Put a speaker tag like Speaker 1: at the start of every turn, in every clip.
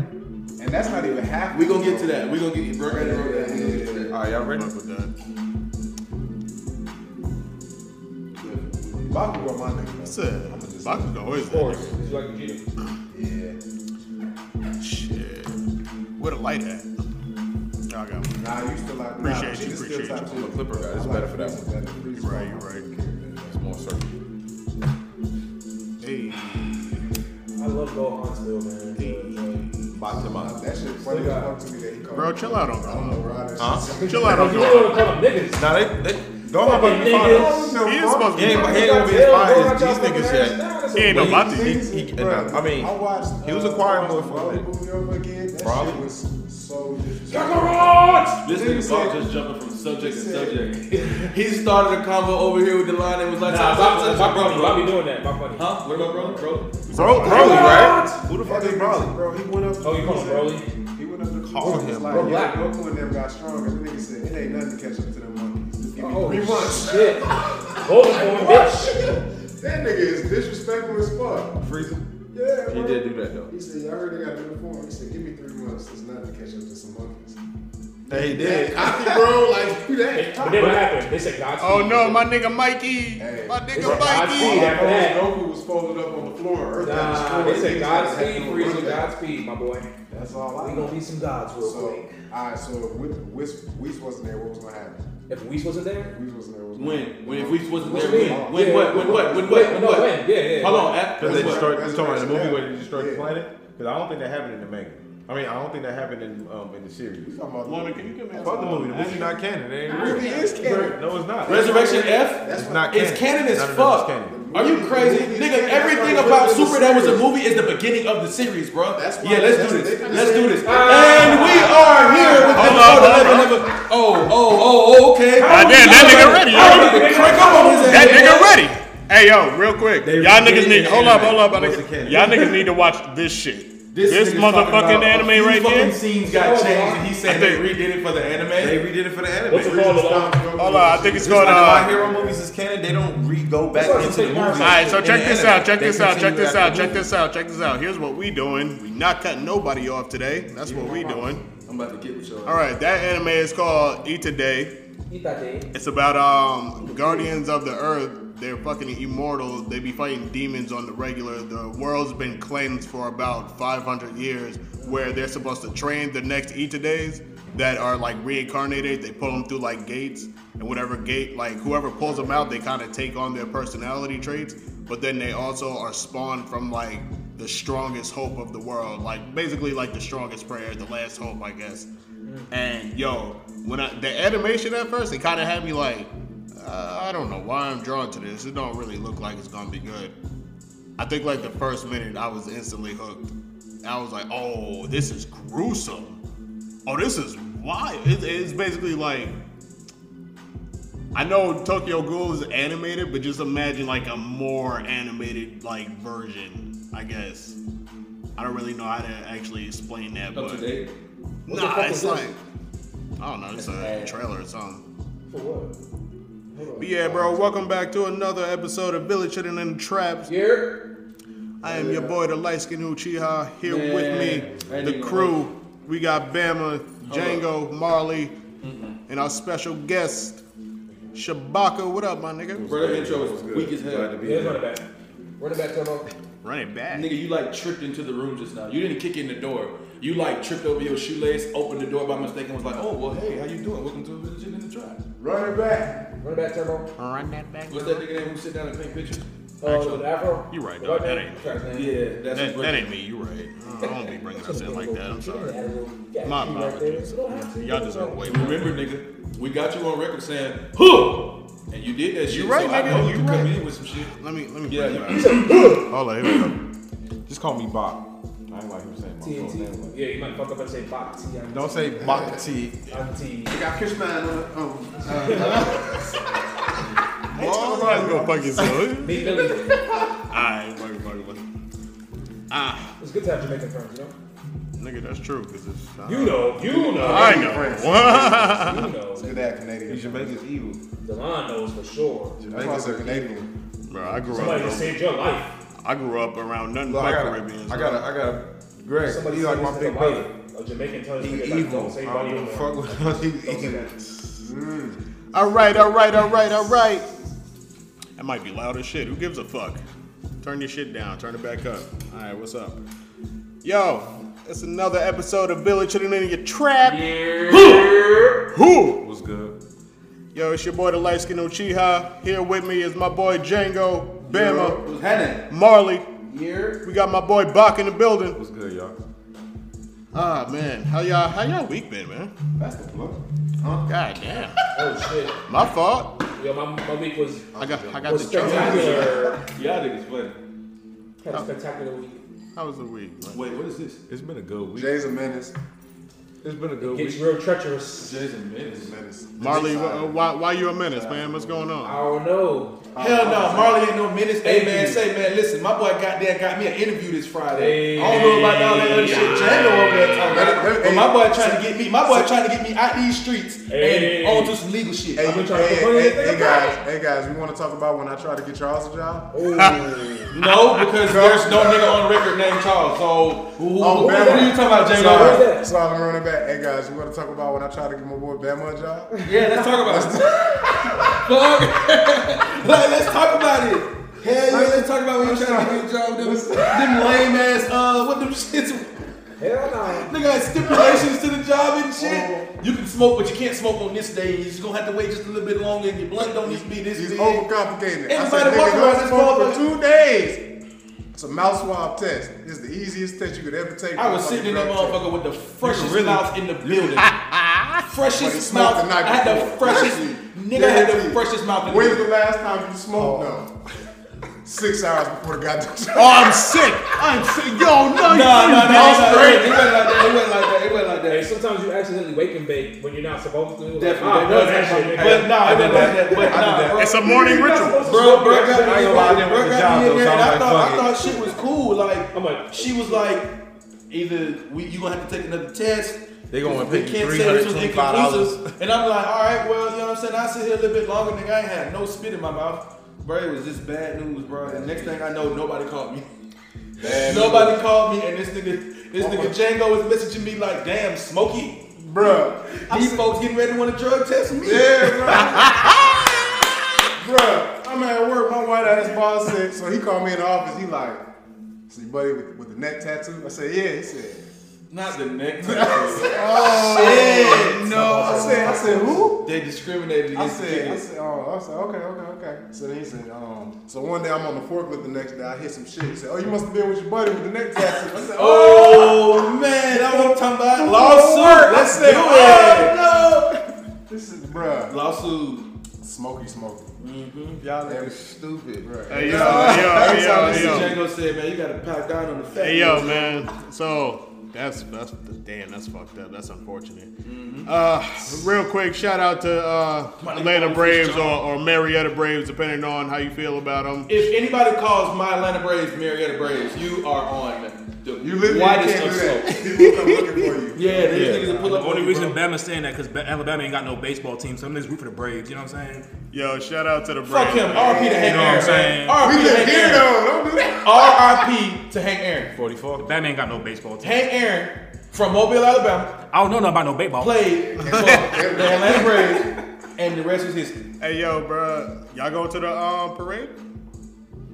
Speaker 1: And that's not even half.
Speaker 2: We gonna get to that. We gonna get Bert and Bert.
Speaker 1: Yeah,
Speaker 2: We gonna get to
Speaker 1: yeah,
Speaker 2: that.
Speaker 1: yeah.
Speaker 2: All right, y'all ready?
Speaker 3: Fuck with that.
Speaker 1: Bakugo, my nigga.
Speaker 3: That's it. Bakugo always
Speaker 4: Of course,
Speaker 3: that
Speaker 4: he's like a genius.
Speaker 1: Yeah.
Speaker 3: nigga. Shit. Where the light at? Y'all got one.
Speaker 1: Nah, you still like.
Speaker 3: Appreciate
Speaker 1: nah,
Speaker 3: you,
Speaker 1: she's
Speaker 3: appreciate
Speaker 1: still top
Speaker 3: you.
Speaker 1: two.
Speaker 2: Clipper guy. It's
Speaker 1: I like
Speaker 2: better for that
Speaker 1: Chris
Speaker 2: one.
Speaker 1: better. Chris
Speaker 3: You're right,
Speaker 1: Paul.
Speaker 3: you're right.
Speaker 2: It's more circular.
Speaker 3: Hey.
Speaker 4: I love Go On still, man. Hey.
Speaker 2: Back to
Speaker 1: Uh,
Speaker 2: mine.
Speaker 1: That shit funny as
Speaker 4: Still
Speaker 1: fuck to me that he called.
Speaker 3: Bro, chill out on
Speaker 1: I don't know
Speaker 3: that.
Speaker 1: where all that
Speaker 2: Huh?
Speaker 1: shit-
Speaker 3: Chill out on
Speaker 4: You
Speaker 3: that.
Speaker 4: don't want to call them niggas.
Speaker 2: Nah, they they don't have
Speaker 4: Fucking
Speaker 2: a
Speaker 4: niggas.
Speaker 1: No,
Speaker 3: He is
Speaker 1: bro.
Speaker 3: supposed to
Speaker 2: He
Speaker 3: be.
Speaker 2: ain't, he ain't
Speaker 3: fine.
Speaker 2: gonna be as fine as these niggas yet.
Speaker 3: He ain't
Speaker 2: Wait,
Speaker 3: about to.
Speaker 2: he-
Speaker 3: He,
Speaker 1: Things,
Speaker 2: he-
Speaker 1: bro,
Speaker 2: I mean,
Speaker 1: I watched,
Speaker 2: he was
Speaker 1: uh,
Speaker 2: acquired boy for a
Speaker 1: Marvel
Speaker 2: minute.
Speaker 1: movie over again. That
Speaker 2: Probably.
Speaker 1: shit was so disrespectful.
Speaker 4: Kakarot!
Speaker 2: This
Speaker 1: Nigga
Speaker 2: nigga
Speaker 1: said-
Speaker 2: Bob just jumping from subject to
Speaker 1: said-
Speaker 2: subject. he started a convo over here with the line and was like, "Stop,
Speaker 4: Nah, my,
Speaker 2: stop,
Speaker 4: my
Speaker 2: stop,
Speaker 4: brother,
Speaker 2: stop,
Speaker 4: why be doing that? My buddy.
Speaker 2: bro." Huh? What about bro? Bro?
Speaker 3: bro, bro,
Speaker 2: Broly, right?
Speaker 4: What?
Speaker 2: Who the
Speaker 1: That
Speaker 2: fuck
Speaker 1: nigga-
Speaker 2: is Broly?
Speaker 1: Bro, he went up.
Speaker 4: Oh, you call him Broly?
Speaker 1: He went up to
Speaker 3: Call
Speaker 1: Call him.
Speaker 3: him,
Speaker 1: Like,
Speaker 4: bro.
Speaker 1: yo,
Speaker 4: Black.
Speaker 1: Goku and them got stronger. The nigga said, it ain't nothing to catch up to them monkeys. Just give me
Speaker 4: Oh,
Speaker 1: three months.
Speaker 4: shit. Hold on, bitch.
Speaker 1: What? That nigga is disrespectful as fuck.
Speaker 2: Freezing.
Speaker 1: Yeah,
Speaker 2: He
Speaker 1: bro.
Speaker 2: did do that though.
Speaker 1: He said, y'all already got a new form. He said, give me three months. It's nothing to catch up to some monkeys.
Speaker 2: They
Speaker 1: I, bro, like, do
Speaker 4: But
Speaker 1: that.
Speaker 4: then what happened? They said Godspeed.
Speaker 3: Oh no, my nigga Mikey.
Speaker 1: Hey.
Speaker 3: My
Speaker 4: Bro,
Speaker 3: nigga
Speaker 4: I see
Speaker 3: Mikey.
Speaker 4: that. after that.
Speaker 1: Goku was folded up on the floor. Earth got
Speaker 4: Nah,
Speaker 1: destroyed.
Speaker 4: they said
Speaker 1: Niggas gotta
Speaker 4: Godspeed,
Speaker 1: have no
Speaker 4: Frieza,
Speaker 1: run back.
Speaker 4: Godspeed, my boy.
Speaker 1: That's all
Speaker 4: We
Speaker 1: I
Speaker 4: gonna
Speaker 1: know.
Speaker 4: be some gods real
Speaker 1: So,
Speaker 4: quick.
Speaker 1: alright, so if Whis, Whis wasn't there, what was gonna happen?
Speaker 4: If Weiss wasn't there?
Speaker 1: If Whis wasn't there, what was gonna happen?
Speaker 2: When? When if we wasn't
Speaker 4: What
Speaker 2: there,
Speaker 4: you mean?
Speaker 2: when? When
Speaker 4: Yeah.
Speaker 2: what? When what? When
Speaker 4: Wait,
Speaker 2: what? When
Speaker 4: no,
Speaker 2: what?
Speaker 4: when? Yeah, yeah.
Speaker 2: Hold on,
Speaker 5: Because
Speaker 2: after
Speaker 5: they
Speaker 1: That's what-
Speaker 5: destroyed,
Speaker 1: that's
Speaker 5: you talking about in the
Speaker 1: what-
Speaker 5: movie where they destroyed
Speaker 1: yeah.
Speaker 5: the planet? Because I don't think that happened in the manga. I mean, I don't think that happened in um, in the series.
Speaker 1: Talking about-
Speaker 3: Lorna, can you give me
Speaker 5: Fuck the movie. The movie's not canon. It ain't real.
Speaker 1: It is canon.
Speaker 5: No, it's not.
Speaker 2: Resurrection F?
Speaker 1: That's
Speaker 5: It's
Speaker 1: what-
Speaker 5: not canon.
Speaker 2: It's canon as
Speaker 5: None of them is
Speaker 2: fuck.
Speaker 5: canon.
Speaker 2: Are you crazy,
Speaker 1: Movies
Speaker 2: nigga?
Speaker 1: can't
Speaker 2: Everything
Speaker 1: start
Speaker 2: about
Speaker 1: with the
Speaker 2: Super that was a
Speaker 1: series.
Speaker 2: movie is the beginning of the series, bro.
Speaker 1: That's why-
Speaker 2: yeah, let's
Speaker 1: that's
Speaker 2: do
Speaker 1: what
Speaker 2: this.
Speaker 1: they
Speaker 2: Let's do
Speaker 1: said.
Speaker 2: this. And we are here with
Speaker 3: Hold on,
Speaker 2: episode
Speaker 3: hold
Speaker 2: 11 of a- Oh, oh, oh, okay.
Speaker 3: God damn, that nigga ready, yo.
Speaker 2: Crank up on his ass.
Speaker 3: That nigga ready. Hey yo, real quick,
Speaker 5: They
Speaker 3: y'all
Speaker 5: really
Speaker 3: niggas need
Speaker 5: did
Speaker 3: hold up, hold up,
Speaker 5: anime.
Speaker 3: nigga.
Speaker 5: Yes, it can.
Speaker 3: y'all niggas need to watch this shit. This,
Speaker 2: nigga's talking about
Speaker 3: motherfucking
Speaker 2: a
Speaker 3: anime
Speaker 2: few
Speaker 3: right
Speaker 2: fucking
Speaker 3: here.
Speaker 2: scenes got changed, and he
Speaker 3: I
Speaker 2: said they
Speaker 3: think-
Speaker 2: redid it for the
Speaker 5: They
Speaker 2: anime.
Speaker 5: redid it for the anime.
Speaker 4: What's it called? Alon?
Speaker 3: Hold on, I think it's
Speaker 5: Just like
Speaker 3: called.
Speaker 5: My
Speaker 3: Uh,
Speaker 5: Hero movies is canon. They don't re go back
Speaker 4: That's what I'm
Speaker 5: into the
Speaker 4: saying.
Speaker 5: movies.
Speaker 3: all right, so
Speaker 5: in
Speaker 3: check
Speaker 5: the
Speaker 3: this
Speaker 5: anime.
Speaker 3: out, check
Speaker 5: They
Speaker 3: this out, check
Speaker 5: continue
Speaker 3: this
Speaker 5: after
Speaker 3: out,
Speaker 5: the
Speaker 3: check
Speaker 5: movie.
Speaker 3: this out, check this out. Here's what we doing. We not cutting nobody off today. That's what we doing.
Speaker 2: I'm about to get with y'all.
Speaker 3: All right, that anime is called Eat Today.
Speaker 4: Itate.
Speaker 3: It's about um Guardians of the Earth. They're fucking immortal. They be fighting demons on the regular. The world's been cleansed for about 500 years, where they're supposed to train the next Itadays that are like reincarnated. They pull them through like gates, and whatever gate, like whoever pulls them out, they kind of take on their personality traits. But then they also are spawned from like the strongest hope of the world, like basically like the strongest prayer, the last hope, I guess. And yo, when I the animation at first, it kind of had me like, uh, I don't know why I'm drawn to this. It don't really look like it's gonna be good. I think like the first minute, I was instantly hooked. I was like, oh, this is gruesome. Oh, this is wild. It, it's basically like. I know Tokyo Ghoul is animated, but just imagine like a more animated like version, I guess. I don't really know how to actually explain that,
Speaker 2: Up
Speaker 3: but
Speaker 2: to date.
Speaker 4: What the
Speaker 3: Nah,
Speaker 4: fuck
Speaker 3: it's
Speaker 4: is this?
Speaker 3: like I don't know, it's a
Speaker 2: Ad.
Speaker 3: trailer or something.
Speaker 4: For what? Hold
Speaker 3: But
Speaker 4: on.
Speaker 3: yeah, bro, welcome back to another episode of Village Hidden in the Traps.
Speaker 4: Here.
Speaker 3: I am your boy, the light skinned Uchiha, here
Speaker 2: Man,
Speaker 3: with me,
Speaker 2: that
Speaker 3: the
Speaker 2: nigga-
Speaker 3: crew. We got Bama, Django, Marley, and our special guest, Shabaka. What up, my nigga?
Speaker 2: Bro, that intro was weak as
Speaker 5: Glad to
Speaker 2: hell.
Speaker 5: be
Speaker 4: Yeah,
Speaker 5: here.
Speaker 4: run it back. Run it back, Turbo.
Speaker 3: Run it back.
Speaker 2: Nigga, you like tripped into the room just now. You didn't kick in the door. You like tripped over your shoelace, opened the door by mistake, and was like, "Oh, well, hey, how you doing? Welcome to Village in the Tribe."
Speaker 1: Run it back.
Speaker 4: Run it back, Turbo.
Speaker 3: Run that back.
Speaker 2: What's that nigga name who sit down and paint pictures?
Speaker 3: Oh,
Speaker 4: Uh, with the Afro.
Speaker 3: you right,
Speaker 4: The
Speaker 3: dog.
Speaker 4: white
Speaker 3: That
Speaker 4: man?
Speaker 3: ain't-
Speaker 4: Trash name.
Speaker 2: Yeah, that's
Speaker 3: That,
Speaker 2: a
Speaker 3: that
Speaker 2: great.
Speaker 3: ain't me, you right. I don't be bringing up shit like that. I'm
Speaker 4: Should've
Speaker 3: sorry.
Speaker 4: had a little- yeah,
Speaker 3: My
Speaker 4: she right there.
Speaker 3: apologies.
Speaker 4: You don't have to.
Speaker 3: Y'all deserve way more.
Speaker 2: Remember, nigga, we got you on record saying, "Huh," and you did that shit.
Speaker 3: right,
Speaker 2: so I
Speaker 3: nigga,
Speaker 2: know
Speaker 3: you
Speaker 2: you can come
Speaker 3: right.
Speaker 2: in with some shit.
Speaker 3: Let me let me
Speaker 2: Yeah,
Speaker 3: bring it
Speaker 2: you-
Speaker 3: back. Hold on, here we go.
Speaker 5: Just call me Bob. I ain't like him saying my full name.
Speaker 4: TNT. Yeah, you might fuck up and say box. T.
Speaker 5: Don't say Bach T.
Speaker 4: I'm T.
Speaker 1: We got Krishna on the phone.
Speaker 3: Oh, I'm gonna fuck yourself.
Speaker 4: Big Billy.
Speaker 3: Alright, fuck it, fuck it, fuck it. Ah,
Speaker 4: It's good to have Jamaican friends, you know?
Speaker 3: nigga, that's true, cause it's. Uh,
Speaker 4: You know, you know,
Speaker 3: I know.
Speaker 4: you know.
Speaker 1: Look at that Canadian.
Speaker 5: You Jamaican's evil.
Speaker 4: Delon knows for sure.
Speaker 1: That's why I said Canadian.
Speaker 3: Bro, I grew
Speaker 4: Somebody
Speaker 3: up.
Speaker 4: just saved your life.
Speaker 3: I grew up around nothing
Speaker 5: Look, I
Speaker 3: but
Speaker 5: got a,
Speaker 3: Caribbeans.
Speaker 5: I got a, I got a, Greg,
Speaker 4: Somebody
Speaker 5: you like
Speaker 4: said
Speaker 5: my
Speaker 4: this
Speaker 5: big
Speaker 4: is a
Speaker 5: brother.
Speaker 4: life.
Speaker 6: a Jamaican tells
Speaker 5: He
Speaker 6: you like,
Speaker 5: evil.
Speaker 6: don't say
Speaker 5: I
Speaker 6: buddy
Speaker 5: don't
Speaker 6: no
Speaker 5: give a
Speaker 6: more.
Speaker 5: fuck with us. He's
Speaker 6: Don't say
Speaker 5: evil.
Speaker 6: that.
Speaker 3: All right, all right, all right, all right. That might be loud as shit. Who gives a fuck? Turn your shit down. Turn it back up. All right, what's up? Yo, it's another episode of Village Hidden in Your Trap. Who?
Speaker 5: What's good?
Speaker 3: Yo, it's your boy the light skin Uchiha. Here with me is my boy Django, Bama,
Speaker 2: What's happening?
Speaker 3: Marley.
Speaker 2: Here.
Speaker 3: We got my boy Bach in the building.
Speaker 5: What's good, y'all?
Speaker 3: Ah man, how y'all how y'all week been, man?
Speaker 2: That's the plug.
Speaker 3: God damn.
Speaker 6: Oh
Speaker 3: My fault.
Speaker 6: shit. Yo, my, my week was
Speaker 3: I got I got
Speaker 6: was
Speaker 3: the trophy.
Speaker 6: spectacular.
Speaker 2: Y'all niggas playing.
Speaker 6: Had a spectacular week.
Speaker 3: How was the week, man?
Speaker 2: Wait, what is this?
Speaker 5: It's been a good week.
Speaker 1: Jay's a menace.
Speaker 5: It's been a good
Speaker 6: Gets
Speaker 5: week.
Speaker 6: real treacherous.
Speaker 2: Jason Menace.
Speaker 1: Menace.
Speaker 3: Marley, wh- uh, why why you a menace, man? What's going on?
Speaker 6: I don't know.
Speaker 2: Hell no, Marley ain't no menace. Uh, Hey
Speaker 6: Hey.
Speaker 2: man, say man, listen, my boy got there, got me an interview this Friday. I don't know about all that other shit. Django over there talking about it. But my boy trying to get me, my boy trying to get me out these streets
Speaker 6: Hey.
Speaker 2: and onto some legal shit.
Speaker 1: Hey,
Speaker 6: I've been
Speaker 1: you-
Speaker 6: trying to
Speaker 1: hey,
Speaker 6: complain
Speaker 1: hey,
Speaker 6: anything
Speaker 1: hey,
Speaker 6: about
Speaker 1: guys, hey guys, we want to talk about when I try to get Charles a job.
Speaker 6: Oh,
Speaker 2: No, because there's no nigga on record named Charles. So who,
Speaker 1: Oh,
Speaker 2: who- who
Speaker 1: Bama.
Speaker 2: are you talking about,
Speaker 6: Sorry.
Speaker 2: Django?
Speaker 6: who's that?
Speaker 1: So I'm running back. Hey guys, you want to talk about when I try to get my boy Bama a job?
Speaker 2: Yeah, let's talk about it. Fuck. like, let's talk about it. Hell yeah, let's talk about when you trying to get me a job. Them, them lame ass, uh, what them shits?
Speaker 6: hell no.
Speaker 2: They got stipulations to the job and shit. You can smoke, but you can't smoke on this day. You're just gonna have to wait just a little bit longer, and your blunt don't need to be this
Speaker 1: He's
Speaker 2: big.
Speaker 1: overcomplicated. I said,
Speaker 2: Everybody
Speaker 1: nigga,
Speaker 2: walking
Speaker 1: go
Speaker 2: around this
Speaker 1: smoke
Speaker 2: motherfucker.
Speaker 1: for two days. It's a mouth swab test. It's the easiest test you could ever take.
Speaker 2: I was sitting in that motherfucker with the freshest
Speaker 5: really-
Speaker 2: mouth in the building.
Speaker 1: But he
Speaker 2: freshest
Speaker 1: smoked
Speaker 2: mouth.
Speaker 1: the night
Speaker 2: I had the
Speaker 1: before.
Speaker 2: freshest.
Speaker 1: Guaranteed.
Speaker 2: Nigga had the
Speaker 1: Guaranteed.
Speaker 2: freshest mouth in the Oh.
Speaker 1: When's
Speaker 2: building.
Speaker 1: the last time you smoked? No. Six hours before the goddamn
Speaker 3: Oh, I'm sick. I'm sick. Yo, no, you
Speaker 2: Nah, nah, nah,
Speaker 3: bitch.
Speaker 2: nah, nah, It wasn't like that. It wasn't like that. It wasn't like
Speaker 6: Hey,
Speaker 2: that.
Speaker 6: sometimes you accidentally wake and bake when you're not supposed to. Like,
Speaker 2: Definitely.
Speaker 6: ah,
Speaker 2: that
Speaker 6: bro,
Speaker 2: was
Speaker 6: that
Speaker 2: that
Speaker 6: shit-
Speaker 2: shit. But nah, it wasn't like that. But nah, bro.
Speaker 3: It's a morning
Speaker 6: You're not
Speaker 3: ritual.
Speaker 6: supposed to
Speaker 2: Bro,
Speaker 6: smoke,
Speaker 2: bro got
Speaker 6: you're not
Speaker 2: me,
Speaker 5: ain't
Speaker 6: supposed to
Speaker 5: gonna lie, I
Speaker 2: bro,
Speaker 5: didn't want the
Speaker 2: got
Speaker 5: job,
Speaker 2: me in
Speaker 5: though,
Speaker 2: there,
Speaker 5: so
Speaker 2: and
Speaker 5: I'm
Speaker 2: I
Speaker 5: like,
Speaker 2: thought, I
Speaker 5: fuck it.
Speaker 2: thought shit was cool. Like,
Speaker 6: I'm like,
Speaker 2: she was like, either we, you gonna have to take another test.
Speaker 5: They gonna
Speaker 2: we
Speaker 5: pay you
Speaker 2: can't say this was
Speaker 5: $325.
Speaker 2: inconclusive. And I'm like, all right, well, you know what I'm saying? I sit here a little bit longer, nigga. I ain't had no spit in my mouth. Bro, it was just bad news, bro. And next thing I know, nobody called me. nobody called me, and this nigga, this nigga Django was messaging me like, damn, Smokey.
Speaker 1: Bruh.
Speaker 2: These folks getting ready to want to drug test me.
Speaker 1: Yeah, bro. Bruh, I'm at work. My white ass boss said, so he called me in the office. He like, see, buddy, with, with the neck tattoo? I said, yeah. He said,
Speaker 2: Not the next.
Speaker 1: oh, no. I said, I said, who?
Speaker 2: They discriminated
Speaker 1: I
Speaker 2: against
Speaker 1: said, I
Speaker 2: niggas.
Speaker 1: said, oh, I said, okay, okay, okay. So then he said, um, so one day I'm on the forklift the next day, I hit some shit. He said, oh, you must have been with your buddy with the neck tattoo. I said, oh,
Speaker 2: Oh man, that's what I'm talking about.
Speaker 1: Lord.
Speaker 2: Lawsuit.
Speaker 1: I
Speaker 2: Let's do
Speaker 1: said,
Speaker 2: it.
Speaker 1: oh, no. This is, bruh,
Speaker 2: Lawsuit.
Speaker 1: smoky, smoky.
Speaker 2: Y'all
Speaker 1: niggas
Speaker 2: stupid.
Speaker 1: Bruh.
Speaker 3: Hey, yo,
Speaker 2: This
Speaker 3: yo,
Speaker 2: is
Speaker 3: yo, yo.
Speaker 2: Django said, man, you gotta pack down on the fat.
Speaker 3: Hey, yo, man. So, that's, that's, damn, that's fucked up. That's unfortunate. Uh, real quick, shout out to uh, Atlanta Braves or, or Marietta Braves, depending on how you feel about them.
Speaker 2: If anybody calls my Atlanta Braves Marietta Braves, you are on the
Speaker 1: You literally
Speaker 2: widest
Speaker 1: can't
Speaker 2: of
Speaker 1: do that.
Speaker 2: slopes.
Speaker 1: People come looking for you.
Speaker 2: Yeah, these niggas will pull
Speaker 4: The
Speaker 2: up.
Speaker 4: only
Speaker 2: on you,
Speaker 4: reason
Speaker 2: bro.
Speaker 4: Bama's saying that because Alabama ain't got no baseball team, so I'm just root for the Braves. You know what I'm saying?
Speaker 3: Yo, shout out to the Braves.
Speaker 2: Fuck him. Oh. R.I.P. to
Speaker 4: You
Speaker 2: Hank
Speaker 4: know what I'm
Speaker 2: Aaron.
Speaker 4: saying?
Speaker 2: man.
Speaker 1: We
Speaker 2: R.I.P.
Speaker 1: live
Speaker 2: to Hank
Speaker 1: here
Speaker 2: Aaron.
Speaker 1: though. Don't do that.
Speaker 2: R.I.P. to Hank Aaron.
Speaker 5: 44.
Speaker 4: Bama ain't got no baseball team.
Speaker 2: Hank Aaron from Mobile, Alabama,
Speaker 4: I don't know nothing about no baseball.
Speaker 2: played for the Atlanta Braves, and the rest was history.
Speaker 3: Hey, yo, bruh. Y'all going to the um, parade?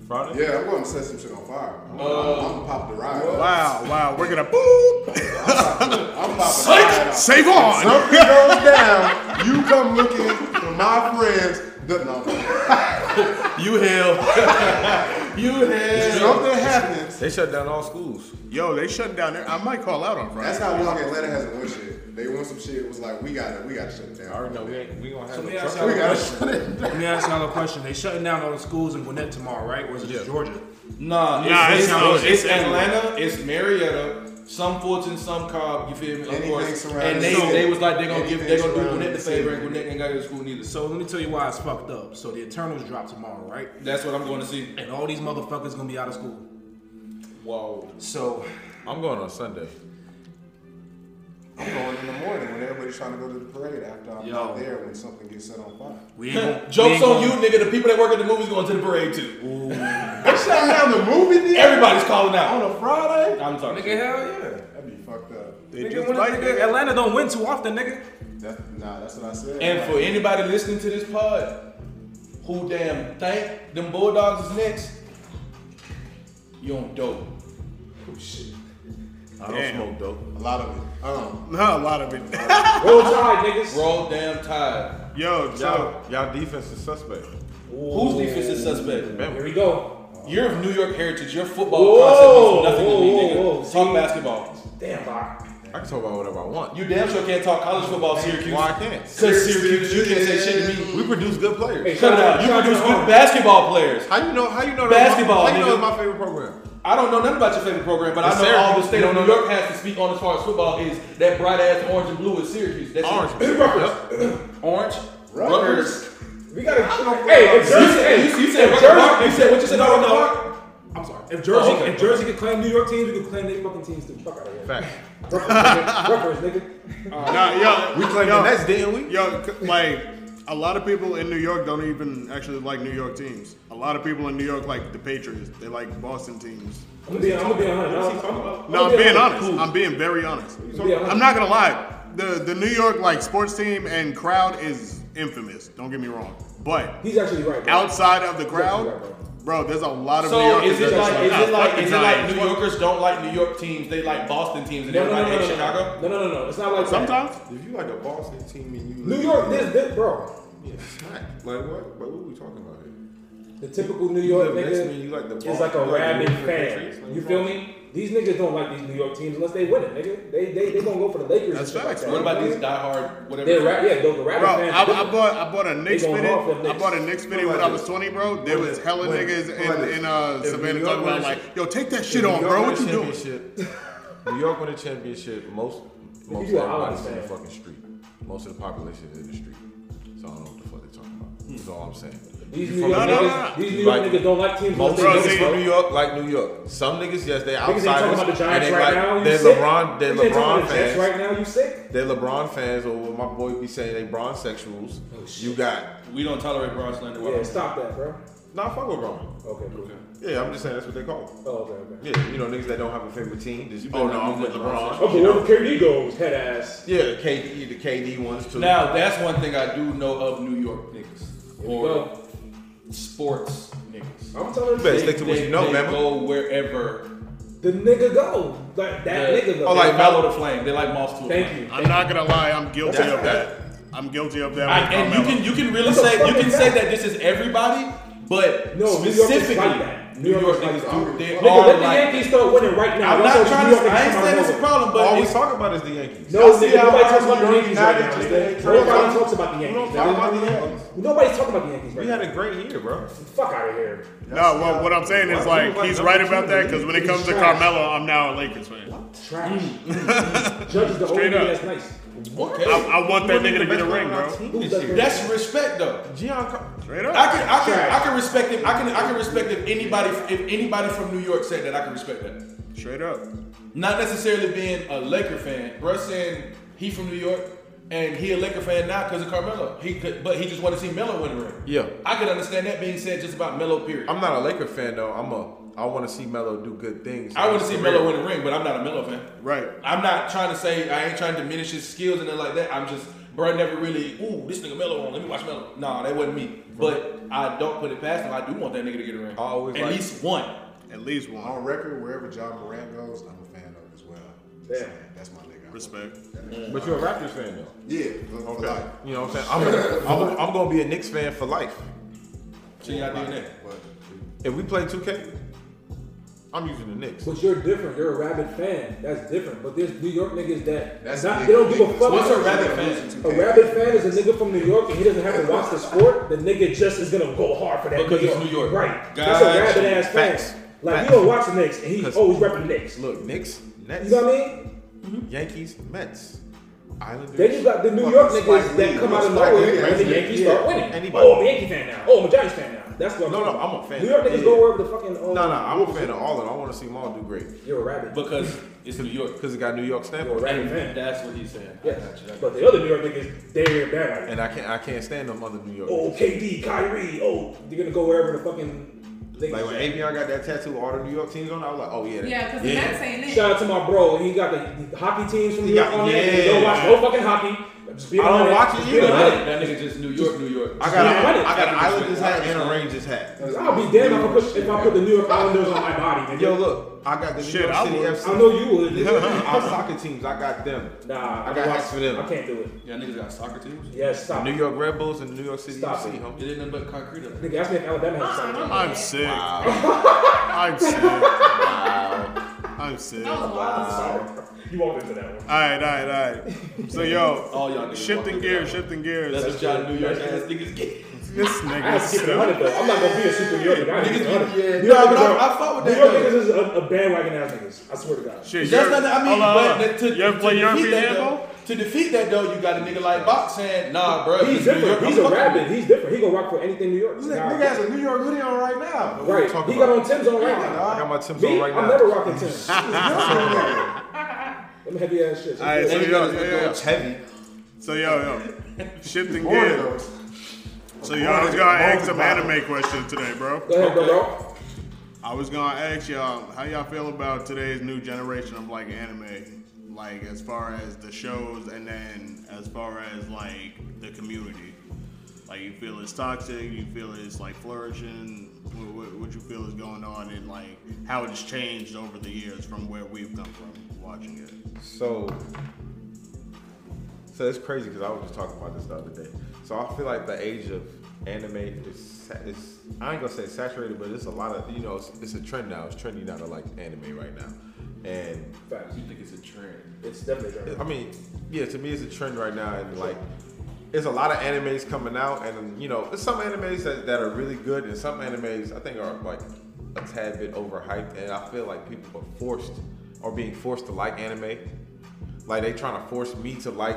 Speaker 5: Friday?
Speaker 1: Yeah, I'm gonna set some shit on fire. I'm, I'm, I'm gonna pop the ride. up.
Speaker 3: Wow, wow. We're going to boop.
Speaker 1: I'm popping the ride. up.
Speaker 3: Save on.
Speaker 1: Something goes down. You come looking for my friends. The- no.
Speaker 2: You hell. you hell.
Speaker 1: Something happens.
Speaker 5: They shut down all schools.
Speaker 3: Yo, they shutting down there. I might call out on Friday.
Speaker 1: That's how long Atlanta hasn't won shit. They won some shit. It was like we got to we got to shut it
Speaker 5: I already
Speaker 1: down.
Speaker 5: know we ain't, we gonna have
Speaker 4: Let me
Speaker 5: no
Speaker 4: ask
Speaker 5: trouble.
Speaker 4: y'all
Speaker 1: We
Speaker 4: a
Speaker 1: got to
Speaker 4: question.
Speaker 1: shut it down.
Speaker 4: Let me ask y'all a question. They shutting down all the schools in Gwinnett tomorrow, right? Or is it just Georgia?
Speaker 2: Nah, it's,
Speaker 3: Nah,
Speaker 2: it's,
Speaker 3: it's not-
Speaker 2: it's
Speaker 3: it's
Speaker 2: Atlanta, it's Marietta, some Fulton, some Cobb, you feel me? Of
Speaker 1: Anything
Speaker 2: course.
Speaker 1: surrounding
Speaker 2: And they,
Speaker 1: the city.
Speaker 2: they was like they gonna give they
Speaker 1: Anything
Speaker 2: gonna do
Speaker 1: surrounding
Speaker 2: Gwinnett the
Speaker 1: the
Speaker 2: favor and
Speaker 1: city.
Speaker 2: Gwinnett ain't got to school neither. So
Speaker 4: So let me tell you why it's fucked up. So the Eternals drop tomorrow, right?
Speaker 2: that's what I'm going to see.
Speaker 4: And all these motherfuckers gonna be out of school.
Speaker 2: Wow.
Speaker 4: So
Speaker 5: I'm going on Sunday.
Speaker 1: I'm going in the morning when everybody's trying to go to the parade. After I'm not there when something gets set on fire.
Speaker 4: we ain't gonna, we
Speaker 2: Jokes
Speaker 4: ain't
Speaker 2: on you,
Speaker 4: gonna-
Speaker 2: nigga. The people that work at the movies going to the parade too.
Speaker 1: They shut down the movie theater
Speaker 2: Everybody's calling out.
Speaker 1: on a Friday.
Speaker 2: I'm talking.
Speaker 4: Nigga, hell yeah.
Speaker 1: That'd be fucked up.
Speaker 3: They
Speaker 4: Nigga,
Speaker 3: just
Speaker 4: when a
Speaker 3: like
Speaker 4: nigga-
Speaker 3: it.
Speaker 7: Atlanta don't win too often, nigga.
Speaker 1: That, nah, that's what I said.
Speaker 2: And for anybody listening to this pod, who damn think them Bulldogs is next, you on dope.
Speaker 5: I don't smoke dope.
Speaker 1: a lot of it. Um,
Speaker 3: Not a lot of it.
Speaker 4: Roll tide, niggas.
Speaker 2: Roll damn tide.
Speaker 3: Yo, so
Speaker 5: Y'all, y'all defense is suspect.
Speaker 2: Who's defense is suspect?
Speaker 4: Here we go.
Speaker 2: You're of New York heritage. Your football
Speaker 4: Whoa,
Speaker 2: concept means nothing to me,
Speaker 4: whoa,
Speaker 2: nigga.
Speaker 4: whoa, whoa.
Speaker 2: Talk
Speaker 4: See?
Speaker 2: basketball.
Speaker 4: Damn, Bach.
Speaker 5: I can talk about whatever I want.
Speaker 2: You damn sure can't talk college football, Syracuse.
Speaker 5: Why I can't?
Speaker 2: Because Syracuse, you can't say shit to me.
Speaker 5: We produce good
Speaker 4: Hey,
Speaker 5: players.
Speaker 2: Shut up. You
Speaker 4: Shout out
Speaker 2: produce
Speaker 4: to the
Speaker 2: good
Speaker 4: home.
Speaker 2: basketball players.
Speaker 5: How you know? How you know? that-
Speaker 2: Basketball,
Speaker 5: How you know
Speaker 2: nigga.
Speaker 5: it's my favorite program?
Speaker 2: I don't know nothing about your favorite program, but I
Speaker 5: It's
Speaker 2: know
Speaker 5: Syracuse.
Speaker 2: all the state
Speaker 5: No,
Speaker 2: of
Speaker 5: no,
Speaker 2: New
Speaker 5: no.
Speaker 2: York has to speak on as far as football is that bright ass orange and blue is Syracuse. That's
Speaker 5: Orange.
Speaker 2: It. Yep. Orange. Rutgers.
Speaker 4: We gotta. Hey, if Jersey. Hey,
Speaker 2: You, you said Rutgers.
Speaker 4: if Jersey.
Speaker 2: You said what you said
Speaker 4: No,
Speaker 2: about
Speaker 4: no.
Speaker 2: Rutgers.
Speaker 7: I'm sorry. If Jersey,
Speaker 2: Oh, okay.
Speaker 7: if Jersey could claim
Speaker 4: New York teams, we can claim they fucking teams too. Fuck out of here.
Speaker 5: Fact.
Speaker 4: Rutgers, nigga.
Speaker 3: nah, yo,
Speaker 5: We claim
Speaker 3: yo,
Speaker 5: the Nets, didn't we?
Speaker 3: Yo, c- like a lot of people in New York don't even actually like New York teams. A lot of people in New York like the Patriots. They like Boston teams.
Speaker 4: I'm gonna be. I'm gonna be honest.
Speaker 3: No, I'm being honest. I'm being very honest.
Speaker 4: Yeah.
Speaker 3: I'm not gonna lie. The the New York like sports team and crowd is infamous. Don't get me wrong, but
Speaker 4: He's actually right. bro.
Speaker 3: outside of the crowd, bro, there's a lot of New
Speaker 2: So
Speaker 3: Yorkers.
Speaker 2: is it
Speaker 3: that
Speaker 2: like
Speaker 3: just
Speaker 2: is it
Speaker 3: "Nah,
Speaker 2: like
Speaker 3: fuck the
Speaker 2: is it like
Speaker 3: Giants."
Speaker 2: New Yorkers don't like New York teams? They like Boston teams and
Speaker 4: No, no, no,
Speaker 2: everybody
Speaker 4: no, no,
Speaker 2: hates Chicago.
Speaker 4: no, no, no, no. It's not like that.
Speaker 3: sometimes?
Speaker 5: If you like the Boston team and you
Speaker 4: New York, this, this, bro.
Speaker 5: yeah, smack. Like what? What were we talking about
Speaker 4: The
Speaker 5: here?
Speaker 4: typical New
Speaker 5: You
Speaker 4: York
Speaker 5: live next to me,
Speaker 4: nigga
Speaker 5: you like the
Speaker 4: is like a
Speaker 5: Boston- you like the
Speaker 4: rabid
Speaker 5: New York Patriots,
Speaker 4: fan.
Speaker 5: like
Speaker 4: You
Speaker 5: the
Speaker 4: feel
Speaker 5: Boston.
Speaker 4: me? These niggas don't like these New York teams unless they win it, nigga. They they they gonna go for the Lakers.
Speaker 3: That's
Speaker 4: and shit
Speaker 3: facts,
Speaker 4: Like that.
Speaker 2: What about these diehard whatever?
Speaker 4: They're ra- yeah, the, the rabid
Speaker 3: Bro,
Speaker 4: fans.
Speaker 3: I, I bought I bought a Knicks
Speaker 4: going
Speaker 3: fitted.
Speaker 4: off with
Speaker 3: I
Speaker 4: Knicks.
Speaker 3: bought a Knicks fitted when I was 20, bro. There was hella
Speaker 5: Wait,
Speaker 3: niggas
Speaker 5: wait.
Speaker 3: in, in uh,
Speaker 5: If
Speaker 3: Savannah
Speaker 5: New York
Speaker 3: talking about
Speaker 5: wins-
Speaker 3: like, yo, take that
Speaker 5: New
Speaker 3: shit on,
Speaker 5: York
Speaker 3: bro.
Speaker 5: won
Speaker 3: What
Speaker 5: the
Speaker 3: you doing?
Speaker 5: championship- New York won the championship. Most most
Speaker 4: you a
Speaker 5: everybody's in
Speaker 4: Hollywood
Speaker 5: the
Speaker 4: fan.
Speaker 5: fucking street. Most of the population is in the street. So I don't know what the fuck they're talking about. That's all I'm saying.
Speaker 4: these
Speaker 5: You
Speaker 4: New
Speaker 5: from-
Speaker 3: No,
Speaker 4: York
Speaker 3: no,
Speaker 4: niggas,
Speaker 3: no.
Speaker 4: these New York
Speaker 5: Like-
Speaker 4: niggas don't like teams unless
Speaker 5: Most
Speaker 4: they
Speaker 3: Bro,
Speaker 4: win
Speaker 5: niggas
Speaker 3: see-
Speaker 4: it,
Speaker 5: from
Speaker 4: bro.
Speaker 5: New York like New York. Some niggas, yes,
Speaker 4: Niggas
Speaker 5: they
Speaker 4: ain't talking
Speaker 5: outsiders.
Speaker 4: about the
Speaker 5: and
Speaker 4: Giants
Speaker 5: they
Speaker 4: right
Speaker 5: like,
Speaker 4: now. You
Speaker 5: they're
Speaker 4: sick?
Speaker 5: LeBron, they're
Speaker 4: Niggas ain't talking
Speaker 5: LeBron
Speaker 4: about the Jets
Speaker 5: fans.
Speaker 4: right now. You sick?
Speaker 5: They're LeBron fans, or what my boy be saying, they Bron sexuals. you got
Speaker 2: We don't tolerate Bron slander.
Speaker 4: Yeah, stop that, bro.
Speaker 5: nah, fuck with Bron.
Speaker 4: Okay, cool.
Speaker 5: Yeah, I'm just saying that's what they call. Them.
Speaker 4: Oh, okay, okay.
Speaker 5: Yeah, you know niggas that don't have a favorite team. Just,
Speaker 3: Oh, no, I'm with LeBron.
Speaker 4: Oh, but where KD goes, head ass.
Speaker 5: Yeah, the KD, the KD ones too.
Speaker 2: Now that's one thing I do know of New York niggas
Speaker 4: Here we
Speaker 2: or
Speaker 4: go.
Speaker 2: sports niggas.
Speaker 4: I'm telling
Speaker 5: You better
Speaker 4: you,
Speaker 5: stick to what you know,
Speaker 2: they
Speaker 5: man.
Speaker 2: go wherever.
Speaker 4: the nigga go. Like that
Speaker 2: Yeah.
Speaker 4: nigga go.
Speaker 5: Oh, like-
Speaker 2: They follow the flame. They like moths to a
Speaker 4: Thank
Speaker 2: flame.
Speaker 4: you.
Speaker 3: I'm not gonna lie, I'm guilty
Speaker 5: That's
Speaker 3: of
Speaker 5: a
Speaker 3: that. I'm guilty of that.
Speaker 2: I,
Speaker 3: with
Speaker 2: and you
Speaker 3: Carmelo.
Speaker 2: can you can really
Speaker 4: That's a
Speaker 2: say you can
Speaker 4: fucking
Speaker 2: say
Speaker 4: fact.
Speaker 2: that this is everybody, but
Speaker 4: No, New York is like
Speaker 2: specifically
Speaker 4: that. New
Speaker 2: New York,
Speaker 4: York is like
Speaker 2: niggas do.
Speaker 4: that.
Speaker 2: They
Speaker 4: Nigga,
Speaker 2: are
Speaker 4: let the
Speaker 2: like.
Speaker 4: Yankees start winning right now.
Speaker 2: I'm
Speaker 4: That's
Speaker 2: not
Speaker 4: what
Speaker 2: trying
Speaker 4: New
Speaker 2: to. I
Speaker 4: York niggas
Speaker 2: ain't
Speaker 4: come
Speaker 2: saying
Speaker 4: out
Speaker 2: it's a
Speaker 4: of nowhere.
Speaker 2: problem, but
Speaker 5: All we
Speaker 2: it's-
Speaker 5: talk about is the Yankees.
Speaker 4: No,
Speaker 5: see
Speaker 4: nigga,
Speaker 5: how
Speaker 4: nobody talks
Speaker 5: hard
Speaker 4: about the
Speaker 5: we're
Speaker 4: Yankees right now.
Speaker 5: united
Speaker 4: nigga.
Speaker 5: today.
Speaker 4: Nobody talks about the
Speaker 5: We don't
Speaker 4: Yankees.
Speaker 5: talk about
Speaker 4: nigga.
Speaker 5: the Yankees.
Speaker 4: Nobody's talking about the Yankees
Speaker 5: We
Speaker 4: right
Speaker 5: had
Speaker 4: now.
Speaker 5: a great year, bro.
Speaker 4: Fuck out of here.
Speaker 3: No, well, what I'm saying is like
Speaker 5: Why people
Speaker 3: he's
Speaker 5: like
Speaker 3: right
Speaker 5: Jokic
Speaker 3: about that because when it comes to
Speaker 4: trash.
Speaker 3: Carmelo, I'm now a Lakers fan.
Speaker 4: Trash.
Speaker 5: Mm.
Speaker 4: Judge is the only
Speaker 3: Straight
Speaker 4: nigga
Speaker 3: up.
Speaker 4: that's nice.
Speaker 3: I, I want that nigga to get a ring, bro.
Speaker 4: Who's
Speaker 5: bro.
Speaker 4: that first?
Speaker 2: That's respect though.
Speaker 5: Giancarlo.
Speaker 3: Straight
Speaker 2: I
Speaker 3: up.
Speaker 2: can, I can, I can respect if I can, I can respect if anybody, if anybody from New York said that, I can respect that.
Speaker 3: Straight up.
Speaker 2: Not necessarily being a Laker fan. Bruh saying he from New York and he a Laker fan now because of Carmelo. He could, but he just want to see Melo win the ring.
Speaker 5: Yeah.
Speaker 2: I could understand that being said just about Melo. Period. i
Speaker 5: I'm not a Laker fan though. I'm a. I want to see Melo do good things.
Speaker 2: want to see Melo win the ring, but I'm not a Melo fan.
Speaker 3: Right.
Speaker 2: I'm not trying to say I ain't trying to diminish his skills and nothing like that. I'm just bruh never really. Ooh, this nigga Melo on. Let me watch Melo. Nah, that wasn't me. But I don't put it past him. I do want that nigga to get a ring.
Speaker 5: I always
Speaker 2: at
Speaker 5: like-
Speaker 2: least one.
Speaker 3: At least one.
Speaker 1: on record, wherever John Morant goes, I'm a fan of as well.
Speaker 4: Yeah.
Speaker 1: That's my nigga.
Speaker 3: Respect.
Speaker 5: But you're a Raptors fan though.
Speaker 1: Yeah. For okay. life.
Speaker 5: You know what I'm saying? I'm, I'm, I'm gonna be a Knicks fan for life.
Speaker 2: So y'all doing that.
Speaker 1: But
Speaker 5: If we play 2K, I'm using the Knicks.
Speaker 4: But you're different. You're a rabid fan. That's different. But there's New York niggas that
Speaker 1: That's
Speaker 4: not,
Speaker 1: nigga.
Speaker 4: they don't give a
Speaker 1: Niggas.
Speaker 4: fuck.
Speaker 2: What's a
Speaker 4: about-
Speaker 2: rabbit fan?
Speaker 4: A rabid fan is a nigga from New York and he doesn't have to watch the sport. The nigga just is gonna go hard for that
Speaker 2: Because
Speaker 4: New
Speaker 2: it's
Speaker 4: York.
Speaker 2: New York.
Speaker 4: Right.
Speaker 2: Got
Speaker 4: That's a
Speaker 2: you.
Speaker 4: rabid ass fan.
Speaker 5: Facts.
Speaker 4: Like
Speaker 5: Facts.
Speaker 4: you don't watch the Knicks and he's
Speaker 5: 'Cause-
Speaker 4: always repping the Knicks.
Speaker 5: Look, Knicks, Nets,
Speaker 4: You know what I mean?
Speaker 5: Yankees, Mets, Islanders.
Speaker 4: Then you got the New York
Speaker 5: fucking
Speaker 4: niggas
Speaker 5: Spike
Speaker 4: that
Speaker 5: Lee.
Speaker 4: come out of
Speaker 5: Spike Lee,
Speaker 4: nowhere and the
Speaker 5: right?
Speaker 4: Yankees
Speaker 5: Yeah.
Speaker 4: start winning.
Speaker 5: Anybody.
Speaker 4: Oh, I'm a Yankee fan now. Oh, I'm a Giants fan now. That's what
Speaker 5: No,
Speaker 4: I'm
Speaker 5: no,
Speaker 4: talking
Speaker 5: I'm a
Speaker 4: about.
Speaker 5: fan.
Speaker 4: New York niggas
Speaker 5: Yeah.
Speaker 4: go wherever the fucking. Um,
Speaker 5: No, no, I'm a fan of all of them. I want to see them all do great
Speaker 4: You're a rabbit.
Speaker 2: Because it's New York.
Speaker 5: because it got New York stamp
Speaker 4: You're a
Speaker 5: on it.
Speaker 4: rabbit
Speaker 2: And
Speaker 4: fan.
Speaker 2: that's what he's saying.
Speaker 4: Yes.
Speaker 2: I got you, I got
Speaker 4: But the other New York niggas, they're bad at it.
Speaker 5: And I can't, I can't stand them other New York.
Speaker 4: Oh, KD, Kyrie. Oh, they're gonna go wherever the fucking Nigga,
Speaker 5: Like when Avion got that tattoo, all the New York teams on, it, I was like, oh yeah. that-
Speaker 8: Yeah, because the Nets ain't it.
Speaker 4: Shout out to my bro. He got the, the hockey teams from New
Speaker 5: He
Speaker 4: York
Speaker 5: got-
Speaker 4: on there. He
Speaker 5: yeah.
Speaker 4: Don't watch no fucking hockey. Just be
Speaker 5: I don't
Speaker 4: honest.
Speaker 5: watch it
Speaker 4: Just be
Speaker 5: either.
Speaker 4: honest.
Speaker 9: That nigga just New York, New York.
Speaker 5: I got,
Speaker 4: Yeah,
Speaker 5: a,
Speaker 4: right.
Speaker 5: I got an Islanders hat and a Rangers hat.
Speaker 4: I'll be damned if I put if I put the New York Islanders on my body. Nigga.
Speaker 5: Yo, look, I got the New
Speaker 3: Shit,
Speaker 5: York
Speaker 3: I
Speaker 5: City
Speaker 3: would.
Speaker 5: FC.
Speaker 4: I know you would. nigga.
Speaker 5: Our soccer teams, I got them.
Speaker 4: nah,
Speaker 5: I got
Speaker 4: watch-
Speaker 5: hacks for them.
Speaker 4: I can't do it.
Speaker 9: Yeah, niggas got soccer teams.
Speaker 4: Yes, stop.
Speaker 5: New York Red Bulls and New York City
Speaker 4: Stop
Speaker 5: FC,
Speaker 4: it.
Speaker 5: homie.
Speaker 9: It ain't nothing but concrete up there.
Speaker 4: Nigga, ask me if Alabama has a soccer team.
Speaker 3: I'm sick. I'm sick. I'm sick.
Speaker 8: That
Speaker 3: All
Speaker 8: was wild.
Speaker 4: You walked into that one.
Speaker 3: right, all right, all right. So yo,
Speaker 9: All y'all niggas.
Speaker 3: shifting
Speaker 9: walking
Speaker 3: gears,
Speaker 9: around.
Speaker 3: shifting gears.
Speaker 9: That's what y'all New York ass niggas get.
Speaker 3: This
Speaker 4: I
Speaker 3: nigga.
Speaker 4: have to keep it 100 though. I'm not gonna be a super New Yorker. I have to keep it 100.
Speaker 9: Yeah,
Speaker 4: New York
Speaker 9: nah, but I,
Speaker 4: niggas are-
Speaker 9: I fought
Speaker 4: New
Speaker 9: with
Speaker 4: York
Speaker 9: that. though.
Speaker 4: niggas is a, a bandwagon ass niggas. I swear to God.
Speaker 3: Shit,
Speaker 9: That's
Speaker 3: you're-
Speaker 9: not. I mean,
Speaker 3: hold on, hold
Speaker 9: but
Speaker 3: on.
Speaker 9: to,
Speaker 3: you ever
Speaker 9: to
Speaker 3: play
Speaker 9: defeat
Speaker 3: European
Speaker 9: that
Speaker 3: handball?
Speaker 9: though, to defeat that though, you got a nigga like Box saying, "Nah, bro,
Speaker 4: He's different. He's a rabbit. He's different. He gonna rock for anything New York.
Speaker 5: This nigga
Speaker 4: Nah.
Speaker 5: nigga has a New York hoodie on right now.
Speaker 4: Right.
Speaker 5: What we
Speaker 4: He got
Speaker 5: talking
Speaker 4: on Tim's on right
Speaker 5: about? I
Speaker 4: now.
Speaker 5: got my Tim's on
Speaker 4: Me,
Speaker 5: right
Speaker 4: I'm
Speaker 5: now.
Speaker 4: never rocking Tim's. Them heavy ass shits.
Speaker 3: All right, so yo, yo, yo,
Speaker 5: heavy.
Speaker 3: so yo, yo, shifting gears. So yo, I was gonna ask some anime questions today, bro.
Speaker 4: Go ahead, bro, bro.
Speaker 3: I was gonna ask y'all how y'all feel about today's new generation of like anime, like as far as the shows and then as far as like the community. Like you feel it's toxic, you feel it's like flourishing. What, what, what you feel is going on and like how it's changed over the years from where we've come from watching it.
Speaker 5: So, so it's crazy because I was just talking about this the other day. So I feel like the age of anime is, sa- is I ain't gonna say saturated, but it's a lot of you know it's, it's a trend now. It's trendy now to like anime right now, and
Speaker 4: Facts.
Speaker 9: You think it's a trend?
Speaker 4: It's definitely
Speaker 5: I
Speaker 4: drunk.
Speaker 5: mean, yeah, to me it's a trend right now, and like, there's a lot of animes coming out, and you know, there's some animes that, that are really good, and some animes I think are like a tad bit overhyped, and I feel like people are forced, are being forced to like anime, like they trying to force me to like.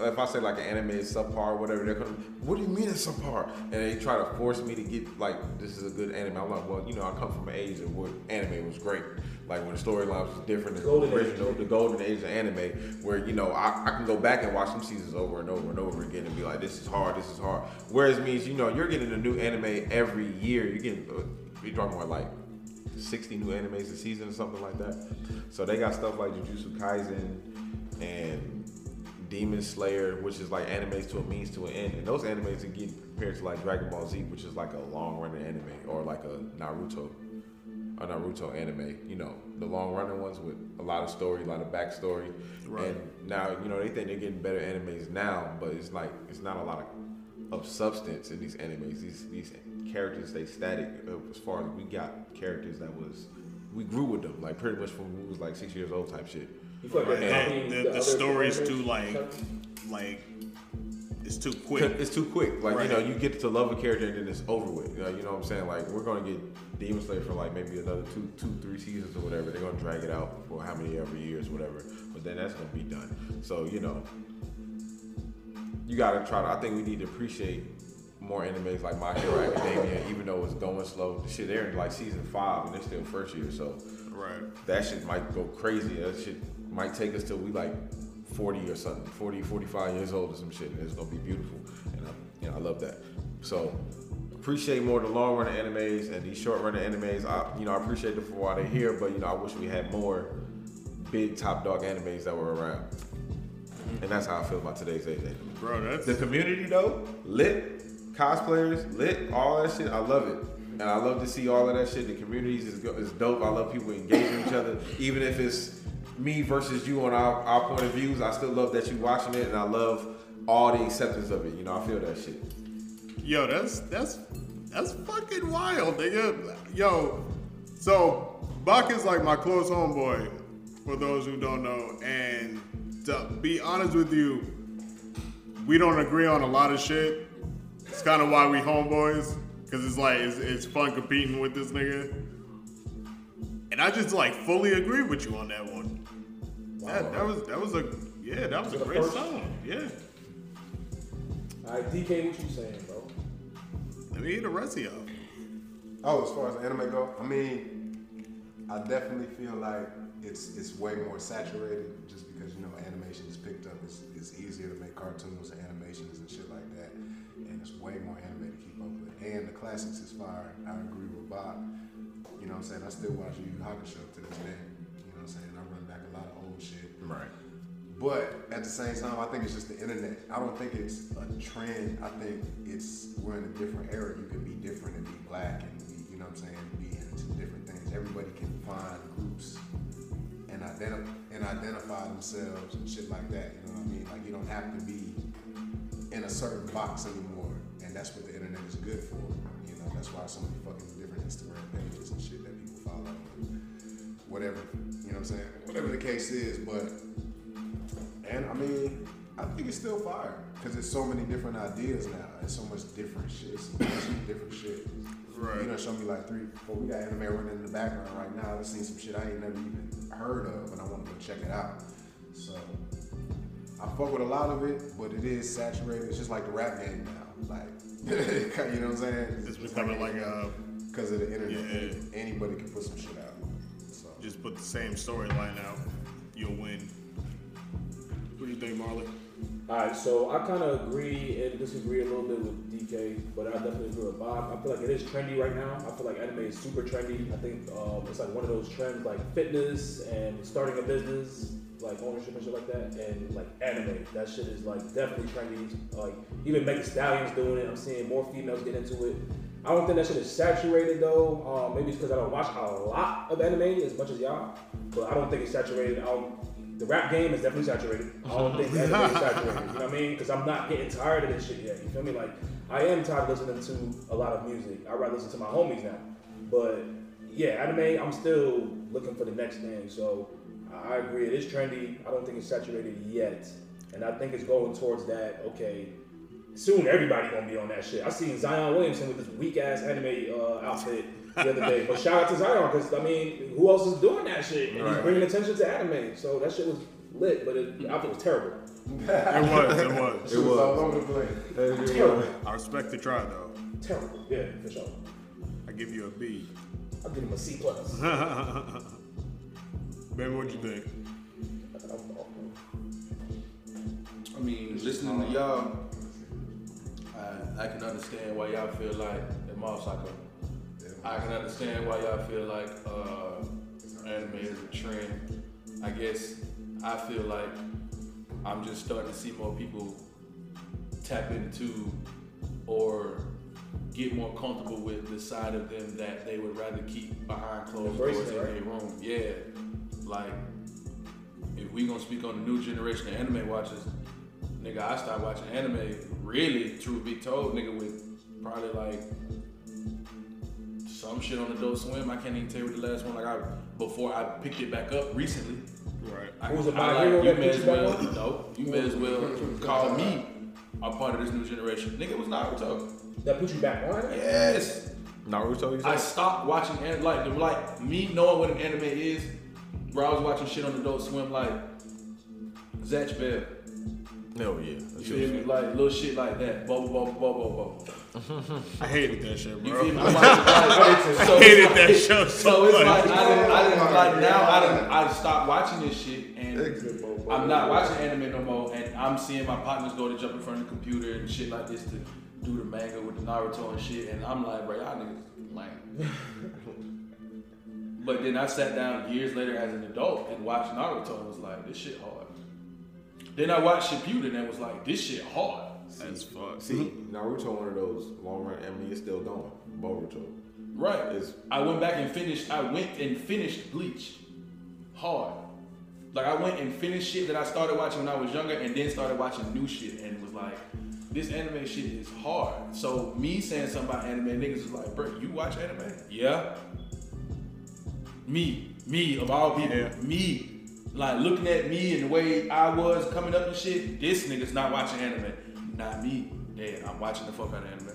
Speaker 5: If I say like an anime is subpar, or whatever, they're gonna. What do you mean it's subpar? And they try to force me to get like this is a good anime. I'm like, well, you know, I come from an age of where anime was great, like when the storylines was different, and
Speaker 4: Golden age.
Speaker 5: original the golden age of anime where you know I, I can go back and watch some seasons over and over and over again and be like this is hard this is hard whereas means you know you're getting a new anime every year you're getting uh, you're talking about like 60 new animes a season or something like that so they got stuff like Jujutsu Kaisen and Demon Slayer which is like animes to a means to an end and those animes are getting compared to like Dragon Ball Z which is like a long running anime or like a Naruto a Naruto anime. You know, the long running ones with a lot of story, a lot of backstory. And now, you know, they think they're getting better animes now, but it's like it's not a lot of, of substance in these animes. These these characters stay static uh, as far as we got characters that was we grew with them like pretty much from we was like six years old type shit.
Speaker 4: You feel like they're copying
Speaker 3: And the, the
Speaker 4: other
Speaker 3: story's
Speaker 4: characters?
Speaker 3: too like, like it's too quick.
Speaker 5: It's too quick. Like
Speaker 3: Right.
Speaker 5: you know, you get to love a character and then it's over with. You know, you know what I'm saying? Like we're gonna get Demon Slayer for like maybe another two, two, three seasons or whatever. They're gonna drag it out for how many ever years, whatever. But then that's gonna be done. So you know, you gotta try to. I think we need to appreciate more animes like My Hero Academia, even though it's going slow. Shit, they're in like season five and they're still first year. So
Speaker 3: Right.
Speaker 5: that shit might go crazy. That shit might take us till we like 40 or something, 40, 45 years old or some shit, and it's gonna be beautiful. And I, you know, I love that. So appreciate more the long running animes and these short running animes. I, you know, I appreciate them for while they're here, but you know, I wish we had more big top dog animes that were around. And that's how I feel about today's age anime.
Speaker 3: Bro, that's
Speaker 5: The community though, lit, cosplayers, lit, all that shit. I love it, and I love to see all of that shit. The communities is, go- is dope. I love people engaging each other, even if it's me versus you on our, our point of views. I still love that you watching it, and I love all the acceptance of it. You know, I feel that shit.
Speaker 3: Yo, that's that's that's fucking wild, nigga. Yo, so Buck is like my close homeboy, for those who don't know. And to be honest with you, we don't agree on a lot of shit. It's kind of why we homeboys, cause it's like it's, it's fun competing with this nigga. And I just like fully agree with you on that one. That, that was that was a yeah, that was a
Speaker 4: The
Speaker 3: great
Speaker 4: first-
Speaker 3: song. Yeah,
Speaker 4: All right, DK, what you saying, bro?
Speaker 3: let me hear the rest of y'all.
Speaker 1: Oh, as far as anime go, I mean, I definitely feel like it's it's way more saturated just because you know animation is picked up. It's, it's easier to make cartoons and animations and shit like that, and it's way more anime to keep up with. And the class classics is fire. I agree with Bob. You know what I'm saying? I still watch Yu Yu Hakusho to this day. You know what I'm saying? I run back a lot of old shit.
Speaker 5: Right.
Speaker 1: But at the same time, I think it's just the internet. I don't think it's a trend. I think it's we're in a different era. You can be different and be black and be, you know what I'm saying, be into different things. Everybody can find groups and identify and identify themselves and shit like that. You know what I mean? Like you don't have to be in a certain box anymore. And that's what the internet is good for. You know, that's why so many fucking different Instagram pages and shit that people follow. Whatever, you know what I'm saying? Whatever the case is, but and I mean, I think it's still fire because there's so many different ideas now and so much different shit, so much different shit.
Speaker 3: Right.
Speaker 1: You know, show me like three, four. We got anime running in the background right now. I've seen some shit I ain't never even heard of, and I want to go check it out. So I fuck with a lot of it, but it is saturated. It's just like the rap game now. Like, you know what I'm saying?
Speaker 3: It's becoming like a
Speaker 1: because of the internet.
Speaker 3: Yeah.
Speaker 1: Anybody can put some shit out. So
Speaker 3: just put the same storyline out, you'll win. What do you think, Marley?
Speaker 4: Alright, so I kind of agree and disagree a little bit with DK, but I definitely agree with Bob. I feel like it is trendy right now. I feel like anime is super trendy. I think um, it's like one of those trends like fitness and starting a business, like ownership and shit like that, and like anime. That shit is like definitely trendy. Like even Megan Stallion's doing it. I'm seeing more females get into it. I don't think that shit is saturated though. Um, maybe it's because I don't watch a lot of anime as much as y'all, but I don't think it's saturated. I don't, the rap game is definitely saturated. I don't think anime is saturated. You know what I mean? Because I'm not getting tired of this shit yet. You feel me? Like I am tired of listening to a lot of music. I rather listen to my homies now. But yeah, anime. I'm still looking for the next thing. So I I agree. It is trendy. I don't think it's saturated yet, and I think it's going towards that. Okay. Soon everybody gonna be on that shit. I seen Zion Williamson with this weak ass anime uh, outfit the other day. But shout out to Zion because I mean, who else is doing that shit? And he's
Speaker 5: Right.
Speaker 4: bringing attention to anime. So that shit was lit, but it, the outfit was terrible.
Speaker 3: It was, it was.
Speaker 1: it was all over the place.
Speaker 4: Terrible.
Speaker 3: I respect the try though.
Speaker 4: Terrible. Yeah, for sure.
Speaker 3: I give you a B.
Speaker 4: I'll give him a C plus.
Speaker 3: Ben, what do you think?
Speaker 2: I mean, listening to y'all, I, I can understand why y'all feel like at Mob Psycho. I can understand why y'all feel like uh, anime is a trend. I guess I feel like I'm just starting to see more people tap into or get more comfortable with the side of them that they would rather keep behind closed
Speaker 4: Embrace
Speaker 2: doors
Speaker 4: it,
Speaker 2: in
Speaker 4: right?
Speaker 2: their room. Yeah, like if we gonna speak on the new generation of anime watchers, nigga, I started watching anime really, truth be told, nigga, with probably like some shit on Adult Swim. I can't even tell you what the last one like I before I picked it back up recently.
Speaker 3: Right.
Speaker 2: I,
Speaker 4: What was it,
Speaker 2: I
Speaker 4: My Hero
Speaker 2: you
Speaker 4: that
Speaker 2: may
Speaker 4: picked
Speaker 2: as
Speaker 4: you back
Speaker 2: well
Speaker 4: up?
Speaker 2: no, you may as well call me a part of this new generation. Nigga it was Naruto.
Speaker 4: That put you back on? it?
Speaker 2: Yes.
Speaker 5: Naruto, you
Speaker 2: I
Speaker 5: said?
Speaker 2: stopped watching an- like like me knowing what an anime is. Bro, I was watching shit on Adult Swim like Zatch Bell.
Speaker 5: No, yeah. That's
Speaker 2: You feel me? Like little shit like that. Bubble, bubble, bubble, bubble.
Speaker 3: I hated that shit,
Speaker 2: You feel
Speaker 3: bro.
Speaker 2: me? Like, like, so
Speaker 3: hated
Speaker 2: it's
Speaker 3: that
Speaker 2: like-
Speaker 3: show so
Speaker 2: So it's
Speaker 3: much.
Speaker 2: like I didn't, I didn't
Speaker 1: Oh
Speaker 2: like
Speaker 1: my
Speaker 2: now I
Speaker 1: God.
Speaker 2: didn't I stopped watching this shit and
Speaker 1: Exit, Bobo.
Speaker 2: I'm not watching anime no more and I'm seeing my partners go to jump in front of the computer and shit like this to do the manga with the Naruto and shit and I'm like, bro, y'all niggas lame. but then I sat down years later as an adult and watched Naruto and was like, this shit hard. Then I watched Shippuden and was like, this shit hard.
Speaker 3: That's fuck.
Speaker 5: See,
Speaker 2: Mm-hmm.
Speaker 5: Naruto, one of those long run anime is still going. Boruto.
Speaker 2: Right.
Speaker 5: It's-
Speaker 2: I went back and finished. I went and finished Bleach, hard. Like I went and finished shit that I started watching when I was younger, and then started watching new shit, and was like, this anime shit is hard. So me saying something about anime, niggas is like, bro, you watch anime? Yeah. Me, me of all people,
Speaker 3: Yeah.
Speaker 2: me. Like looking at me and the way I was coming up and shit, this nigga's not watching anime. Not me. Damn, I'm watching the fuck out of anime.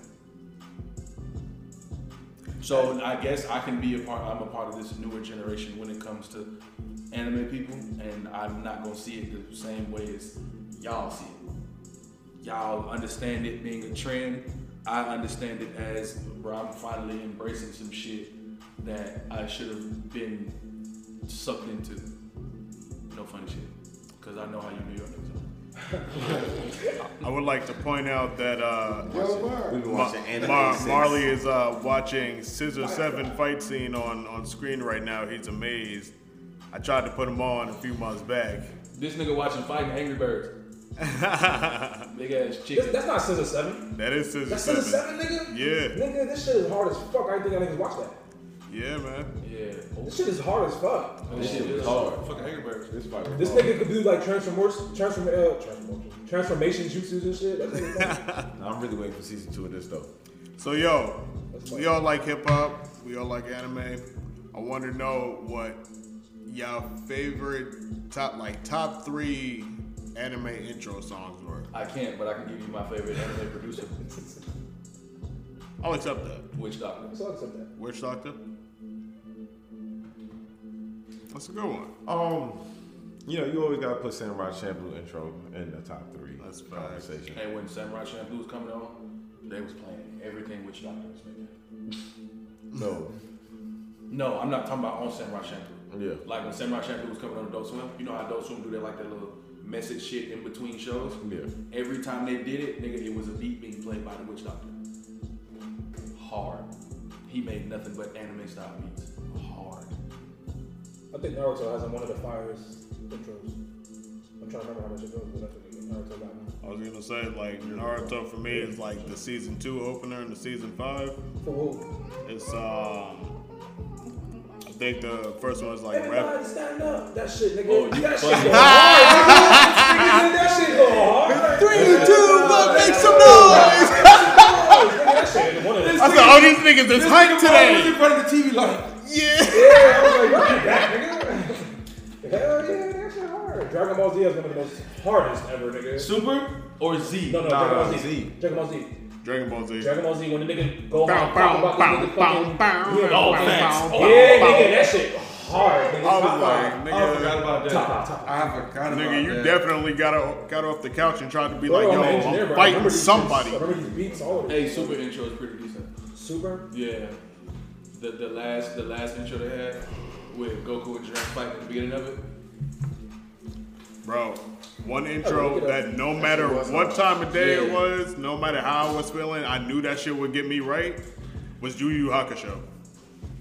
Speaker 2: So I guess I can be a part. I'm a part of this newer generation when it comes to anime people, and I'm not gonna see it the same way as y'all see it. Y'all understand it being a trend. I understand it as bro. I'm finally embracing some shit that I should have been sucked into. No funny shit, cause I know how you New York niggas are.
Speaker 3: I would like to point out that uh,
Speaker 5: We've been
Speaker 3: Ma-
Speaker 5: watching anime
Speaker 3: Mar-
Speaker 5: since-
Speaker 3: Marley is uh, watching Scissor Seven fight scene on, on screen right now. He's amazed. I tried to put him on a few months back.
Speaker 2: This nigga watching fighting Angry Birds.
Speaker 3: that
Speaker 2: Big ass
Speaker 4: This,
Speaker 2: chicken.
Speaker 4: that's not Scissor 7.
Speaker 3: is Scissor
Speaker 4: That's
Speaker 3: Seven.
Speaker 4: Scissor 7, nigga?
Speaker 3: Yeah.
Speaker 4: Nigga, this shit is hard as fuck. I didn't think I niggas watch that.
Speaker 3: Yeah, man.
Speaker 2: Yeah. Oh,
Speaker 4: This shit is hard as fuck.
Speaker 2: this shit is hard. Fucking Angry Birds.
Speaker 5: This fight was
Speaker 4: This
Speaker 5: hard.
Speaker 4: nigga could do like transformers, transform, uh, transform, transformation jutsus and shit. That's what it's like.
Speaker 5: Nah, I'm really waiting for season two of this though.
Speaker 3: So yo, we all like hip hop. We all like anime. I want to know what y'all favorite top like top three anime intro songs were.
Speaker 2: I can't, but I can give you my favorite anime producer.
Speaker 3: I'll accept that.
Speaker 2: Witch Doctor.
Speaker 4: So I'll accept that.
Speaker 3: Witch Doctor. That's a good one.
Speaker 5: Um, you know, you always gotta put Samurai Champloo intro in the top three
Speaker 3: That's facts.
Speaker 5: conversation.
Speaker 2: Hey, when Samurai Champloo was coming on, they was playing everything Witch Doctor was making.
Speaker 5: No,
Speaker 2: No, I'm not talking about on Samurai Champloo.
Speaker 5: yeah,
Speaker 2: Like when Samurai Champloo was coming on Adult Swim, you know how Adult Swim do that like that little message shit in between shows?
Speaker 5: yeah.
Speaker 2: Every time they did it, nigga, it was a beat being played by the Witch Doctor. Hard. He made nothing but anime style beats. Hard.
Speaker 4: I think Naruto has one of the fires intros. I'm trying to remember how much it goes, but I think Naruto got one.
Speaker 3: I was gonna say like Naruto for me is like the season two opener and the season five.
Speaker 4: For who?
Speaker 3: It's um, I think the first one is like rap.
Speaker 4: Everybody stand up. That shit, nigga.
Speaker 2: Oh, you
Speaker 4: that shit go
Speaker 2: funny.
Speaker 4: hard, nigga. Nigga, that shit go hard.
Speaker 3: Three, two, one, make some noise!
Speaker 4: That shit ain't one of them.
Speaker 3: I said, oh, these niggas is hype
Speaker 2: in
Speaker 3: today.
Speaker 2: front of the TV like,
Speaker 3: Yeah.
Speaker 4: Yeah, I was like, right, that, nigga. Hell yeah, that shit hard. Dragon Ball Z is one of the most hardest ever, nigga.
Speaker 2: Super or Z?
Speaker 4: No, no,
Speaker 5: Nah,
Speaker 4: Dragon Ball Z.
Speaker 5: Z.
Speaker 4: Dragon Ball Z.
Speaker 3: Dragon Ball Z.
Speaker 4: Dragon Ball Z when the nigga go
Speaker 3: Bow,
Speaker 4: hard,
Speaker 3: bow,
Speaker 4: talk about
Speaker 3: bow,
Speaker 4: this nigga
Speaker 3: bow,
Speaker 4: fucking.
Speaker 3: bow,
Speaker 4: yeah,
Speaker 3: bow,
Speaker 4: oh, facts.
Speaker 3: bow,
Speaker 4: yeah,
Speaker 3: bow,
Speaker 4: nigga, that shit hard, nigga.
Speaker 3: I
Speaker 4: Top
Speaker 3: was like,
Speaker 4: five.
Speaker 2: I
Speaker 3: nigga,
Speaker 2: forgot about that.
Speaker 4: Top five.
Speaker 2: I forgot about
Speaker 3: nigga, you
Speaker 2: that.
Speaker 3: definitely got o- got off the couch and tried to be
Speaker 4: Bro,
Speaker 3: like, yo,
Speaker 4: I'm an engineer,
Speaker 3: I'm
Speaker 4: bro. I
Speaker 3: fighting
Speaker 4: remember these
Speaker 3: somebody.
Speaker 4: beats. I remember these beats all of them.
Speaker 2: Hey, Super intro is pretty decent.
Speaker 4: Super.
Speaker 2: Yeah. The the last the last intro they had with Goku and Jiren fighting at the beginning of it.
Speaker 3: Bro, one intro
Speaker 4: look it up.
Speaker 3: that no matter
Speaker 1: was
Speaker 3: what time of day it
Speaker 2: Yeah.
Speaker 3: was, no matter how I was feeling, I knew that shit would get me right, was Yu Yu Hakusho.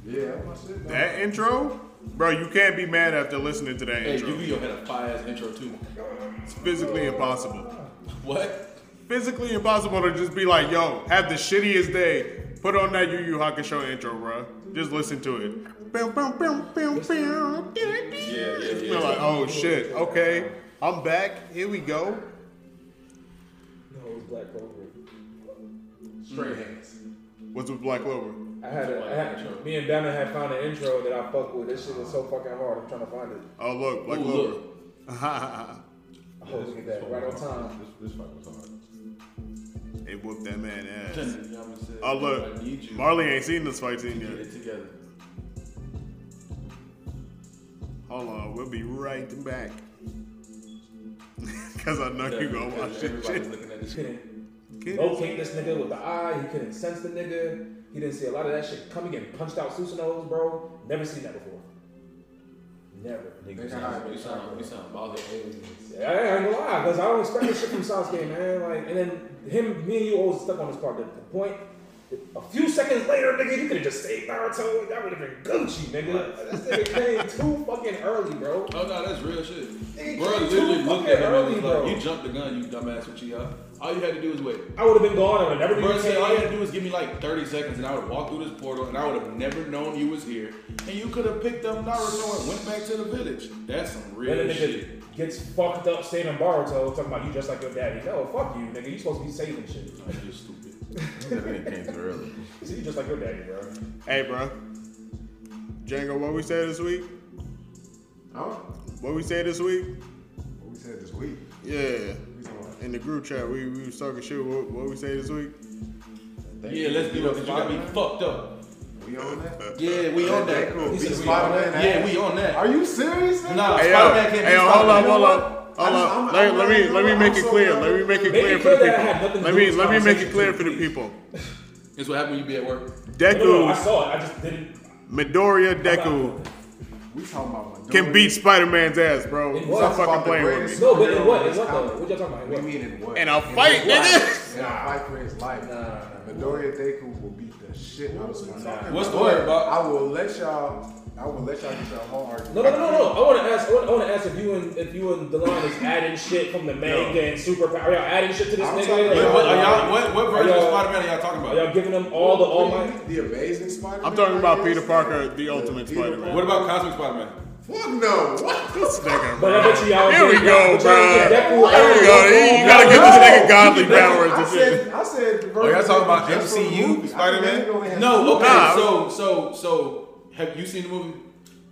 Speaker 1: Yeah, that's my shit. though.
Speaker 3: That intro, bro, you can't be mad after listening to that
Speaker 2: Hey,
Speaker 3: intro.
Speaker 2: Yu-Gi-Oh had a fire ass intro too.
Speaker 3: It's physically impossible.
Speaker 2: What?
Speaker 3: Physically impossible to just be like, yo, have the shittiest day. Put on that Yu Yu Hakusho intro, bro. Just listen to it. Bow, bow, bow, bow, bow.
Speaker 2: Yeah, yeah,
Speaker 3: You're
Speaker 2: yeah.
Speaker 3: like, oh shit, okay, I'm back. Here we go.
Speaker 4: No, it was Black Clover.
Speaker 2: Straight hands.
Speaker 3: What's with Black Clover?
Speaker 4: I had, a, I had me and Bama had found an intro that I fuck with. This shit was so fucking hard. I'm trying to find it.
Speaker 3: Oh look, Black
Speaker 2: Ooh,
Speaker 3: Clover.
Speaker 2: look.
Speaker 4: I hope we get that right on time.
Speaker 5: This, this fight was hard.
Speaker 3: They whooped that man ass.
Speaker 2: Yama said,
Speaker 3: Oh look,
Speaker 2: I need you.
Speaker 3: Marley ain't seen this fight scene
Speaker 2: Get
Speaker 3: yet.
Speaker 2: it together.
Speaker 3: Hold on, we'll be right back. Cause I know you gonna watch
Speaker 2: Because
Speaker 3: this
Speaker 2: Everybody's
Speaker 3: shit.
Speaker 2: looking at this shit.
Speaker 4: Couldn't
Speaker 2: Oh.
Speaker 3: Kid.
Speaker 4: locate this nigga with the eye. He couldn't sense the nigga. He didn't see a lot of that shit coming. Getting punched out Susanos, bro. Never seen that before. Never.
Speaker 2: We sound, we sound, we sound ballsy aliens.
Speaker 4: I, I ain't gonna lie, cause I don't expect this shit from Sasuke, man. Like, and then him, me and you always stuck on this part. The, the point, a few seconds later, nigga, you could have just saved Naruto, and that would have been Gucci, nigga. This nigga came too fucking early, bro.
Speaker 2: Oh no, that's real shit.
Speaker 4: Nigga,
Speaker 2: Bro
Speaker 4: you
Speaker 2: literally
Speaker 4: too
Speaker 2: looked at him
Speaker 4: fucking
Speaker 2: and
Speaker 4: early,
Speaker 2: was
Speaker 4: bro.
Speaker 2: like, you jumped the gun, you dumbass Uchiha. All you had to do was wait.
Speaker 4: I would have been gone. I would have never
Speaker 2: Bro
Speaker 4: been
Speaker 2: said all you had
Speaker 4: came.
Speaker 2: to do was give me like 30 seconds and I would walk through this portal and I would have never known you was here. And you could have picked up Naruto and went back to the village. That's some
Speaker 4: Then
Speaker 2: real
Speaker 4: the
Speaker 2: shit.
Speaker 4: nigga gets fucked up saving Baruto, talking about you just like your daddy. No, fuck you, nigga. You supposed to be saving shit.
Speaker 2: That's just stupid.
Speaker 5: That nigga came too early.
Speaker 4: So you just like your daddy, bro.
Speaker 3: Hey, bro. Django, what we say this week?
Speaker 1: Huh?
Speaker 3: What we say this week?
Speaker 1: What we said this week.
Speaker 3: Yeah.
Speaker 1: We talking about-
Speaker 3: In the group chat, we, we was talking shit. What, what we say this week?
Speaker 2: Yeah, let's be real, 'cause you gotta be fucked up.
Speaker 1: We on that?
Speaker 2: Yeah, we on that.
Speaker 1: Cool.
Speaker 4: He
Speaker 1: Beat
Speaker 4: said we
Speaker 1: Spider-Man.
Speaker 2: Yeah, we on that.
Speaker 1: Are you serious? nigga?
Speaker 2: Nah,
Speaker 3: Hey, yo,
Speaker 2: Spider-Man can't
Speaker 3: hey,
Speaker 2: be
Speaker 3: yo, hold
Speaker 2: Spider-Man.
Speaker 3: up,
Speaker 1: You know
Speaker 3: hold
Speaker 1: what?
Speaker 3: up, hold
Speaker 1: I'm-
Speaker 3: up.
Speaker 1: I'm-
Speaker 3: Let,
Speaker 1: I'm
Speaker 3: let
Speaker 1: not-
Speaker 3: me let me
Speaker 1: I'm
Speaker 3: make it
Speaker 1: so
Speaker 3: clear.
Speaker 1: glad.
Speaker 3: Let me make it
Speaker 4: Make
Speaker 3: clear
Speaker 4: it
Speaker 3: for the
Speaker 4: clear that I had
Speaker 3: people.
Speaker 4: nothing to
Speaker 3: Let
Speaker 4: do
Speaker 3: me
Speaker 4: with
Speaker 3: let me make it
Speaker 4: conversation,
Speaker 3: clear for the
Speaker 4: please.
Speaker 3: people.
Speaker 2: It's what happened when you be at work.
Speaker 4: No, no, no, I
Speaker 3: Deku,
Speaker 4: saw it. I just didn't.
Speaker 3: Midoriya
Speaker 4: I'm not-
Speaker 3: Deku
Speaker 1: We talking about Maduro.
Speaker 3: Can beat Spider Man's ass, bro.
Speaker 4: It
Speaker 3: Stop
Speaker 4: was
Speaker 3: fucking playing with me.
Speaker 4: No, but in what? In what though? What y'all talking about?
Speaker 1: What
Speaker 4: In
Speaker 1: do
Speaker 4: what?
Speaker 1: you mean in what?
Speaker 3: In a fight,
Speaker 1: his life.
Speaker 3: nigga.
Speaker 1: In a fight for his life.
Speaker 4: Nah, nah,
Speaker 1: Midoriya Deku will beat the shit out of Spider-Man.
Speaker 2: What's the word, Bob?
Speaker 1: I will let y'all. I will let y'all get y'all whole argument.
Speaker 4: No, no, no, no, no. I want to ask. I want to ask if you and if you and Delon is adding shit from the manga and superpower. Are y'all adding shit to this
Speaker 1: I'm
Speaker 4: nigga?
Speaker 1: talking-
Speaker 4: Like,
Speaker 2: Wait, what, are y'all, what, what version
Speaker 4: uh, Are
Speaker 2: of
Speaker 4: y'all-
Speaker 2: Spider Man are y'all talking
Speaker 4: Are
Speaker 2: about?
Speaker 4: y'all giving them all the almighty?
Speaker 1: The Amazing Spider-Man.
Speaker 3: I'm talking about
Speaker 1: I
Speaker 3: Peter
Speaker 1: guess.
Speaker 3: Parker, the ultimate
Speaker 1: Peter
Speaker 3: Spider Man.
Speaker 2: What about Cosmic Spider Man?
Speaker 1: Fuck no. What?
Speaker 3: This nigga,
Speaker 4: But I
Speaker 3: bro.
Speaker 4: bet you y'all.
Speaker 3: Here we
Speaker 4: y'all-
Speaker 3: go,
Speaker 4: but
Speaker 3: bro.
Speaker 4: y'all get
Speaker 3: There we
Speaker 4: Deadpool,
Speaker 3: go. You you gotta give this nigga godly powers
Speaker 1: I
Speaker 3: and shit.
Speaker 1: said. I said. the
Speaker 5: Oh, y'all talking about
Speaker 1: just for the
Speaker 5: MCU
Speaker 1: movie. I think
Speaker 5: Spider-Man?
Speaker 1: they only had two.
Speaker 2: No, okay.
Speaker 3: Nah.
Speaker 2: So, so, so, have you seen the movie?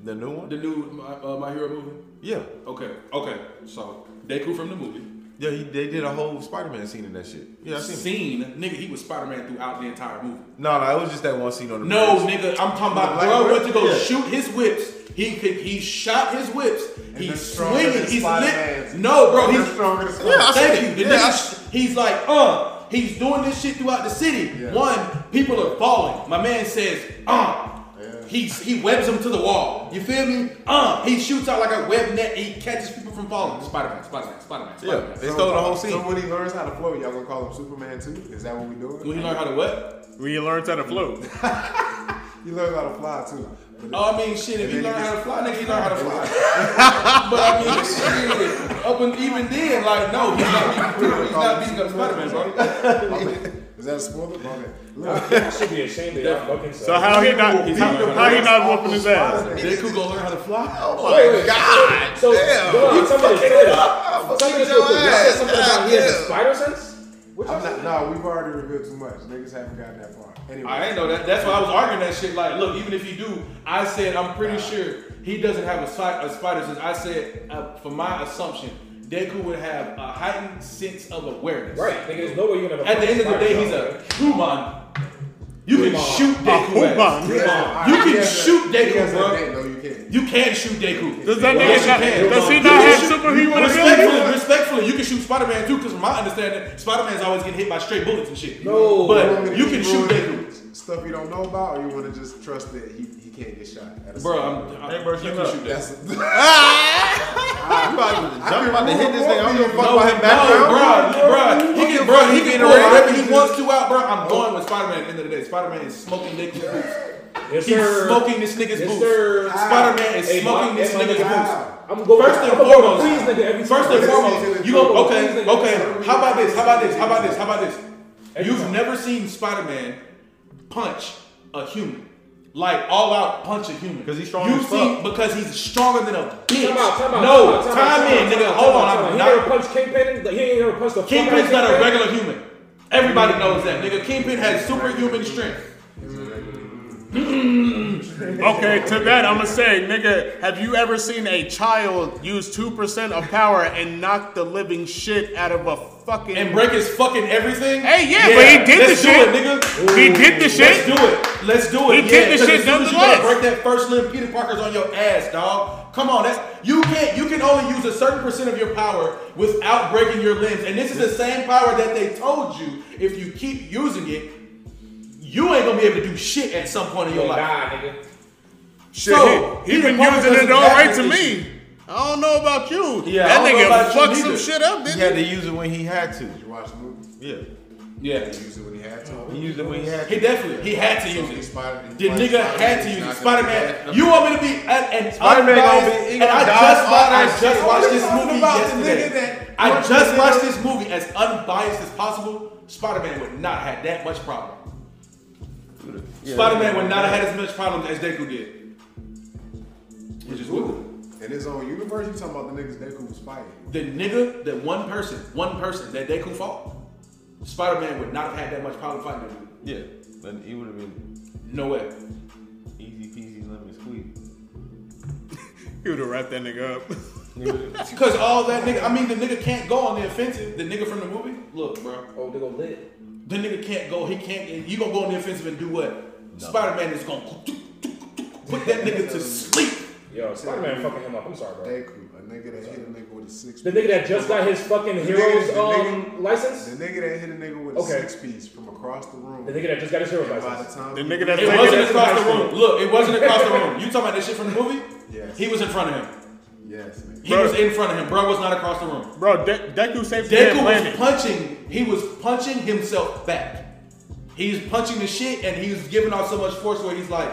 Speaker 5: The new one?
Speaker 2: The new My, uh, My Hero movie?
Speaker 5: Yeah.
Speaker 2: Okay, okay. So, Deku from the movie.
Speaker 5: Yeah, he, they did a whole Spider Man scene in that shit. Yeah, I seen it.
Speaker 2: Scene, nigga, he was Spider Man throughout the entire movie.
Speaker 5: No, no, it was just that one scene on the
Speaker 2: No,
Speaker 5: bridge.
Speaker 2: nigga, I'm talking about
Speaker 5: Black
Speaker 2: bro
Speaker 5: Widow?
Speaker 2: went to go
Speaker 5: Yeah.
Speaker 2: shoot his whips. He could, he shot his whips.
Speaker 1: they're
Speaker 2: he's
Speaker 1: stronger
Speaker 2: swinging.
Speaker 1: than
Speaker 2: He's
Speaker 1: Spider-Man's.
Speaker 2: lit. No, bro,
Speaker 1: They're
Speaker 2: he's
Speaker 1: stronger than
Speaker 5: Yeah, I
Speaker 1: Spider-Man.
Speaker 5: said
Speaker 2: Thank
Speaker 5: it.
Speaker 2: you. The
Speaker 5: Yeah, I
Speaker 2: nigga-
Speaker 5: s-
Speaker 2: he's like, uh, he's doing this shit throughout the city.
Speaker 1: Yeah.
Speaker 2: One, people are falling. My man says, uh.
Speaker 1: Yeah.
Speaker 2: He, he webs them to the wall. You feel me? Uh, he shoots out like a web net. He catches people from falling. Spider-Man, Spider-Man, Spider-Man, Spider-Man.
Speaker 5: Yeah, they stole the whole
Speaker 1: So
Speaker 5: scene.
Speaker 1: when he learns how to float, y'all gonna call him Superman too? Is that what we doing?
Speaker 2: When he learned how to what?
Speaker 3: When you learn how to float.
Speaker 1: He learns how to fly too. But
Speaker 2: Oh, I mean, shit, if he
Speaker 1: And then
Speaker 2: learned
Speaker 1: he
Speaker 2: how to
Speaker 1: just-
Speaker 2: fly, nigga, he learned how to fly. but I mean, shit, up and even then, like, no, he's not beating, he's not beating up Spider-Man, bro.
Speaker 1: Is that a spoiler? My bad. Look,
Speaker 4: I should be ashamed of y'all fucking
Speaker 3: So
Speaker 4: self.
Speaker 3: how he not? How he not whooping his ass?
Speaker 2: Deku gonna learn how to fly?
Speaker 4: Oh my God! So, Delon, some of this shit. Some of this real quick. Y'all said something about he has a spider sense. What y'all
Speaker 1: I'm
Speaker 4: said?
Speaker 1: not, no, we've already revealed too much. Niggas haven't gotten that far. Anyway,
Speaker 2: I ain't know that. That's why I was arguing that shit. Like, look, even if you do, I said I'm pretty sure he doesn't have a, spi- a spider sense. I said, uh, for my assumption, Deku would have a heightened sense of awareness.
Speaker 4: Right, nigga. There's no way you're gonna.
Speaker 2: At the end of the day, he's a human. You can
Speaker 4: Human.
Speaker 2: shoot Deku. ass.
Speaker 3: human.
Speaker 1: Yes,
Speaker 2: You
Speaker 1: I-
Speaker 2: can
Speaker 1: he has a-
Speaker 2: shoot
Speaker 1: he
Speaker 2: Deku,
Speaker 1: has a
Speaker 2: bro.
Speaker 1: date. No, you can't.
Speaker 2: You can shoot Deku.
Speaker 3: Does that nigga
Speaker 2: Yes, you
Speaker 3: not?
Speaker 2: can.
Speaker 3: Does he
Speaker 2: You
Speaker 3: not
Speaker 2: can
Speaker 3: have
Speaker 2: shoot-
Speaker 3: superhuman ability?
Speaker 2: Respectfully, respectfully, you can shoot Spider Man too, because from my understanding, Spider Man's always getting hit by stray bullets and shit.
Speaker 4: No.
Speaker 1: You want me
Speaker 2: but
Speaker 1: to
Speaker 2: you
Speaker 1: keep
Speaker 2: can shoot
Speaker 1: ruining
Speaker 2: Deku.
Speaker 1: Stuff you don't know about, or you want to just trust that he, he can't get shot. At a
Speaker 2: Bro,
Speaker 1: certain
Speaker 2: I'm, I'm,
Speaker 10: Hey, bro,
Speaker 2: you
Speaker 10: shut
Speaker 2: can
Speaker 10: up.
Speaker 2: shoot that.
Speaker 1: That's
Speaker 5: I'm about to hit this nigga. I don't give a fuck
Speaker 2: No,
Speaker 5: about his
Speaker 2: no,
Speaker 5: background.
Speaker 2: bro, bro, he can, bro, he can
Speaker 5: Fucking
Speaker 2: pull
Speaker 5: rap.
Speaker 2: whatever he wants to out, bro. I'm going with Spider-Man at the end of the day. Spider-Man is smoking Nick's boots.
Speaker 4: Yes,
Speaker 2: He's
Speaker 4: sir.
Speaker 2: smoking this nigga's
Speaker 4: Yes,
Speaker 2: boots.
Speaker 4: sir.
Speaker 2: Spider-Man is
Speaker 4: Hey,
Speaker 2: smoking this
Speaker 4: Mike, hey, Mike,
Speaker 2: nigga's
Speaker 1: how?
Speaker 2: boots.
Speaker 4: I'm going.
Speaker 2: First and
Speaker 4: I'm going
Speaker 2: foremost-
Speaker 4: please, nigga. Every
Speaker 2: First and
Speaker 4: time.
Speaker 2: foremost, you go okay, okay. How about this? How about this? How about this? How about this?
Speaker 4: Every
Speaker 2: You've
Speaker 4: time.
Speaker 2: never seen Spider-Man punch a human. Like all out punch a human.
Speaker 10: 'Cause he's strong
Speaker 2: You've
Speaker 10: as
Speaker 2: seen because he's stronger than a bitch.
Speaker 4: Time out, time out,
Speaker 2: no,
Speaker 4: time out,
Speaker 2: time,
Speaker 4: out,
Speaker 2: in,
Speaker 4: out,
Speaker 2: nigga.
Speaker 4: out,
Speaker 2: Hold
Speaker 4: time
Speaker 2: on,
Speaker 4: out, time out.
Speaker 2: I'm
Speaker 4: He
Speaker 2: not
Speaker 4: never punched Kingpin. in- He ain't never punched the. fuck out of
Speaker 2: Kingpin's not a
Speaker 4: Kingpin.
Speaker 2: regular human. Everybody knows that, nigga. Kingpin has superhuman strength.
Speaker 3: Okay, to that I'ma say, nigga, have you ever seen a child use two percent of power and knock the living shit out of a fucking?
Speaker 2: And break his fucking everything.
Speaker 3: Hey, yeah, but he did
Speaker 2: let's
Speaker 3: the
Speaker 2: do
Speaker 3: shit.
Speaker 2: it, nigga.
Speaker 3: he did the
Speaker 2: Let's do
Speaker 3: shit.
Speaker 2: it. Let's do it.
Speaker 3: He
Speaker 2: yeah,
Speaker 3: did the
Speaker 2: 'cause
Speaker 3: shit
Speaker 2: as soon as you
Speaker 3: nonetheless.
Speaker 2: gonna break that first limb, Peter Parker's on your ass, dog. Come on, that's you can't. You can only use a certain percent of your power without breaking your limbs, and this is the same power that they told you if you keep using it, you ain't gonna be able to do shit at some point in your life.
Speaker 4: Nah, nigga.
Speaker 3: Shit,
Speaker 2: So,
Speaker 3: he, he
Speaker 2: Peter
Speaker 3: been
Speaker 2: Parker
Speaker 3: using
Speaker 2: doesn't
Speaker 3: it all
Speaker 2: have
Speaker 3: right to
Speaker 2: an
Speaker 3: me.
Speaker 2: issue.
Speaker 3: I don't know about you.
Speaker 2: Yeah, I
Speaker 3: that
Speaker 2: don't know
Speaker 3: nigga
Speaker 2: about you
Speaker 3: fucked some
Speaker 2: neither.
Speaker 3: shit up,
Speaker 5: He
Speaker 3: didn't
Speaker 5: had
Speaker 3: he?
Speaker 5: to use it when he had to.
Speaker 1: you watch the movie.
Speaker 5: Yeah.
Speaker 2: Yeah,
Speaker 1: He used it when he had
Speaker 5: He
Speaker 1: to.
Speaker 5: used it when he had to.
Speaker 2: he definitely he had to
Speaker 1: So
Speaker 2: use
Speaker 1: he
Speaker 2: it.
Speaker 1: Spider- he
Speaker 2: The
Speaker 1: played
Speaker 2: nigga
Speaker 1: Spider-Man,
Speaker 2: had to
Speaker 1: he's
Speaker 2: use it.
Speaker 1: not
Speaker 2: Spider
Speaker 1: gonna
Speaker 2: Man,
Speaker 1: be
Speaker 2: you want me to be an, an
Speaker 5: Spider-Man gonna
Speaker 2: unbiased-
Speaker 5: be- he
Speaker 2: and
Speaker 5: gonna
Speaker 2: I
Speaker 5: die
Speaker 2: just
Speaker 5: on
Speaker 2: watched,
Speaker 5: our
Speaker 2: I just
Speaker 5: shit.
Speaker 2: watched this
Speaker 1: Talking
Speaker 2: movie
Speaker 1: about the nigga
Speaker 2: yesterday.
Speaker 1: that-
Speaker 2: I just watched this movie as unbiased as possible. Spider Man would not have had that much problem. Spider Man would not have had as much problem as Deku did. Which is weird.
Speaker 1: bad. In his own universe, you talking about the niggas Deku was fighting.
Speaker 2: The nigga, that one person, one person that Deku fought, Spider Man would not have had that much problem fighting that dude.
Speaker 5: Yeah. Then he would have been
Speaker 2: No way.
Speaker 5: easy peasy lemon squeeze.
Speaker 3: He would have wrapped that nigga up.
Speaker 2: Because all that nigga, I mean, the nigga can't go on the offensive. The nigga from the movie, look, bro.
Speaker 4: Oh, they gonna lit.
Speaker 2: The nigga can't go. He can't. You gonna go on the offensive and do what? Spider Man is gonna put that nigga to sleep.
Speaker 4: Yo, Spider-Man fucking him up. I'm sorry, bro.
Speaker 1: Deku, a nigga that hit a nigga with with a six.
Speaker 4: The nigga that just got his fucking
Speaker 1: The
Speaker 4: heroes
Speaker 1: nigga- the
Speaker 4: um
Speaker 1: nigga-
Speaker 4: license.
Speaker 1: The nigga that hit a nigga with a
Speaker 4: Okay.
Speaker 1: six piece from across the room.
Speaker 4: The nigga that just got his heroes
Speaker 1: by the
Speaker 4: license.
Speaker 1: time
Speaker 3: The
Speaker 1: we-
Speaker 3: nigga that's
Speaker 2: It
Speaker 3: taking-
Speaker 2: wasn't
Speaker 4: that's
Speaker 2: across the
Speaker 4: nasty.
Speaker 2: room. Look, it wasn't across the room. You talking about this shit from the movie?
Speaker 1: Yes.
Speaker 2: He was in front of him.
Speaker 1: Yes, nigga.
Speaker 2: He
Speaker 3: Bruh.
Speaker 2: was in front of him. Bro was not across the room.
Speaker 3: Bro, De- Deku saved the
Speaker 2: Deku was
Speaker 3: planet.
Speaker 2: punching. He was punching himself back. He's punching the shit, and he's giving off so much force where he's like,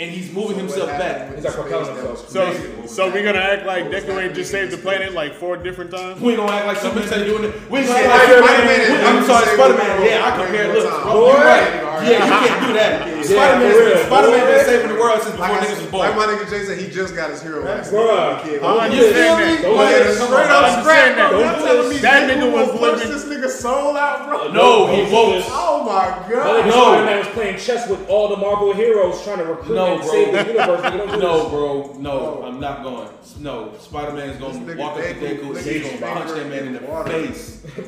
Speaker 2: and he's moving
Speaker 1: So
Speaker 2: himself
Speaker 1: what
Speaker 2: back.
Speaker 1: happened with
Speaker 4: He's like
Speaker 1: the
Speaker 4: propelling
Speaker 1: space that
Speaker 4: himself.
Speaker 1: was
Speaker 3: so,
Speaker 1: created? What was
Speaker 3: so we gonna
Speaker 1: happening?
Speaker 3: act like
Speaker 1: What was
Speaker 3: Deku ain't just
Speaker 1: happening
Speaker 3: saved the
Speaker 1: in
Speaker 3: planet like four different times.
Speaker 2: We gonna act like Super Saiyan doing it. We gonna
Speaker 1: Yeah,
Speaker 2: act like Spider
Speaker 1: Spider-Man
Speaker 2: Man.
Speaker 1: is-
Speaker 2: I'm sorry,
Speaker 1: Spider-Man
Speaker 2: Spider Man.
Speaker 1: is-
Speaker 2: Yeah, I compare. Look,
Speaker 1: Spider-Man
Speaker 2: bro, you're
Speaker 4: is-
Speaker 2: right. Yeah, you can't do that. Spider
Speaker 4: for
Speaker 2: Man,
Speaker 4: real.
Speaker 2: Spider Man
Speaker 4: Boy.
Speaker 2: been saving the world since before
Speaker 1: Like, I,
Speaker 2: niggas was
Speaker 1: said-
Speaker 2: born.
Speaker 1: like my nigga Jay said, he just got his hero last night.
Speaker 4: Bruh.
Speaker 3: I
Speaker 1: Bruh.
Speaker 4: Don't
Speaker 3: understand that.
Speaker 4: listen. Don't
Speaker 1: Like,
Speaker 4: listen.
Speaker 1: straight up
Speaker 3: I'm
Speaker 1: scrap,
Speaker 3: saying that.
Speaker 1: bro.
Speaker 4: Don't
Speaker 1: Y'all telling me
Speaker 3: listen. That nigga was
Speaker 1: gonna punch
Speaker 3: living-
Speaker 1: this nigga soul out, bro.
Speaker 2: Uh, no, he won't.
Speaker 1: Oh my
Speaker 4: My
Speaker 1: god.
Speaker 2: No.
Speaker 4: nigga Spider-Man was playing chess with all the Marvel heroes trying to recruit
Speaker 2: No,
Speaker 4: and
Speaker 2: bro.
Speaker 4: save the universe. Nigga, don't do
Speaker 2: No, bro, no, I'm not going. No, Spider Man is gonna
Speaker 1: This nigga
Speaker 2: walk up to
Speaker 1: Deku-
Speaker 2: Deku and
Speaker 1: nigga
Speaker 2: he's gonna
Speaker 1: finger
Speaker 2: punch that man in the
Speaker 1: water.
Speaker 2: face. He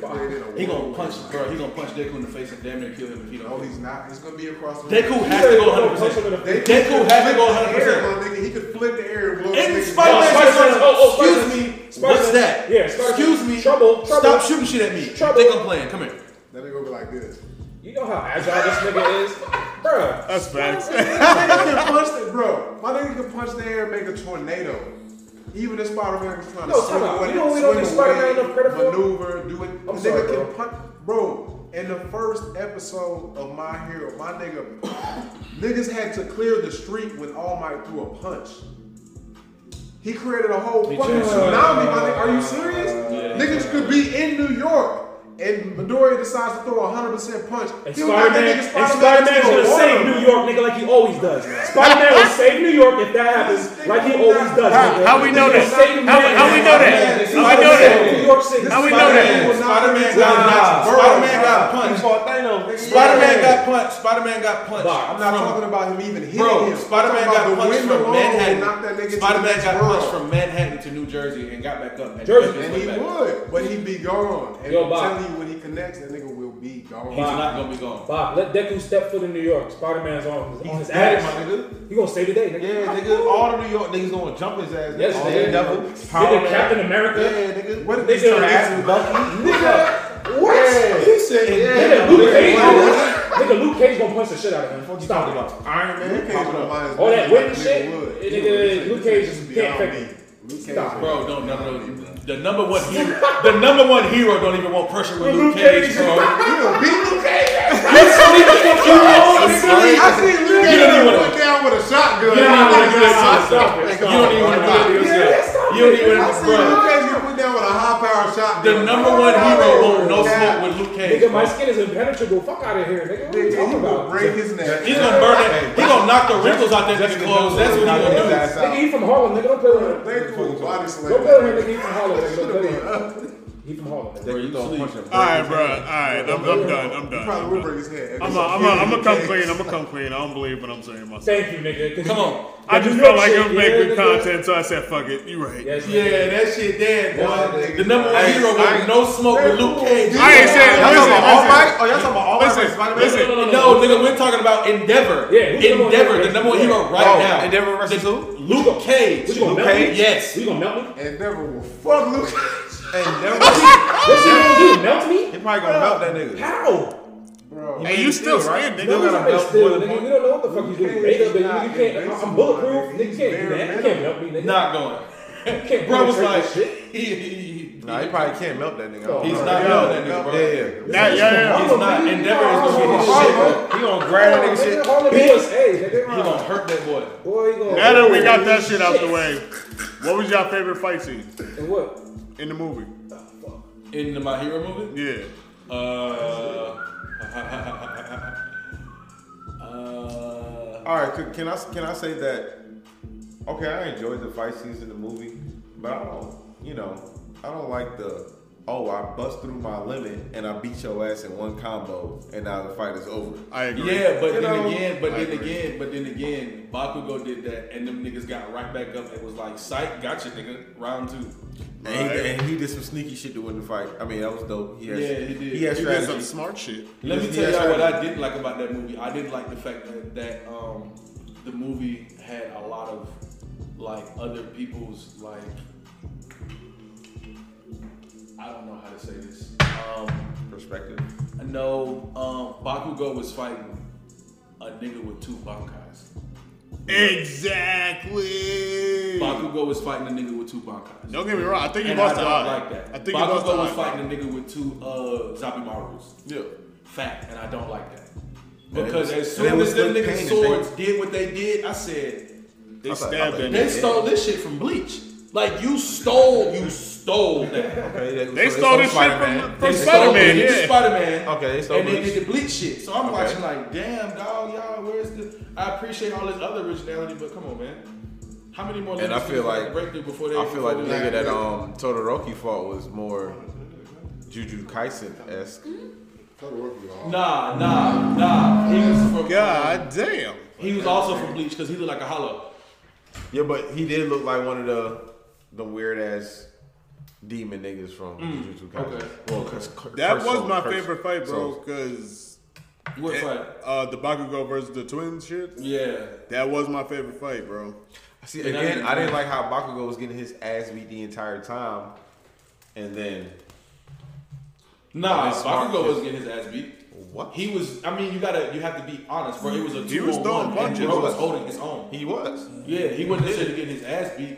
Speaker 1: He
Speaker 2: gonna punch, bro. He gonna punch Deku in the face and damn near kill him if he
Speaker 1: No,
Speaker 2: don't.
Speaker 1: Oh, he's not. He's gonna be across the
Speaker 2: Deku
Speaker 4: He
Speaker 2: has to
Speaker 4: said he
Speaker 2: go
Speaker 4: gonna punch
Speaker 2: 100.
Speaker 4: him in the
Speaker 2: percent
Speaker 4: face.
Speaker 1: Deku
Speaker 2: Deku
Speaker 1: could
Speaker 2: has to
Speaker 1: flip
Speaker 2: go
Speaker 1: the
Speaker 2: 100%.
Speaker 1: air, my nigga. He could flip the air and blow this
Speaker 2: And
Speaker 1: nigga
Speaker 2: Spider
Speaker 1: up.
Speaker 2: Man
Speaker 4: Spider-Man-
Speaker 2: says,
Speaker 4: oh, oh,
Speaker 2: "Excuse
Speaker 4: Spider-Man.
Speaker 2: me,
Speaker 4: Spider-Man.
Speaker 2: what's that?
Speaker 4: Yeah, Spider-Man.
Speaker 2: Excuse me,
Speaker 4: Trouble, trouble.
Speaker 2: Stop shooting shit at me.
Speaker 4: Trouble.
Speaker 2: Think I'm playing? Come here.
Speaker 1: That nigga gonna be like this.
Speaker 4: You know how agile this nigga is, bruh.
Speaker 3: That's facts.
Speaker 1: nigga can punch the bro. My nigga can punch the air and make a tornado. Even if Spider-Man was trying
Speaker 4: No,
Speaker 1: to
Speaker 4: time
Speaker 1: swim
Speaker 4: out.
Speaker 1: away,
Speaker 4: You know we don't
Speaker 1: swim
Speaker 4: give Spider-Man
Speaker 1: away,
Speaker 4: enough credit for?
Speaker 1: maneuver, do it. the nigga
Speaker 4: sorry, bro.
Speaker 1: can punch, bro. In the first episode of My Hero, my nigga, niggas had to clear the street when All Might threw a punch. He created a whole fucking
Speaker 2: too.
Speaker 1: tsunami. My
Speaker 4: uh,
Speaker 1: nigga, are you serious? niggas could be in New York. And Midoriya decides to throw a 100% punch.
Speaker 4: And
Speaker 1: He would knock that
Speaker 4: Spider-Man,
Speaker 1: nigga
Speaker 4: and
Speaker 1: Spider-Man
Speaker 4: Spider-Man's
Speaker 1: into
Speaker 4: gonna
Speaker 1: the
Speaker 4: save
Speaker 1: water,
Speaker 4: New
Speaker 1: bro.
Speaker 4: York, nigga, like he always does. Spider-Man will save New York if that happens, like he always does.
Speaker 3: How-
Speaker 4: nigga.
Speaker 3: how we know that?
Speaker 4: He's gonna save
Speaker 3: How-
Speaker 4: Manhattan.
Speaker 3: how we know that? How
Speaker 4: Spider-Man
Speaker 3: we know
Speaker 4: saved
Speaker 3: that?
Speaker 4: New York City.
Speaker 3: How we know that?
Speaker 2: Spider-Man
Speaker 1: Nah,
Speaker 2: got punched. Spider-Man got
Speaker 1: bro.
Speaker 2: punched.
Speaker 4: Fuck Thanos, nigga.
Speaker 2: Spider-Man got punched. Spider-Man got punched.
Speaker 4: Fuck,
Speaker 1: I'm not
Speaker 2: From-
Speaker 1: talking about him even hitting
Speaker 2: Bro,
Speaker 1: him.
Speaker 2: Spider-Man
Speaker 1: I'm
Speaker 2: got
Speaker 1: talking about
Speaker 2: punched
Speaker 1: the wind
Speaker 2: from
Speaker 1: alone
Speaker 2: Manhattan.
Speaker 1: knocked that nigga to the
Speaker 2: Spider-Man
Speaker 1: next
Speaker 2: got
Speaker 1: world.
Speaker 2: punched from Manhattan to New Jersey and got back up. And
Speaker 4: Jersey.
Speaker 1: And
Speaker 2: made his way
Speaker 1: he
Speaker 2: back.
Speaker 1: would, but he'd be gone. And
Speaker 4: Yo,
Speaker 1: I'm
Speaker 4: Bob.
Speaker 1: telling you, when he connects, that nigga will be gone.
Speaker 2: He's not gonna be gone.
Speaker 4: Bob, let Deku step foot in New York. Spider-Man's on his, on his
Speaker 5: dead,
Speaker 4: ass.
Speaker 5: my nigga.
Speaker 4: He gonna save the day, nigga.
Speaker 5: Yeah, nigga. All the New York niggas gonna jump his ass.
Speaker 4: Yes,
Speaker 5: nigga.
Speaker 4: nigga.
Speaker 5: Daredevil, Power
Speaker 4: Nigga,
Speaker 5: Man.
Speaker 4: Captain America.
Speaker 5: Yeah, nigga.
Speaker 1: What if
Speaker 4: They
Speaker 1: they
Speaker 4: said
Speaker 1: said
Speaker 4: Jackson
Speaker 5: Bucky?
Speaker 1: Nigga, what? He said,
Speaker 4: Nigga,
Speaker 1: yeah.
Speaker 4: Luke Cage, nigga, Luke Cage gonna punch the shit out of him. Stop it.
Speaker 5: Iron Man.
Speaker 1: Luke Cage
Speaker 5: Pop it
Speaker 1: don't
Speaker 5: up.
Speaker 1: mind his
Speaker 4: All
Speaker 1: business,
Speaker 4: that wooden
Speaker 1: like nigga
Speaker 4: shit,
Speaker 1: would.
Speaker 4: nigga,
Speaker 1: He would. He
Speaker 4: Luke
Speaker 1: said,
Speaker 4: Cage
Speaker 1: "This
Speaker 4: just
Speaker 1: is beyond
Speaker 4: can't fake
Speaker 1: me." Luke Cage
Speaker 4: Stop,
Speaker 1: would.
Speaker 2: Bro, don't no no no. The number one hero, the number one hero, don't even want pressure with Luke Cage, bro.
Speaker 1: He'll beat Luke Cage.
Speaker 2: You
Speaker 1: I see Luke
Speaker 2: You don't even
Speaker 1: Cage
Speaker 2: wanna-
Speaker 1: put down with a shotgun.
Speaker 4: Get out of
Speaker 1: Like,
Speaker 4: here,
Speaker 1: I-
Speaker 4: stop it.
Speaker 1: Like,
Speaker 4: You
Speaker 2: don't even want to do it to yourself. You don't even,
Speaker 1: I see Luke
Speaker 2: bro.
Speaker 1: Cage get put down with a high power shotgun.
Speaker 2: The number one hero won't no smoke with Luke Cage.
Speaker 4: Nigga, my
Speaker 2: Bro.
Speaker 4: skin is impenetrable. Fuck out of here, nigga. What are you
Speaker 1: Nigga, he
Speaker 4: talking
Speaker 1: will
Speaker 4: about?
Speaker 1: break his neck.
Speaker 2: He's gonna burn it. He gonna knock the wrinkles out that nigga's clothes. That's what he gonna do.
Speaker 4: Nigga, he from Harlem, nigga. Don't play with him.
Speaker 1: They threw a body slam.
Speaker 4: Don't play with him, nigga. He from Harlem, nigga. Don't play with him. He from Harlem, nigga.
Speaker 5: Bro, you gonna punch him.
Speaker 3: All right, bro. All right, I'm, I'm done. I'm
Speaker 1: He
Speaker 3: done.
Speaker 1: probably
Speaker 3: I'm
Speaker 1: will
Speaker 3: done.
Speaker 1: break his head.
Speaker 3: I'm a, I'm a, I'm a come clean. I'm gonna come clean. I don't believe what I'm saying myself.
Speaker 4: Thank you, nigga. 'cause
Speaker 2: Come
Speaker 4: you-
Speaker 2: on.
Speaker 4: that
Speaker 3: I just
Speaker 4: New
Speaker 3: felt
Speaker 4: York
Speaker 3: like it
Speaker 4: shit,
Speaker 3: was making
Speaker 4: yeah,
Speaker 3: good
Speaker 4: nigga.
Speaker 3: content, so I said, "Fuck it." You're right.
Speaker 4: Yes, nigga.
Speaker 2: Yeah, that shit dead, boy.
Speaker 1: Boy,
Speaker 2: The number one
Speaker 1: I-
Speaker 2: hero
Speaker 1: I-
Speaker 2: with no smoke with Luke Cage.
Speaker 3: I ain't saying.
Speaker 5: Y'all talking
Speaker 3: Listen,
Speaker 5: about All
Speaker 3: listen.
Speaker 5: Might? Oh, y'all talking about All Might
Speaker 3: Listen,
Speaker 5: versus Spider-Man?
Speaker 3: listen.
Speaker 2: No, nigga, we're talking about Endeavor.
Speaker 4: Yeah, who's the number one
Speaker 2: Endeavor,
Speaker 4: hero?
Speaker 2: the number one
Speaker 4: Yeah.
Speaker 2: hero
Speaker 5: Oh,
Speaker 2: right now.
Speaker 5: Endeavor versus who?
Speaker 2: Luke Cage.
Speaker 4: What you gonna
Speaker 2: Luke
Speaker 4: melt me?
Speaker 2: Cage? Yes.
Speaker 4: You gonna melt me?
Speaker 1: And never will fuck Luke Cage.
Speaker 5: Endeavor.
Speaker 4: What's he gonna do? Melt
Speaker 5: He
Speaker 4: me?
Speaker 5: probably gonna melt that nigga.
Speaker 4: How?
Speaker 1: Bro.
Speaker 3: Hey, you still scared,
Speaker 4: No,
Speaker 3: nigga?
Speaker 4: he's
Speaker 5: gotta
Speaker 4: not
Speaker 5: melt
Speaker 4: still,
Speaker 5: one
Speaker 4: nigga.
Speaker 5: point.
Speaker 4: We don't know what the fuck he's doing. Made up, nigga. You can't. I'm- I'm bulletproof. Nigga, you can't do that. You can't melt me, nigga.
Speaker 2: Not going.
Speaker 4: You can't
Speaker 2: Bro was
Speaker 4: penetrate
Speaker 2: like,
Speaker 4: this shit.
Speaker 2: he, he, he-
Speaker 5: Nah, he probably can't melt that nigga.
Speaker 4: Oh,
Speaker 2: he's
Speaker 4: bro.
Speaker 2: not
Speaker 5: yeah,
Speaker 2: yelling at nigga, bro.
Speaker 5: yeah, Oh, yeah.
Speaker 3: Nah, yeah, yeah.
Speaker 2: He's not. Endeavor is gonna get his shit.
Speaker 5: He gonna grab that nigga shit.
Speaker 4: Harlem USA, nigga.
Speaker 2: He gonna hurt that boy.
Speaker 4: Boy, he gonna.
Speaker 3: Now that we got that shit out the way, what was your favorite fight scene
Speaker 4: And what?
Speaker 3: in the movie?
Speaker 2: In the My Hero movie?
Speaker 3: Yeah.
Speaker 2: Uh. uh
Speaker 5: All right, could- can I can I say that? Okay, I enjoyed the fight scenes in the movie, but I don't, you know, I don't like the oh I bust through my limit and I beat your ass in one combo and now the fight is over.
Speaker 3: I agree.
Speaker 2: yeah, but
Speaker 5: You
Speaker 2: then
Speaker 5: know,
Speaker 2: again, but
Speaker 3: I
Speaker 2: then
Speaker 3: agree.
Speaker 2: again, but then again, Bakugo did that, and them niggas got right back up and was like, "Psych, gotcha, nigga." Round two.
Speaker 5: And,
Speaker 3: Right.
Speaker 5: he, and he did some sneaky shit to win the fight. I mean, that was dope. He has,
Speaker 2: Yeah, he did.
Speaker 5: He has
Speaker 3: You did
Speaker 5: strategy.
Speaker 3: some smart shit.
Speaker 2: Let me
Speaker 5: Yes,
Speaker 2: tell
Speaker 5: yes,
Speaker 2: y'all what
Speaker 5: sir.
Speaker 2: I didn't like about that movie. I didn't like the fact that, that um, the movie had a lot of like other people's like I don't know how to say this. Um,
Speaker 5: Perspective.
Speaker 2: no, um, Bakugo was fighting a nigga with two bankais.
Speaker 3: Exactly.
Speaker 2: Bakugo was fighting a nigga with two bankais.
Speaker 3: Don't get me wrong. I think he
Speaker 2: And
Speaker 3: lost a
Speaker 2: I don't
Speaker 3: lot.
Speaker 2: like that.
Speaker 3: I think he lost a
Speaker 2: Bakugo was
Speaker 3: lot.
Speaker 2: fighting a nigga with two uh, Zabimaru's.
Speaker 5: Yeah.
Speaker 2: Fact, and I don't like that.
Speaker 5: it
Speaker 2: Because
Speaker 5: was-
Speaker 2: as
Speaker 5: and it
Speaker 2: soon
Speaker 5: was
Speaker 2: as them
Speaker 5: Luke Kane
Speaker 2: niggas'
Speaker 5: and
Speaker 2: swords did what they did, I said,
Speaker 3: They stabbed that
Speaker 2: They
Speaker 3: nigga.
Speaker 2: stole this shit from Bleach. Like you stole, you stole that.
Speaker 5: Okay,
Speaker 3: They stole this shit from, from Spider Man. Yeah.
Speaker 2: Spider Man.
Speaker 5: Okay, they stole
Speaker 2: And they
Speaker 5: Bleach.
Speaker 2: did the Bleach shit. So I'm
Speaker 5: Okay.
Speaker 2: watching like, damn dog, y'all, where's the? I appreciate all this other originality, but come on, man. How many more?
Speaker 5: And I
Speaker 2: limits do
Speaker 5: feel
Speaker 2: you have to
Speaker 5: like-
Speaker 2: break through before they.
Speaker 5: I feel like the
Speaker 2: before
Speaker 5: nigga that um Todoroki fought was more Juju Kaisen esque.
Speaker 2: we- Nah, nah, nah. He was from.
Speaker 3: God damn.
Speaker 2: He was also from Bleach because he looked like a hollow.
Speaker 5: Yeah, but he did look like one of the the weird ass demon niggas from Jujutsu Kaisen.
Speaker 2: Mm. okay.
Speaker 5: Well, cause cur-
Speaker 3: That
Speaker 5: curse
Speaker 3: was
Speaker 5: souls,
Speaker 3: my
Speaker 5: curse-
Speaker 3: favorite fight, bro,
Speaker 5: souls.
Speaker 3: because
Speaker 2: You were fight.
Speaker 3: uh, the Bakugo versus the twins shit.
Speaker 2: Yeah.
Speaker 3: That was my favorite fight, bro.
Speaker 5: See,
Speaker 2: And I
Speaker 5: again,
Speaker 2: didn't-
Speaker 5: I didn't like how Bakugo was getting his ass beat the entire time, and then
Speaker 2: Nah,
Speaker 5: That's smart.
Speaker 2: Bakugo wasn't getting his ass beat.
Speaker 5: what?
Speaker 2: He was. I mean, you gotta. You have to be honest, bro. It was a
Speaker 3: He
Speaker 2: two
Speaker 3: was
Speaker 2: on
Speaker 3: throwing
Speaker 2: one,
Speaker 3: punches.
Speaker 2: and bro was holding his own.
Speaker 5: He was.
Speaker 2: Yeah, he wasn't necessarily getting his ass beat,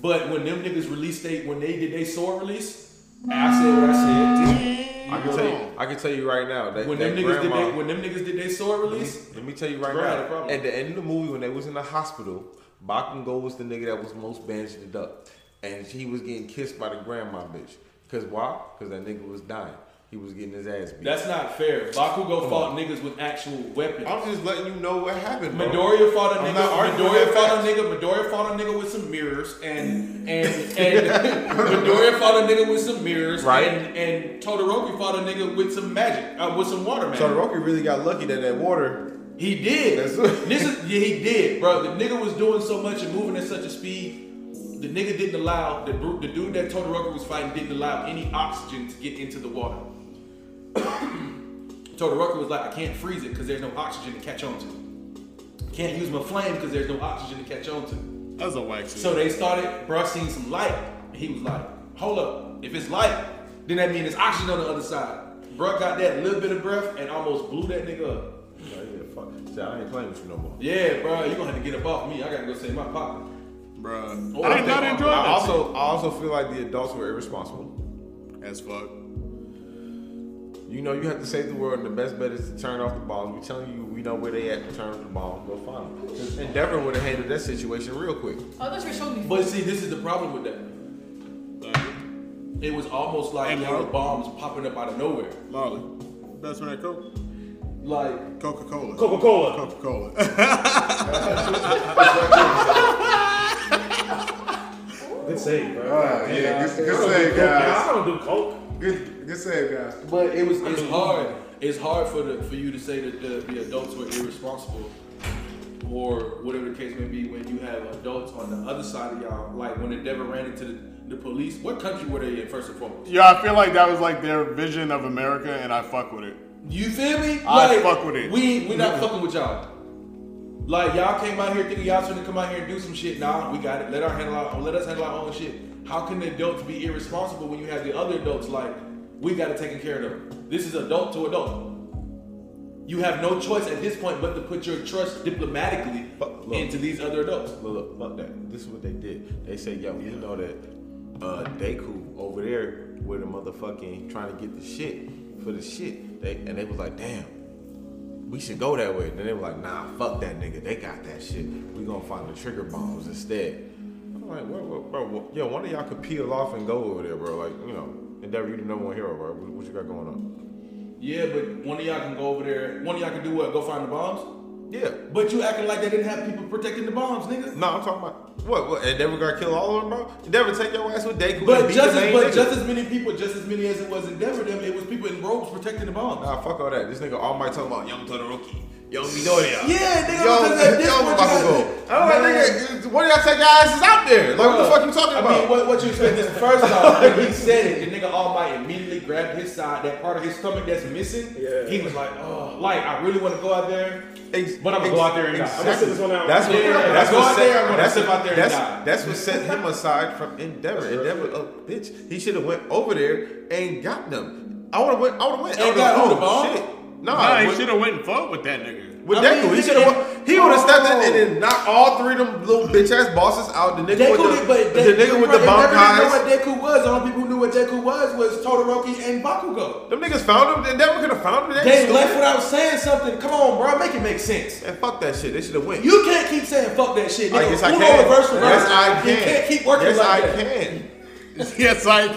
Speaker 2: but when them niggas released they when they did they sword release, I said what I said.
Speaker 5: I can tell you. I can tell you right now that
Speaker 2: When
Speaker 5: that
Speaker 2: them niggas did
Speaker 5: grandma-
Speaker 2: they when them niggas did they sword release,
Speaker 5: Let me tell you right
Speaker 2: Bro, I had a
Speaker 5: now.
Speaker 2: problem.
Speaker 5: At the end of the movie, when they was in the hospital, Bakugo was the nigga that was most bandaged up, and he was getting kissed by the grandma bitch. Cause why? Cause that nigga was dying. He was getting his ass beat.
Speaker 2: that's not fair. Bakugo fought niggas with actual weapons.
Speaker 5: I'm just letting you know what happened, bro.
Speaker 2: Midoriya fought a
Speaker 5: I'm
Speaker 2: nigga.
Speaker 5: not arguing
Speaker 2: Midoriya
Speaker 5: that
Speaker 2: fought a nigga. Midoriya fought a nigga with some mirrors, and and and Midoriya fought a nigga with some mirrors,
Speaker 5: Right.
Speaker 2: And, and Todoroki fought a nigga with some magic, uh, with some water magic.
Speaker 5: Todoroki really got lucky that that water.
Speaker 2: He did.
Speaker 5: That's-
Speaker 2: this is yeah, he did, bro. The nigga was doing so much and moving at such a speed. The nigga didn't allow the bru- the dude that Todoroki was fighting didn't allow any oxygen to get into the water. Todoroki was like, I can't freeze it because there's no oxygen to catch on to. Can't use my flame because there's no oxygen to catch on to.
Speaker 3: That's a whack shit.
Speaker 2: So they started, bro, seeing some light. He was like, hold up. If it's light, then that means it's oxygen on the other side. Bro got that little bit of breath and almost blew that nigga up.
Speaker 5: Oh, yeah, fuck. See, I ain't playing with you no more.
Speaker 2: Yeah, bro, you gonna have to get up off me. I gotta go save my pocket.
Speaker 3: Bro.
Speaker 2: Oh,
Speaker 3: I
Speaker 2: I
Speaker 3: did not
Speaker 2: think-
Speaker 3: enjoy
Speaker 5: I
Speaker 3: that.
Speaker 5: also, I also feel like the adults were irresponsible.
Speaker 3: shit. As fuck.
Speaker 5: You know, you have to save the world, and the best bet is to turn off the bombs. We telling you, we know where they at. Turn off the bombs, go find them. 'Cause- And Devin would have handled that situation real quick.
Speaker 8: I thought you were showing me.
Speaker 2: But see, this is the problem with that. It was almost like
Speaker 3: Hey,
Speaker 2: there were
Speaker 3: bro.
Speaker 2: bombs popping up out of nowhere.
Speaker 3: Marley. That's when I Coke.
Speaker 2: Like,
Speaker 3: Coca Cola.
Speaker 4: Coca Cola.
Speaker 3: Coca Cola.
Speaker 4: Good save, bro.
Speaker 1: Ah, yeah, good- good save, guys.
Speaker 4: I don't do coke.
Speaker 1: Good, good save, guys.
Speaker 2: but it was. It's hard. It's hard for the for you to say that the, the adults were irresponsible, or whatever the case may be. When you have adults on the other side of y'all, like when it never ran into the, the police. What country were they in first and foremost?
Speaker 3: yeah, I feel like that was like their vision of America, and I fuck with it.
Speaker 2: You feel me?
Speaker 3: I fuck with it.
Speaker 2: We we not fucking with y'all. Like y'all came out here thinking y'all gonna come out here and do some shit. Nah, we got it. Let our handle our let us handle our own shit. How can the adults be irresponsible when you have the other adults like we gotta take care of them? This is adult to adult. You have no choice at this point but to put your trust diplomatically
Speaker 5: But look.
Speaker 2: into these other adults.
Speaker 5: Look, look, fuck that. This is what they did. They said, yo, you know that uh, Deku over there with the motherfucking trying to get the shit for the shit. They and they was like, damn, we should go that way. Then they were like, nah, fuck that nigga. They got that shit. We gonna find the trigger bombs instead. I'm like, bro, bro, bro, wha- yo, one of y'all could peel off and go over there, bro. Like, you know, endeavor, you the number one hero, bro. What, what you got going on?
Speaker 2: Yeah, but one of y'all can go over there. One of y'all can do what? Go find the bombs.
Speaker 5: Yeah.
Speaker 2: But you acting like they didn't have people protecting the bombs, nigga.
Speaker 5: No, I'm talking about what? What? Endeavor gonna kill all of them, bro? Endeavor take your ass with Deku. and
Speaker 2: But
Speaker 5: beat
Speaker 2: just
Speaker 5: the
Speaker 2: as
Speaker 5: main
Speaker 2: but
Speaker 5: nigga.
Speaker 2: just as many people, just as many as it was in Denver, them it was people in robes protecting the bomb.
Speaker 5: Nah, fuck all that. This nigga all might talking about young Todoroki. Yo, we know that.
Speaker 2: Yeah, nigga,
Speaker 5: Yo,
Speaker 2: because at this
Speaker 5: yo,
Speaker 2: point, you
Speaker 5: Michael
Speaker 2: gotta-
Speaker 5: Cole. I'm like, nigga, what do y'all take your asses out there? Like, what the
Speaker 2: Bruh,
Speaker 5: fuck you talking
Speaker 2: I
Speaker 5: about?
Speaker 2: mean, what, what you expect is first off, when he said it, the nigga All Might immediately grabbed his side, that part of his stomach that's missing.
Speaker 4: Yeah.
Speaker 2: He was like, oh, like, I really want to go out there.
Speaker 5: Ex-
Speaker 2: But I'ma go out there and die.
Speaker 4: I'm gonna sit this one out.
Speaker 5: That's what.
Speaker 2: Yeah, yeah,
Speaker 5: that's
Speaker 2: go
Speaker 5: what
Speaker 2: out
Speaker 5: set,
Speaker 2: there, I'm gonna
Speaker 5: that's,
Speaker 2: sit out there and
Speaker 5: that's,
Speaker 2: die.
Speaker 5: that's what set him aside from Endeavor. Endeavor, a bitch. He should have went over there and got them. I would have went. I would have went. I
Speaker 2: And
Speaker 5: would've-
Speaker 2: got who, the
Speaker 5: oh,
Speaker 2: ball?
Speaker 5: Shit. Nah,
Speaker 3: Nah, he
Speaker 5: with,
Speaker 3: should have went and fought with that nigga.
Speaker 5: with
Speaker 2: I
Speaker 5: Deku,
Speaker 2: mean,
Speaker 5: he
Speaker 2: he
Speaker 5: should have.
Speaker 2: should've-
Speaker 5: He would have stepped in and then knocked all three of them little bitch ass bosses out. The nigga
Speaker 2: Deku,
Speaker 5: with the,
Speaker 2: did- but
Speaker 5: the
Speaker 2: Deku-
Speaker 5: nigga with
Speaker 2: everybody
Speaker 5: the
Speaker 2: didn't
Speaker 5: bomb
Speaker 2: know what Deku was. The only people who knew what Deku was was Todoroki and Bakugo.
Speaker 5: Them niggas found him. Endeavor could have found him.
Speaker 2: They
Speaker 5: stupid.
Speaker 2: left without saying something. Come on, bro, make it make sense.
Speaker 5: And fuck that shit. They should have went.
Speaker 2: You can't keep saying fuck that shit.
Speaker 5: I
Speaker 2: Nigga.
Speaker 5: guess I
Speaker 2: Uno
Speaker 5: can.
Speaker 2: reverse reverse.
Speaker 5: Yes, I
Speaker 2: You
Speaker 5: can.
Speaker 2: can't keep working
Speaker 5: yes,
Speaker 2: like
Speaker 5: I
Speaker 2: that.
Speaker 5: can.
Speaker 3: yes, I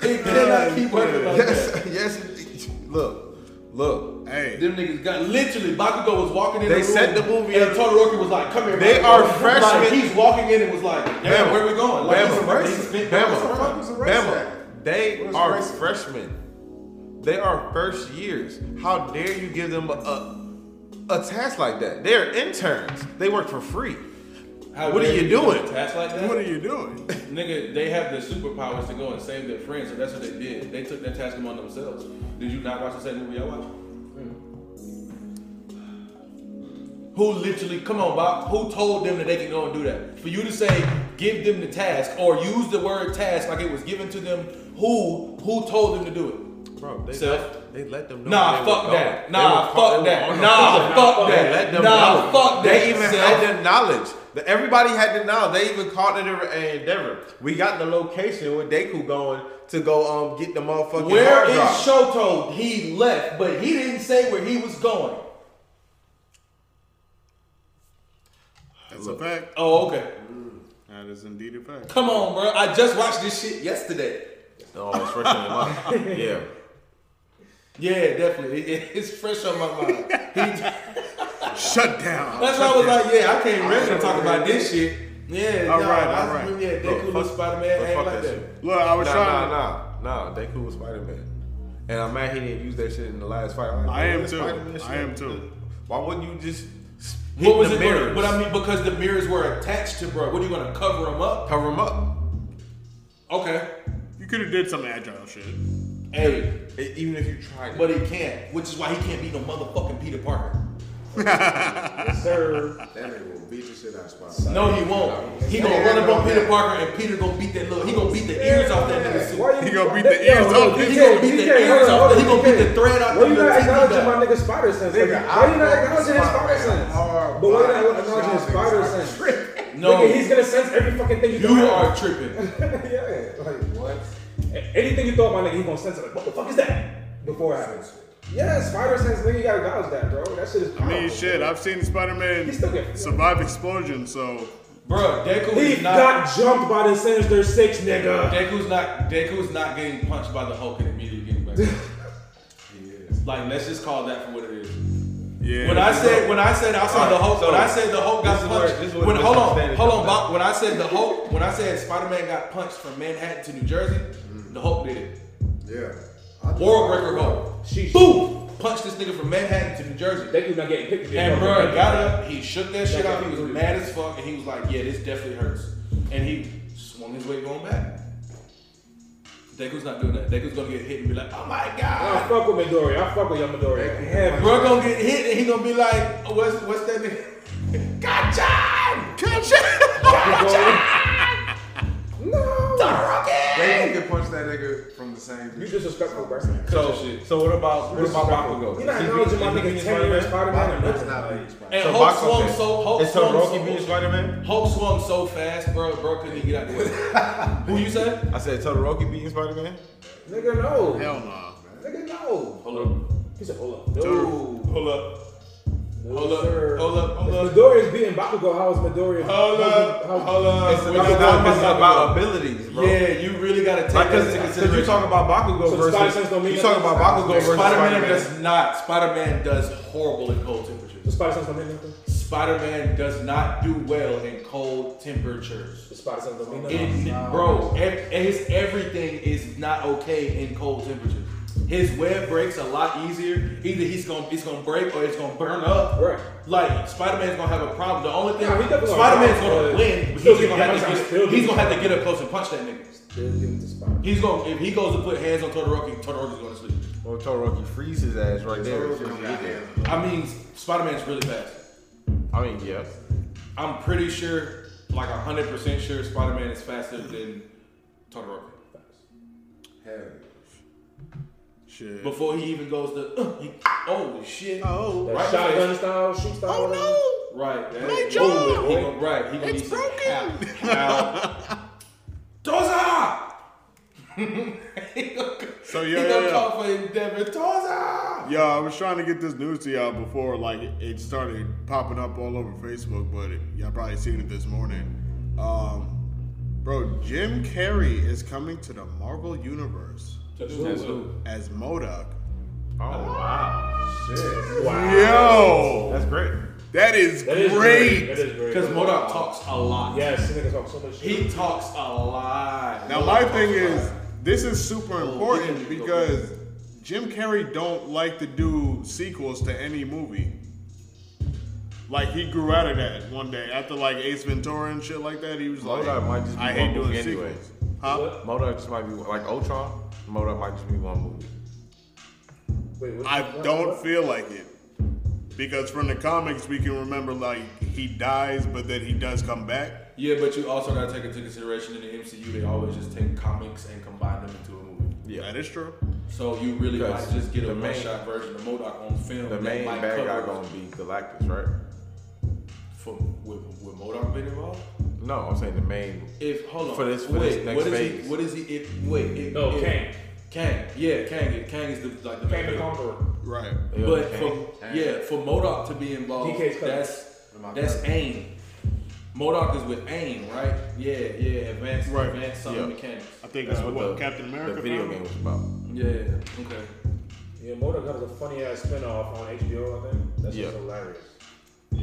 Speaker 3: can.
Speaker 2: You cannot keep working like that.
Speaker 5: Yes, yes. Look, look.
Speaker 3: hey,
Speaker 2: Them niggas got literally Bakugo was walking in.
Speaker 5: They
Speaker 2: the room,
Speaker 5: set the movie
Speaker 2: and
Speaker 5: up.
Speaker 2: Todoroki was like, "Come here."
Speaker 5: They
Speaker 2: Bakugo."
Speaker 5: are
Speaker 2: Like,
Speaker 5: freshmen.
Speaker 2: he's walking in and was like, "Damn,
Speaker 5: Bama.
Speaker 2: where we going?" Like, he's a
Speaker 5: Bama.
Speaker 2: racist, bitch.
Speaker 5: Bama.
Speaker 1: He's a racist.
Speaker 5: Bama. They
Speaker 1: Where's
Speaker 5: are
Speaker 1: racist?
Speaker 5: freshmen. They are first years. How dare you give them a a task like that? They're interns. They work for free.
Speaker 2: How
Speaker 5: What are
Speaker 2: dare
Speaker 5: you
Speaker 2: do
Speaker 5: doing?
Speaker 2: a Task like that?
Speaker 3: what are you doing?
Speaker 2: Nigga, they have the superpowers to go and save their friends, so that's what they did. They took that task among themselves. Did you not watch the same movie I watched? Who literally, come on, Bob, who told them that they can go and do that? For you to say, give them the task, or use the word task like it was given to them, who who told them to do it?
Speaker 5: Bro, they,
Speaker 2: Self.
Speaker 5: let, they let them know.
Speaker 2: Nah,
Speaker 5: they were
Speaker 2: fuck
Speaker 5: gone.
Speaker 2: that.
Speaker 5: They
Speaker 2: Nah,
Speaker 5: were caught-
Speaker 2: fuck
Speaker 5: they were
Speaker 2: that.
Speaker 5: on the
Speaker 2: Nah,
Speaker 5: prison.
Speaker 2: fuck
Speaker 5: They
Speaker 2: that.
Speaker 5: let them
Speaker 2: Nah,
Speaker 5: know.
Speaker 2: fuck that.
Speaker 5: They even
Speaker 2: Self.
Speaker 5: had the knowledge. The- Everybody had the knowledge. They even caught it in Endeavor. We got the location with Deku going to go um get the motherfucking
Speaker 2: Where
Speaker 5: hard
Speaker 2: is
Speaker 5: drive.
Speaker 2: Shoto? He left, but he didn't say where he was going.
Speaker 3: That's a fact.
Speaker 2: Oh, okay.
Speaker 3: That is indeed a fact.
Speaker 2: Come on, bro. I just watched this shit yesterday.
Speaker 5: No, it's freshman in my yeah.
Speaker 2: Yeah, definitely. It- it- it's fresh on my mind. He-
Speaker 3: Shut down.
Speaker 2: that's why I was like, yeah, I can't remember to talk about this shit. Yeah,
Speaker 3: All
Speaker 2: no,
Speaker 3: right,
Speaker 2: I
Speaker 3: all right.
Speaker 2: remember, Yeah,
Speaker 5: Look,
Speaker 2: Deku
Speaker 5: fuck-
Speaker 2: was Spider Man.
Speaker 5: But
Speaker 2: Ain't
Speaker 5: fuck
Speaker 2: like
Speaker 5: that
Speaker 2: that.
Speaker 5: shit.
Speaker 3: Look, I was
Speaker 5: Nah,
Speaker 3: trying.
Speaker 5: nah, nah, nah. Deku was Spider Man, and I'm mad he didn't use that shit in the last fight. I'm like,
Speaker 3: I am
Speaker 5: man,
Speaker 3: too.
Speaker 5: Spider-Man shit.
Speaker 3: I am too.
Speaker 5: Why wouldn't you just hit
Speaker 2: What was
Speaker 5: the
Speaker 2: it?
Speaker 5: mirrors?
Speaker 2: Mirrors. But I mean, because the mirrors were attached to, bro. What are you gonna cover them up?
Speaker 5: cover him up?
Speaker 2: Okay.
Speaker 3: You could have did some agile shit.
Speaker 2: Hey,
Speaker 5: E- Even if you tried.
Speaker 2: but he can't, which is why he can't be no motherfucking Peter Parker.
Speaker 4: Yes, sir.
Speaker 1: That nigga will beat the shit out of Spider-Man.
Speaker 2: No, he won't. He gonna run up on Peter Parker, and Peter gonna beat that little. He gonna beat the ears off that nigga suit.
Speaker 4: Why you-
Speaker 3: He gonna beat the ears
Speaker 4: Yo, yo,
Speaker 3: off.
Speaker 4: DK,
Speaker 2: He gonna beat the
Speaker 4: DK,
Speaker 2: ears
Speaker 4: hold on,
Speaker 2: off.
Speaker 4: hold on,
Speaker 2: He gonna beat
Speaker 4: DK.
Speaker 2: the thread out
Speaker 4: Why you
Speaker 2: through the
Speaker 4: not
Speaker 2: TV
Speaker 4: acknowledging
Speaker 2: guy?
Speaker 4: my nigga spider sense? Like,
Speaker 1: Nigga,
Speaker 4: Why you not
Speaker 1: I
Speaker 4: acknowledging his spider sense?
Speaker 1: hard
Speaker 4: But why you
Speaker 1: body
Speaker 4: not acknowledging his
Speaker 1: shot
Speaker 4: spider
Speaker 1: niggas.
Speaker 4: sense?
Speaker 2: No.
Speaker 4: Nigga, he's gonna sense every fucking thing you throw
Speaker 2: You
Speaker 4: at him.
Speaker 2: are tripping.
Speaker 4: Yeah.
Speaker 1: Like what?
Speaker 4: A- Anything you throw at my nigga, he gonna sense it. Like, what the fuck is that? Before it happens. Yeah, spider sense, nigga, you gotta acknowledge that, bro. That shit is
Speaker 3: I
Speaker 4: powerful.
Speaker 3: mean, shit. I've seen Spider
Speaker 4: He still
Speaker 3: Man
Speaker 4: get-
Speaker 3: survive explosion, so
Speaker 2: Bro, Deku
Speaker 4: He
Speaker 2: is not.
Speaker 4: got jumped by the Sinister Six, nigga.
Speaker 2: Deku's not. Deku's not getting punched by the Hulk and immediately getting back. up. Like let's just call that for what it is.
Speaker 3: yeah.
Speaker 2: When I said when I said I saw the Hulk when I said the Hulk got
Speaker 5: this is where-
Speaker 2: punched
Speaker 5: this is where
Speaker 2: when
Speaker 5: the
Speaker 2: hold on
Speaker 5: misunderstanding
Speaker 2: hold on
Speaker 5: comes
Speaker 2: Bob, when I said the Hulk when I said Spider Man got punched from Manhattan to New Jersey
Speaker 5: Mm.
Speaker 2: the Hulk did it
Speaker 1: Yeah. I just-
Speaker 2: world record Hulk
Speaker 4: Sheesh.
Speaker 2: boom punched this nigga from Manhattan to New Jersey
Speaker 4: Thank you not getting picked. to be a
Speaker 2: And
Speaker 4: fucking
Speaker 2: bro
Speaker 4: nigga.
Speaker 2: got up, he shook that shit
Speaker 4: That
Speaker 2: off, he
Speaker 4: guy
Speaker 2: was
Speaker 4: was
Speaker 2: mad as fuck, and he was like, yeah, this definitely hurts. And he swung his way going back. Deku's not doing that. Deku's gonna get hit and be like, oh my
Speaker 4: I
Speaker 2: god.
Speaker 4: fuck with Midori. I fuck with young Midori. Heavy.
Speaker 2: Bro gonna get hit and he gonna be like, "Oh, what's, what's that nigga? Gotcha!
Speaker 1: They don't get punched that nigga from the same.
Speaker 4: You
Speaker 1: bitch.
Speaker 4: disrespectful, bro.
Speaker 2: So, so what about what about Bakugo?
Speaker 4: You're not acknowledging my nigga 10 year Spider Man or
Speaker 1: That's
Speaker 4: nothing.
Speaker 1: not
Speaker 4: Like,
Speaker 1: being Spider-Man.
Speaker 2: And
Speaker 5: So
Speaker 2: Hulk
Speaker 5: box
Speaker 2: swung
Speaker 5: office.
Speaker 2: so Hulk
Speaker 5: It's
Speaker 2: swung
Speaker 5: Todoroki being
Speaker 2: so
Speaker 5: Spider Man.
Speaker 2: Hulk swung so fast, bro. Bro couldn't even get out the way. Who you said?
Speaker 5: I said Todoroki beating Spider Man.
Speaker 4: Nigga, no.
Speaker 3: hell no.
Speaker 4: Nigga, no.
Speaker 2: Hold up.
Speaker 4: He said, hold up. No.
Speaker 2: Ooh, hold up.
Speaker 4: No,
Speaker 2: Hold up.
Speaker 4: sir.
Speaker 2: Hold up. Hold up.
Speaker 4: If Midori is beating Bakugo, how is Midori?
Speaker 2: Hold up,
Speaker 4: how's-
Speaker 2: hold up.
Speaker 5: It's
Speaker 2: We're
Speaker 5: about,
Speaker 2: not talking
Speaker 5: it's
Speaker 2: about-
Speaker 5: about abilities, bro.
Speaker 2: Yeah, you really gotta take
Speaker 5: Like,
Speaker 2: that
Speaker 5: cause,
Speaker 2: into
Speaker 5: 'cause
Speaker 2: consideration.
Speaker 5: you talking about Bakugo
Speaker 4: So Spider-Sense don't mean
Speaker 5: versus you talking about
Speaker 4: nothing?
Speaker 5: Bakugo versus
Speaker 2: Spider Man
Speaker 5: Spider-Man.
Speaker 2: does not. Spider Man does horrible in cold temperatures.
Speaker 4: The Spider Sense don't mean nothing.
Speaker 2: Spider Man does not do well in cold temperatures.
Speaker 4: The Spider Sense don't mean
Speaker 2: It,
Speaker 4: nothing.
Speaker 2: bro, ev- his everything is not okay in cold temperatures. His web breaks a lot easier. Either he's gonna it's gonna break or it's gonna burn up.
Speaker 4: Right.
Speaker 2: Like Spider Man's gonna have a problem. The only thing
Speaker 4: Nah,
Speaker 2: Spider
Speaker 4: he definitely
Speaker 2: Man's
Speaker 4: gonna-
Speaker 2: gonna win. but He's
Speaker 4: Still
Speaker 2: just
Speaker 4: get
Speaker 2: gonna have
Speaker 4: down,
Speaker 2: to
Speaker 4: still
Speaker 2: get, he's
Speaker 4: get-
Speaker 2: gonna have to get up close and punch that nigga.
Speaker 4: Still give it to Spider.
Speaker 2: He's gonna if he goes to put hands on Todoroki, Todoroki's gonna sleep.
Speaker 5: Well, Todoroki frees his ass right there. as soon as he get there.
Speaker 1: Todoroki.
Speaker 2: I mean Spider Man's really fast.
Speaker 5: I mean, yeah.
Speaker 2: I'm pretty sure, like hundred percent sure, Spider Man is faster than Todoroki.
Speaker 3: Shit.
Speaker 2: Before he even goes to, uh, he, oh shit,
Speaker 3: Oh.
Speaker 4: That
Speaker 2: Right
Speaker 4: shotgun
Speaker 2: face.
Speaker 4: style, shoot style.
Speaker 3: Oh
Speaker 2: right, that
Speaker 3: My
Speaker 2: is-
Speaker 3: jaw!
Speaker 2: oh, he gonna, right, he gonna
Speaker 3: It's
Speaker 2: be some
Speaker 3: broken!
Speaker 2: out- out. Toza!
Speaker 3: no! So
Speaker 2: He
Speaker 3: yeah,
Speaker 2: gonna
Speaker 3: yeah, yeah.
Speaker 2: call for his Denver Toza!
Speaker 3: Yo, I was trying to get this news to y'all before like it started popping up all over Facebook, but it, y'all probably seen it this morning. Um, bro, Jim Carrey is coming to the Marvel Universe
Speaker 5: That's who.
Speaker 3: as Modoc.
Speaker 5: Oh wow,
Speaker 3: Yo,
Speaker 5: that's great.
Speaker 3: that is,
Speaker 4: That is
Speaker 3: great.
Speaker 4: That is great.
Speaker 2: Because Modok talks a lot.
Speaker 4: Yes, this nigga talk so much shit.
Speaker 2: He talks a lot.
Speaker 3: Now
Speaker 2: Modok
Speaker 3: my
Speaker 2: talks
Speaker 3: thing
Speaker 2: a
Speaker 3: is,
Speaker 2: lot.
Speaker 3: this is super important
Speaker 2: didn't go
Speaker 3: because Jim Carrey don't like to do sequels to any movie. Like he grew out of that one day after like Ace Ventura and shit like that. He was
Speaker 5: Well,
Speaker 3: like,
Speaker 5: that might just be
Speaker 3: I
Speaker 5: one
Speaker 3: hate doing
Speaker 5: movie anyway."
Speaker 3: sequels. Huh?
Speaker 5: Modok just might be like Ultron. Modok might just be one movie.
Speaker 4: Wait, what-
Speaker 3: I
Speaker 4: what-
Speaker 3: don't
Speaker 4: what?
Speaker 3: feel like it because from the comics we can remember like he dies, but then he does come back.
Speaker 2: Yeah, but you also gotta take into consideration in the MCU, they always just take comics and combine them into a movie.
Speaker 3: That is true.
Speaker 2: So you really
Speaker 5: Because
Speaker 2: might just get
Speaker 5: the
Speaker 2: a
Speaker 5: main-
Speaker 2: one shot version of Modoc on film.
Speaker 5: The
Speaker 2: that
Speaker 5: main
Speaker 2: might
Speaker 5: bad guy
Speaker 2: cover
Speaker 5: gonna be Galactus, right?
Speaker 2: for with with Modoc being involved.
Speaker 5: No, I'm saying the main.
Speaker 2: If hold on
Speaker 5: For this- for
Speaker 2: wait,
Speaker 5: this next
Speaker 2: what is
Speaker 5: phase.
Speaker 2: he? What is he? If wait, if,
Speaker 4: No,
Speaker 2: if,
Speaker 4: Oh, Kang.
Speaker 2: Kang, yeah, Kang. If Kang is the like the main.
Speaker 4: Came
Speaker 2: villain.
Speaker 4: the Conqueror.
Speaker 3: Right.
Speaker 2: But
Speaker 5: Kang.
Speaker 2: for yeah, for Modoc to be involved,
Speaker 4: DK's cousin.
Speaker 2: that's that's AIM. Modoc is with AIM, right? Yeah, yeah, advanced,
Speaker 3: Right.
Speaker 2: advanced something
Speaker 5: Yeah.
Speaker 2: mechanics.
Speaker 3: I think
Speaker 5: That's
Speaker 3: that's what,
Speaker 5: the-
Speaker 3: Captain America.
Speaker 5: The video
Speaker 3: found?
Speaker 5: game was about.
Speaker 2: Yeah, okay.
Speaker 4: Yeah, Modoc got a funny ass spinoff on HBO, I think. That's
Speaker 5: Yeah.
Speaker 4: just hilarious.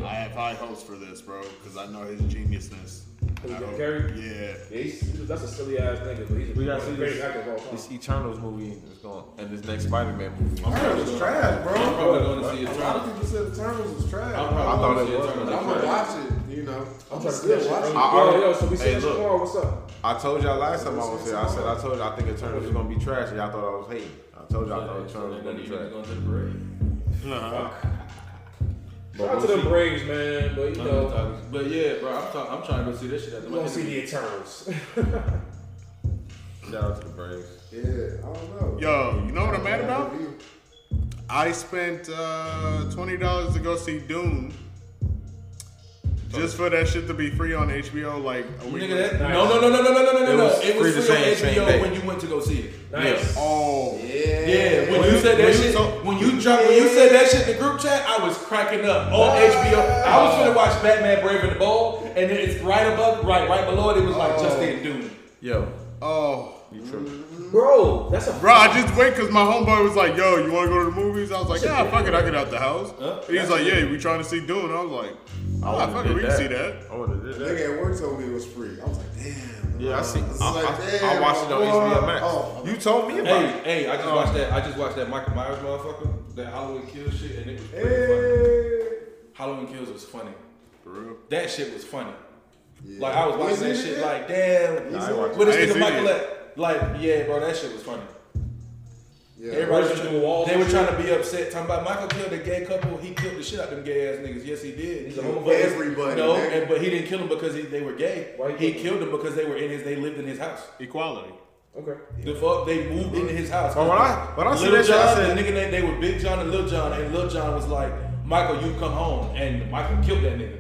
Speaker 3: I have high hopes for this, bro, because I know his geniusness.
Speaker 4: Who,
Speaker 3: I
Speaker 4: Jim
Speaker 3: hope-
Speaker 4: Carrey?
Speaker 3: Yeah.
Speaker 4: Yeah, he's, that's a silly ass nigga, but he's a
Speaker 5: We gotta
Speaker 4: one of
Speaker 5: see
Speaker 4: the greatest
Speaker 5: this-
Speaker 4: actors of all time.
Speaker 5: This Eternals movie is going, and this next Spider-Man movie. I'm
Speaker 1: Eternals was trash, bro.
Speaker 2: I'm probably going to see
Speaker 1: A lot of
Speaker 2: Eternals.
Speaker 1: people said Eternals was trash.
Speaker 2: I'm
Speaker 1: I'm,
Speaker 5: I thought
Speaker 2: probably going to
Speaker 5: it
Speaker 2: see
Speaker 5: was,
Speaker 2: Eternals.
Speaker 5: but I'm
Speaker 1: gonna
Speaker 5: trash.
Speaker 1: watch it, you know.
Speaker 4: I'm
Speaker 1: I'm,
Speaker 4: trying to
Speaker 1: still
Speaker 4: finish it.
Speaker 1: watching.
Speaker 4: Yo,
Speaker 1: it.
Speaker 5: I already-
Speaker 4: yo, so we see
Speaker 5: Hey,
Speaker 4: you
Speaker 5: look.
Speaker 4: tomorrow. What's up?
Speaker 5: I told y'all last time I was here. I said I told y'all I think Eternals was gonna be trash, and y'all thought I was hating. I told y'all I thought Eternals was
Speaker 2: Eternals.
Speaker 5: gonna be trash.
Speaker 2: Going to the parade.
Speaker 5: But
Speaker 4: Shout out to
Speaker 5: we'll
Speaker 4: the
Speaker 5: see.
Speaker 4: Braves, man, but you know,
Speaker 2: But yeah, bro, I'm, talk- I'm trying to go see this shit at the
Speaker 4: we gonna see the Eternals.
Speaker 5: Shout out to the Braves.
Speaker 1: Yeah, I don't know.
Speaker 3: Yo, you know what I'm mad
Speaker 1: Yeah,
Speaker 3: about? I spent uh, twenty dollars to go see Dune. Just for that shit to be free on HBO, like a week.
Speaker 2: Nigga,
Speaker 3: later.
Speaker 2: that, no, no, no, no, no, no, no, no,
Speaker 5: It
Speaker 2: no.
Speaker 5: was
Speaker 2: It
Speaker 5: free
Speaker 2: was
Speaker 5: the
Speaker 2: free on
Speaker 5: same- same day.
Speaker 2: HBO when you went to go see it.
Speaker 4: nice.
Speaker 3: Oh,
Speaker 2: Yeah, when
Speaker 3: When
Speaker 2: you
Speaker 3: you- when
Speaker 2: said that
Speaker 3: you
Speaker 2: shit,
Speaker 3: talk-
Speaker 2: when you dropped, when you said that shit in the group chat, I was cracking up on HBO. I was trying to watch Batman Brave and the Bold, and then it's right above, right, right below it. It was like just in Doom.
Speaker 5: Yo,
Speaker 3: oh,
Speaker 5: you tripping?
Speaker 4: Bro, that's a
Speaker 3: bro! I just went because my homeboy was like, "Yo, you want to go to the movies?" I was like, "Yeah, fuck it, I get out the house."
Speaker 2: Huh?
Speaker 3: And he's like, "Yeah, we trying to see Dune." I was like,
Speaker 5: I
Speaker 3: "Ah,
Speaker 5: would've
Speaker 3: fuck
Speaker 5: did
Speaker 3: it, we can see that."
Speaker 5: I would have did
Speaker 1: The
Speaker 5: that.
Speaker 1: nigga at work told me it was free. I was like, damn.
Speaker 5: Yeah, I see. I,
Speaker 1: was
Speaker 5: I,
Speaker 1: like,
Speaker 5: I
Speaker 1: damn,
Speaker 5: watched it on
Speaker 1: boy.
Speaker 5: HBO Max.
Speaker 1: Oh,
Speaker 5: you told me about
Speaker 2: Hey, hey, I just watched that. I just watched that Michael Myers motherfucker, that Halloween Kills shit, and it was pretty funny. Halloween Kills was funny.
Speaker 3: For real.
Speaker 2: That shit was funny.
Speaker 1: Yeah.
Speaker 2: Like I was
Speaker 1: You
Speaker 2: watching that
Speaker 1: seen
Speaker 2: shit,
Speaker 1: it?
Speaker 2: like damn,
Speaker 1: You seen it?
Speaker 2: what is
Speaker 3: I ain't
Speaker 2: nigga
Speaker 3: seen
Speaker 2: Michael
Speaker 3: it.
Speaker 2: at? Like yeah, bro, that shit was funny.
Speaker 1: Yeah.
Speaker 2: Everybody was
Speaker 4: Rushing
Speaker 2: trying-
Speaker 4: through walls
Speaker 2: they
Speaker 4: and
Speaker 2: were trying to be upset, talking about Michael killed a gay couple. He killed the shit out them gay ass niggas. Yes, he did.
Speaker 4: He's a
Speaker 2: But-
Speaker 4: homophobe.
Speaker 1: Everybody,
Speaker 2: No,
Speaker 1: man.
Speaker 2: and, but he didn't kill them because he, they were gay.
Speaker 4: Why he
Speaker 2: He
Speaker 4: killed
Speaker 2: killed them because they were in his. They lived in his house.
Speaker 3: Equality.
Speaker 4: Okay.
Speaker 2: The fuck, they moved into his house.
Speaker 5: But when I- when I see
Speaker 2: Lil
Speaker 5: that shit, I
Speaker 2: John,
Speaker 5: said-
Speaker 2: the nigga name they were Big John and Lil John, and Lil John was like, Michael, you come home, and Michael killed that nigga,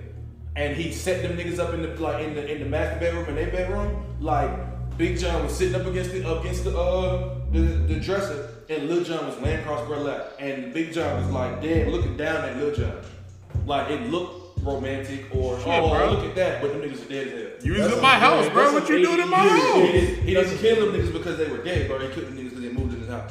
Speaker 2: and he set them niggas up in the like in the in the master bedroom and their bedroom. Like Big John was sitting up against the up against the uh the, the dresser, and Lil John was laying across her lap, and Big John was like dead, looking down at Lil John, like it looked romantic or oh
Speaker 3: bro.
Speaker 2: look at that, but them niggas are dead as hell.
Speaker 3: You was
Speaker 4: That's
Speaker 3: in my
Speaker 4: a-
Speaker 3: house, bro.
Speaker 4: that's
Speaker 3: What
Speaker 4: an
Speaker 3: you doing in my
Speaker 2: He
Speaker 3: house?
Speaker 2: didn't, he didn't kill them niggas because they were gay, bro. He killed them niggas because they moved in his house.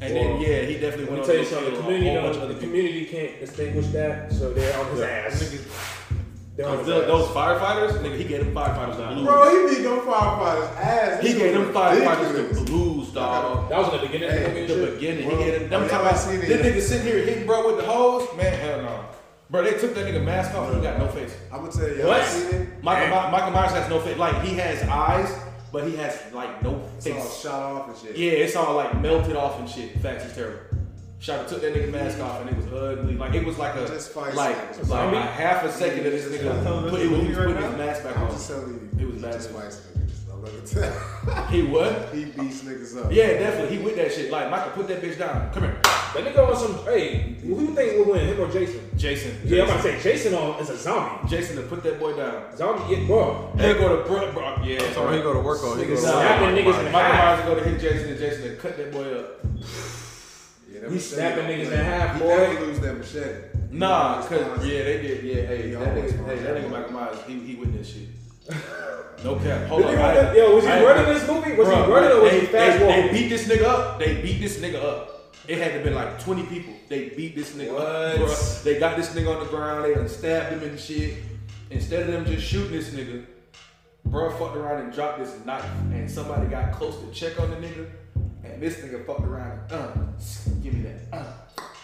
Speaker 2: And
Speaker 4: Well,
Speaker 2: then yeah, he definitely went
Speaker 4: Let me
Speaker 2: on
Speaker 4: tell
Speaker 2: to
Speaker 4: you
Speaker 2: go
Speaker 4: something. The
Speaker 2: kill
Speaker 4: community,
Speaker 2: a whole bunch of
Speaker 4: don't,
Speaker 2: other
Speaker 4: the
Speaker 2: people.
Speaker 4: community can't distinguish that, so they're on his ass.
Speaker 2: Niggas-
Speaker 4: They're on
Speaker 2: Cause
Speaker 4: his
Speaker 2: the-
Speaker 4: ass.
Speaker 2: those firefighters, nigga, he gave them firefighters the blues.
Speaker 1: Bro, he beat them firefighters ass.
Speaker 2: he
Speaker 1: This
Speaker 2: gave
Speaker 1: was
Speaker 2: them firefighters
Speaker 1: ridiculous.
Speaker 2: the blues, dog.
Speaker 4: That was in the beginning of the movie
Speaker 2: In
Speaker 4: and
Speaker 2: the
Speaker 4: shit.
Speaker 2: beginning,
Speaker 1: Bro,
Speaker 2: he gave them. them
Speaker 1: I
Speaker 2: time
Speaker 1: never
Speaker 2: out-
Speaker 1: seen it.
Speaker 2: This nigga sitting here hitting bro with the hose, man, hell no. Bro, they took that nigga mask off. He got no face.
Speaker 1: I'm gonna tell you, y'all
Speaker 2: What?
Speaker 1: seen it?
Speaker 2: Michael, My- Michael Myers has no face. Like he has eyes, but he has like no
Speaker 1: It's all
Speaker 2: face.
Speaker 1: shot off and shit.
Speaker 2: Yeah, it's all like melted off and shit. Facts is terrible. Shot took that nigga mask off and it was ugly. Like it was like a
Speaker 1: Just fight
Speaker 2: like
Speaker 1: scenes.
Speaker 2: like
Speaker 4: Zombie?
Speaker 2: a half a second of this nigga put, it was, he was putting his mask back
Speaker 1: I'm just
Speaker 2: on.
Speaker 1: telling you,
Speaker 2: It was
Speaker 1: he
Speaker 2: bad
Speaker 1: Just
Speaker 2: news.
Speaker 1: fights niggas. I'm gonna tell
Speaker 2: He what?
Speaker 1: you. He beats niggas up.
Speaker 2: Yeah, definitely. He with that shit. Like Michael, put that bitch down. Come here,
Speaker 4: That nigga on some. Hey, who you think will win, him or Jason?
Speaker 2: Jason.
Speaker 4: Yeah, I'm about to say Jason on is a zombie.
Speaker 2: Jason to put that boy down.
Speaker 4: Zombie, yeah, bro.
Speaker 2: He go to bro, bro yeah.
Speaker 5: So he go to work on. He go to
Speaker 2: Nah,
Speaker 5: work.
Speaker 4: Snapping niggas in
Speaker 2: Michael
Speaker 4: half.
Speaker 2: Myers go to hit Jason and Jason to cut that boy up.
Speaker 1: Yeah, that
Speaker 4: He
Speaker 1: machete
Speaker 4: snapping
Speaker 1: don't
Speaker 4: niggas
Speaker 1: play.
Speaker 4: in half,
Speaker 1: He
Speaker 4: boy.
Speaker 1: definitely lose that machete.
Speaker 2: Nah,
Speaker 1: He
Speaker 2: cause
Speaker 1: responds.
Speaker 2: yeah, they did. Yeah, hey,
Speaker 1: He
Speaker 2: that
Speaker 1: always
Speaker 2: nigga, hey, that
Speaker 1: responds.
Speaker 2: nigga Michael Myers, he, he with this shit. No cap. Hold
Speaker 4: Did
Speaker 2: on.
Speaker 4: he
Speaker 2: I-
Speaker 4: run it? Yo, was he
Speaker 2: I-
Speaker 4: running this movie? Was
Speaker 2: Bruh,
Speaker 4: he running or was
Speaker 2: they,
Speaker 4: he
Speaker 2: they,
Speaker 4: fast
Speaker 2: they
Speaker 4: walking?
Speaker 2: beat this nigga up. They beat this nigga up. It had to been like 20 people. They beat this nigga up.
Speaker 4: What?
Speaker 2: bruh. They got this nigga on the ground. They done stabbed him and shit. Instead of them just shooting this nigga, bruh fucked around and dropped this knife. And somebody got close to check on the nigga. And this nigga fucked around. Uh, give me that. Uh,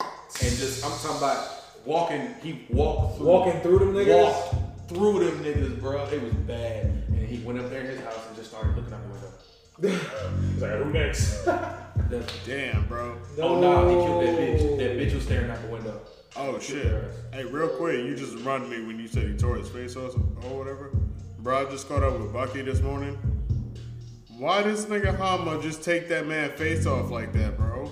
Speaker 2: and just, I'm talking about walking. He walked through.
Speaker 4: Walking through them niggas?
Speaker 2: Walked through them niggas, bro. It was bad. And he went up there in his house and just started looking out the window.
Speaker 4: He's like, who next?
Speaker 3: Damn, bro.
Speaker 2: Oh nah, he killed that bitch. That bitch was staring out the window.
Speaker 3: Oh shit. Hey, real quick, you just reminded me when you said he tore his face off or whatever. Bro, I just caught up with Bucky this morning. Why this nigga Hama just take that man face off like that, bro?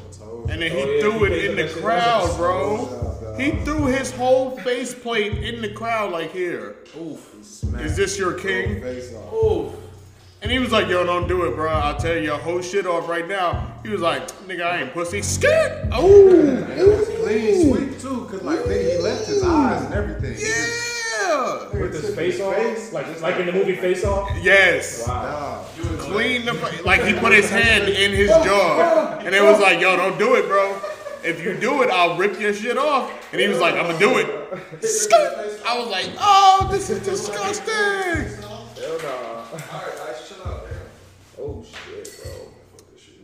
Speaker 3: And then he
Speaker 4: Oh, yeah,
Speaker 3: threw
Speaker 4: he
Speaker 3: it in
Speaker 4: did.
Speaker 3: the crowd,
Speaker 1: Oh,
Speaker 3: bro.
Speaker 1: God.
Speaker 3: He threw his whole face plate in the crowd like here.
Speaker 1: He smacked
Speaker 3: Is this your king?
Speaker 1: his Face off.
Speaker 2: Oh,
Speaker 3: And he was like, yo, don't do it, bro. I'll tell you your whole shit off right now. He was like, nigga, I ain't pussy. Skit! Oh!
Speaker 1: It was clean sweep too, cause like they, he left his eyes and everything. He just-
Speaker 3: Yeah!
Speaker 1: he
Speaker 4: With his
Speaker 1: took
Speaker 4: face off? Like, like in the movie Face Off?
Speaker 3: Yes.
Speaker 4: Wow.
Speaker 1: Nah,
Speaker 3: Clean the fu- like he put his hand in his jaw, and it was like, "Yo, don't do it, bro. If you do it, I'll rip your shit off." And he was like, "I'm gonna do it." Scoot. I was like, "Oh, this is disgusting."
Speaker 4: Hell nah. Oh shit,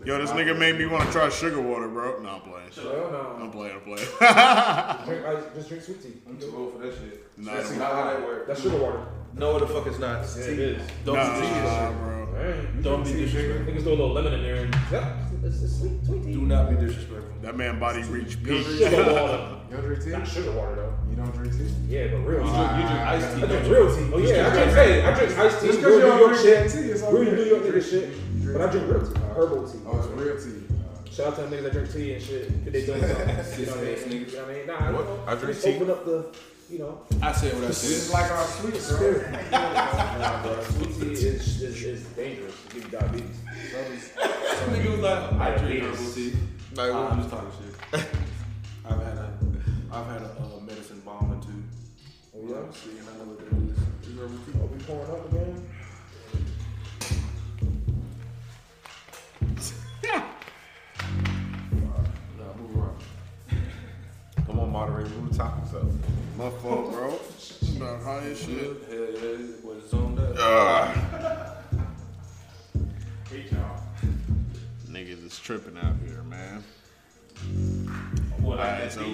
Speaker 3: Yo, this nigga made me want to try sugar water, bro. No, I'm playing.
Speaker 4: bro. Hell nah.
Speaker 3: I'm playing. I'm playing.
Speaker 4: Drink, I just drink sweet tea.
Speaker 2: I'm too old for that shit.
Speaker 3: Nah,
Speaker 2: That's
Speaker 3: it
Speaker 2: not how that works.
Speaker 4: That's sugar water.
Speaker 2: No, the fuck it's not. It's tea. Don't
Speaker 3: nah,
Speaker 2: do
Speaker 3: nah, bro.
Speaker 4: Man,
Speaker 2: Don't be disrespectful.
Speaker 4: niggas throw a little lemon in there and yep, it's a sweet sweet
Speaker 2: Do
Speaker 4: tea.
Speaker 2: not be disrespectful.
Speaker 3: That man body reached peak.
Speaker 4: Sugar water.
Speaker 1: you don't drink tea.
Speaker 4: Not sugar water though.
Speaker 1: You don't drink tea.
Speaker 4: Yeah, but real.
Speaker 2: You drink iced tea.
Speaker 4: I drink
Speaker 2: don't you?
Speaker 4: real tea. Oh yeah, I drink. Hey, I drink iced tea.
Speaker 1: Just 'cause
Speaker 4: real
Speaker 1: you don't
Speaker 4: New York
Speaker 1: drink that
Speaker 4: shit.
Speaker 1: tea, it's all
Speaker 4: Real
Speaker 1: good.
Speaker 4: New York nigga shit. But I drink real tea. Herbal tea.
Speaker 1: Oh, it's real tea.
Speaker 4: Shout out to them niggas that drink tea and shit. 'cause They doing something. You know what I mean? You know what I mean? Nah, you know,
Speaker 5: I drink
Speaker 4: just
Speaker 5: tea.
Speaker 4: Open up the, you know,
Speaker 2: I said what I said.
Speaker 1: It's like our sweets, bro.
Speaker 4: spirit. nah, bro. Sweet tea is, is, is dangerous. It give you diabetes.
Speaker 2: Some nigga was like, I drink
Speaker 4: Diabetes.
Speaker 2: herbal tea.
Speaker 5: Like,
Speaker 2: Nah, I'm
Speaker 5: what-
Speaker 2: just talking shit. I've had a, I've had a uh, medicine bomb or two.
Speaker 4: Oh, yeah?
Speaker 2: See, and I know what that is. You herbal tea.
Speaker 4: Are we pouring up again?
Speaker 2: Nah, move around.
Speaker 5: Come on, moderator, move the topics up.
Speaker 3: My fault, bro. About high as shit.
Speaker 2: Hell yeah, it was zoned up.
Speaker 3: Ah.
Speaker 2: Hey, y'all.
Speaker 3: Niggas is tripping out here, man.
Speaker 4: What, like
Speaker 3: Alright, so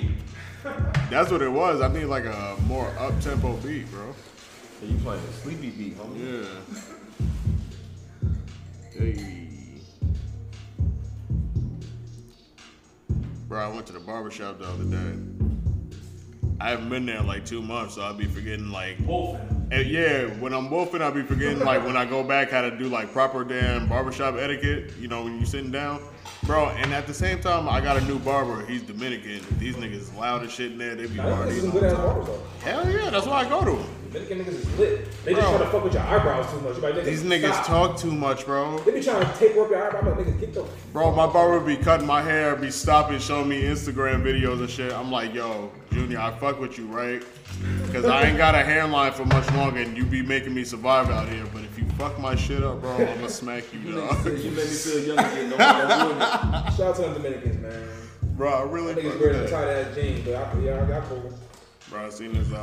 Speaker 3: that's what it was. I need like a more up tempo beat, bro.
Speaker 5: Hey, you playing a sleepy beat, homie?
Speaker 3: Yeah. Hey. Bro, I went to the barbershop the other day. I haven't been there in like two months, so I'll be forgetting like
Speaker 2: Wolfen.
Speaker 3: Eh, yeah, when I'm wolfing, I'll be forgetting like when I go back how to do like proper damn barbershop etiquette. You know, when you sitting down, bro. And at the same time, I got a new barber. He's Dominican. These niggas loud as shit in there. They be
Speaker 4: Nah, these niggas
Speaker 3: partying.
Speaker 4: some good ass
Speaker 3: all
Speaker 4: barbers though.
Speaker 3: the- Hell yeah, that's why I go to him.
Speaker 4: Dominican niggas is lit. They just
Speaker 3: Bro.
Speaker 4: try to fuck with your eyebrows too much. You like, nigga,
Speaker 3: These niggas
Speaker 4: stop.
Speaker 3: talk too much, bro.
Speaker 4: They be trying to tape up your eyebrow. I'm like, nigga, get the.
Speaker 3: Bro, my barber be cutting my hair, be stopping, showing me Instagram videos and shit. I'm like, yo, Junior, I fuck with you, right? Because I ain't got a hairline for much longer, and you be making me survive out here. But if you fuck my shit up, bro, I'ma smack you, dog.
Speaker 2: You made me feel young again. Don't don't do it.
Speaker 4: Shout out to them Dominicans, man.
Speaker 3: Bro, I really
Speaker 4: Niggas
Speaker 3: fuck
Speaker 4: wearing the
Speaker 3: with
Speaker 4: tight ass jeans, but I, yeah, I got cool.
Speaker 3: Bro, I seen this. Uh,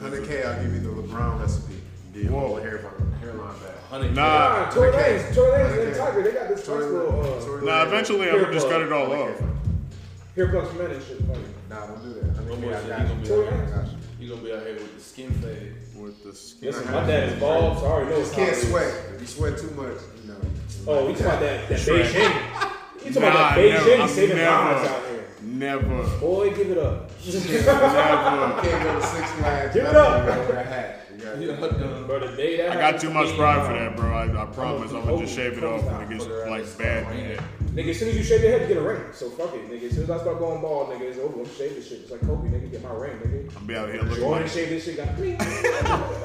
Speaker 1: 100K, I'll give you the LeBron recipe. Get Whoa. hair from hairline back.
Speaker 3: nah,
Speaker 4: Nah, Tory Lanez, Tory Lanez and
Speaker 1: Okay.
Speaker 4: Tiger, they got this
Speaker 1: Tory
Speaker 4: first
Speaker 1: Lanez-
Speaker 4: little uh,
Speaker 1: Tory
Speaker 3: nah.
Speaker 1: Lanez.
Speaker 3: Eventually, I'm
Speaker 4: Here,
Speaker 3: gonna just cut it all off.
Speaker 4: hair plugs for men and shit. Like,
Speaker 1: Nah, don't do that.
Speaker 2: One
Speaker 1: 100K,
Speaker 2: more
Speaker 1: I
Speaker 2: shit,
Speaker 1: got you.
Speaker 2: he gonna be
Speaker 4: Tory
Speaker 2: out here-
Speaker 1: I got you.
Speaker 2: he gonna be out here with the skin fade.
Speaker 3: With the skin.
Speaker 4: listen, my dad is bald, so I already know.
Speaker 1: Just can't sweat. If you sweat too much, you know.
Speaker 4: Oh, we talking about that, that Beijing. You talking
Speaker 3: Nah,
Speaker 4: about that
Speaker 3: never.
Speaker 4: Beijing
Speaker 3: I'm
Speaker 4: saving
Speaker 3: never.
Speaker 4: lives out here.
Speaker 3: Never,
Speaker 4: Boy, give it up.
Speaker 3: never.
Speaker 1: Can't go to Six Flags.
Speaker 4: Give it
Speaker 1: nothing,
Speaker 4: up.
Speaker 1: you gotta wear a hat. You gotta-
Speaker 2: Yeah, done.
Speaker 4: Bro, the day that
Speaker 3: I got
Speaker 4: happened
Speaker 3: too
Speaker 4: to uh,
Speaker 3: much
Speaker 4: me,
Speaker 3: pride for that, bro. I, I promise. I'm gonna just
Speaker 4: Oh,
Speaker 3: shave it off when it gets like bad.
Speaker 4: Nigga, as soon as you shave your head, you get a ring. So fuck it, nigga. As soon as I start going bald, nigga, it's over. I'm shave this shit. It's like Kobe, nigga, get my ring, nigga.
Speaker 3: I'm gonna be out here looking
Speaker 4: Jordan
Speaker 3: like.
Speaker 4: shaved this shit, got me.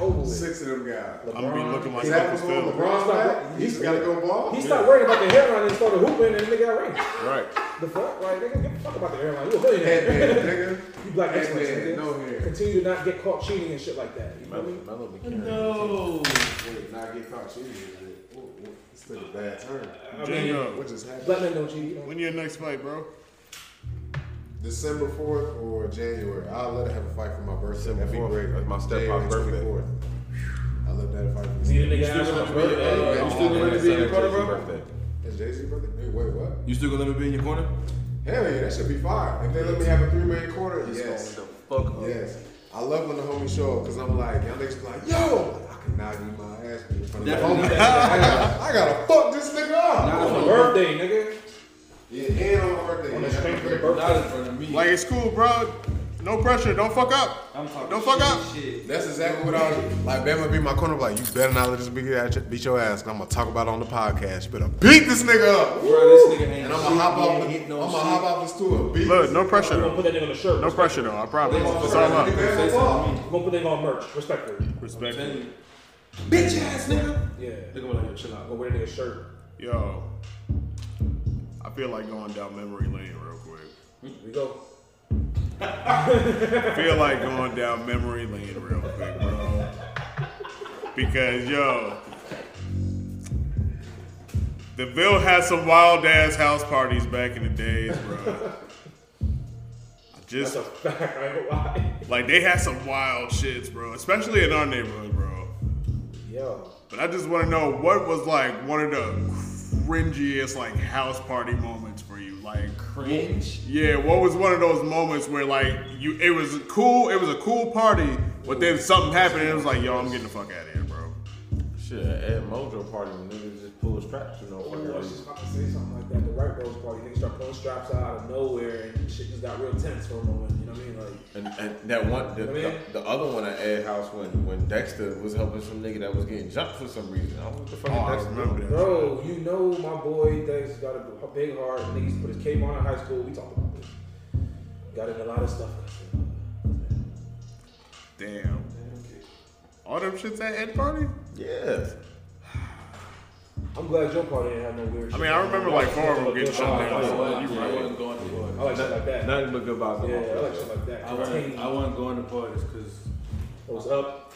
Speaker 4: over with.
Speaker 1: Six of them guys.
Speaker 3: I'm gonna be looking like
Speaker 1: See, that
Speaker 3: Uncle
Speaker 1: was going
Speaker 3: Phil.
Speaker 1: LeBron's back. You just gotta go ball.
Speaker 4: He stopped worrying about the hairline and started hooping, and the nigga got ring.
Speaker 5: Right.
Speaker 4: The fuck, like nigga, give a fuck about the hairline. You a
Speaker 1: Headband,
Speaker 4: millionaire.
Speaker 1: nigga.
Speaker 4: you black excellence,
Speaker 1: Headband,
Speaker 4: nigga.
Speaker 1: no hair.
Speaker 4: Continue to not get caught cheating and shit like that. You feel me?
Speaker 2: No.
Speaker 1: Wait, now I get caught cheating. Ooh, ooh, This took a bad turn.
Speaker 3: Django,
Speaker 1: What just happened?
Speaker 4: Black men don't cheat. You know?
Speaker 3: when your next fight, bro?
Speaker 1: December 4th or January? I'll let it have a fight for my birthday.
Speaker 5: December
Speaker 1: That'd be
Speaker 5: 4th.
Speaker 1: great.
Speaker 5: That's my
Speaker 1: January
Speaker 5: stepfather's birthday.
Speaker 1: 24th. I'll let that fight for
Speaker 4: See
Speaker 1: me.
Speaker 4: the nigga ass on his birthday.
Speaker 1: uh,
Speaker 2: You still gonna let me be in your corner, bro?
Speaker 5: birthday.
Speaker 1: Is Jay Z birthday? Hey, wait, what?
Speaker 2: You still gonna let me be in your corner?
Speaker 1: Hell yeah, that should be fire. If they let me have a three man quarter, yes.
Speaker 2: Yes. Fuck up.
Speaker 1: Yes. I love when the homies show up because I'm like, y'all niggas be like, yo, I cannot eat my ass beat in front of the
Speaker 2: Definitely.
Speaker 1: homies. I, gotta, I gotta fuck this nigga
Speaker 2: Not
Speaker 1: up.
Speaker 2: on
Speaker 4: On
Speaker 2: my
Speaker 4: my birthday, nigga.
Speaker 1: Yeah, and on my birthday.
Speaker 4: On the
Speaker 1: yeah.
Speaker 4: strength of the
Speaker 2: Not in
Speaker 4: birthday.
Speaker 2: front of me.
Speaker 3: Like it's cool, bro. No pressure. Don't fuck up.
Speaker 2: I'm talking
Speaker 3: Don't fuck
Speaker 2: shit,
Speaker 3: up.
Speaker 2: Shit.
Speaker 1: That's exactly what I was like. Bama be in my corner, like, you better not let this nigga beat your ass. And I'm gonna talk about it on the podcast. You better beat this nigga up.
Speaker 2: Bro, this nigga ain't
Speaker 1: And I'm gonna hop
Speaker 2: shit. He
Speaker 1: off
Speaker 2: ain't
Speaker 1: the,
Speaker 2: hit
Speaker 1: I'm
Speaker 2: no
Speaker 1: gonna
Speaker 2: shit.
Speaker 1: hop off the stool and beat.
Speaker 3: Look, no pressure
Speaker 4: I'm gonna put
Speaker 3: though.
Speaker 4: that nigga on the shirt.
Speaker 3: No pressure though. I promise. It's all
Speaker 1: Sorry,
Speaker 3: up.
Speaker 1: nigga,
Speaker 2: Say
Speaker 1: that's all.
Speaker 2: something.
Speaker 4: I'm gonna put that nigga on merch. Respectfully.
Speaker 3: Respect.
Speaker 2: Tell
Speaker 3: it.
Speaker 2: you. Bitch ass nigga.
Speaker 4: Yeah.
Speaker 2: Look at what I chill
Speaker 4: I'm
Speaker 2: out.
Speaker 4: gonna wear that nigga shirt.
Speaker 3: Yo, I feel like going down memory lane real quick.
Speaker 4: Here we go.
Speaker 3: I feel like going down memory lane real quick, bro. Because yo, the Ville had some wild ass house parties back in the days, bro. I
Speaker 4: That's
Speaker 3: just
Speaker 4: a fact. I ain't gonna lie.
Speaker 3: like they had some wild shits, bro. Especially in our neighborhood, bro.
Speaker 4: Yo.
Speaker 3: But I just want to know what was like one of the cringiest like house party moments for you, like.
Speaker 2: Cringe.
Speaker 3: Yeah, what was one of those moments where like you it was cool, it was a cool party, but then something happened and it was like, yo, I'm getting the fuck out of here, bro.
Speaker 5: Shit, at Mojo party, when niggas just pull the straps, you know.
Speaker 4: Ooh,
Speaker 5: fucking
Speaker 4: I was
Speaker 5: reason.
Speaker 4: just about to say something like that. The White Rose party, niggas start pulling straps out of nowhere and shit just got real tense for a moment. You know what I mean? Like,
Speaker 5: And, and that one, the,
Speaker 4: I mean-
Speaker 5: the, the other one at Ed House when when Dexter was helping some nigga that was getting jumped for some reason. I don't know what the fuck
Speaker 3: Oh, I
Speaker 5: Dexter
Speaker 3: remember
Speaker 5: doing.
Speaker 3: that.
Speaker 4: bro, you know my boy that's got a big heart. Niggas used to put his cape on in high school. We talked about this. Got in a lot of stuff.
Speaker 3: Damn. All them shits at Ed Party?
Speaker 5: Yeah.
Speaker 4: I'm glad your party didn't have no weird
Speaker 3: I
Speaker 4: shit.
Speaker 3: mean, I remember like four of them getting shot
Speaker 2: I
Speaker 3: down.
Speaker 2: wasn't I wasn't going to parties.
Speaker 4: I like shit like that.
Speaker 5: Nothing but good vibes.
Speaker 4: Yeah, I like
Speaker 5: Yeah,
Speaker 4: shit like that.
Speaker 2: I wasn't,
Speaker 4: Contained.
Speaker 2: I wasn't going to parties because
Speaker 4: It was up.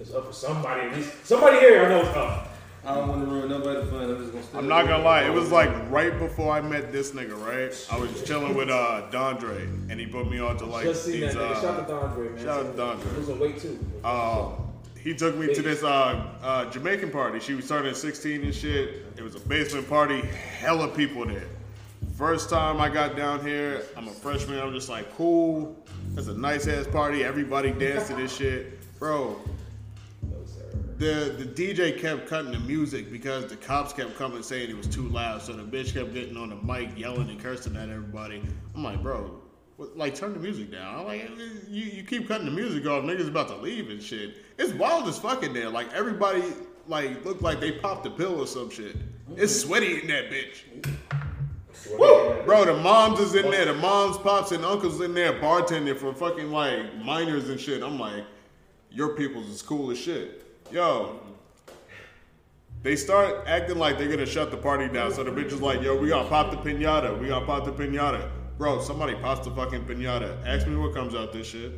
Speaker 4: It's up for somebody at least. Somebody here, I know it's up.
Speaker 2: I don't want to ruin nobody's fun. I'm just going to
Speaker 3: I'm not gonna lie, it was like right before I met this nigga, right? I was chilling with uh Dondre and he put me on to like
Speaker 4: Just seen
Speaker 3: these
Speaker 4: that nigga. Shout out
Speaker 3: uh
Speaker 4: to Dondre, man.
Speaker 3: shout out to Dondre.
Speaker 4: He was on weight too.
Speaker 3: um, he took me to this uh, uh, Jamaican party. She was turning 16 and shit. It was a basement party, hella people there. First time I got down here, I'm a freshman. I'm just like, cool. That's a nice ass party. Everybody danced to this shit, bro.
Speaker 4: No, sir.
Speaker 3: The the DJ kept cutting the music because the cops kept coming saying it was too loud. So the bitch kept getting on the mic, yelling and cursing at everybody. I'm like, bro, what, like turn the music down. I'm like, you, you keep cutting the music off, niggas about to leave and shit. It's wild as fuck in there. Like everybody like looked like they popped a pill or some shit. It's sweaty in that bitch. Woo! Bro, the moms is in there. The moms, pops, and uncles in there bartending for fucking like minors and shit. I'm like, your people's is cool as shit. Yo, they start acting like they're gonna shut the party down. So the bitch is like, yo, we gotta pop the pinata. We gotta pop the pinata. Bro, somebody pops the fucking pinata. Ask me what comes out this shit.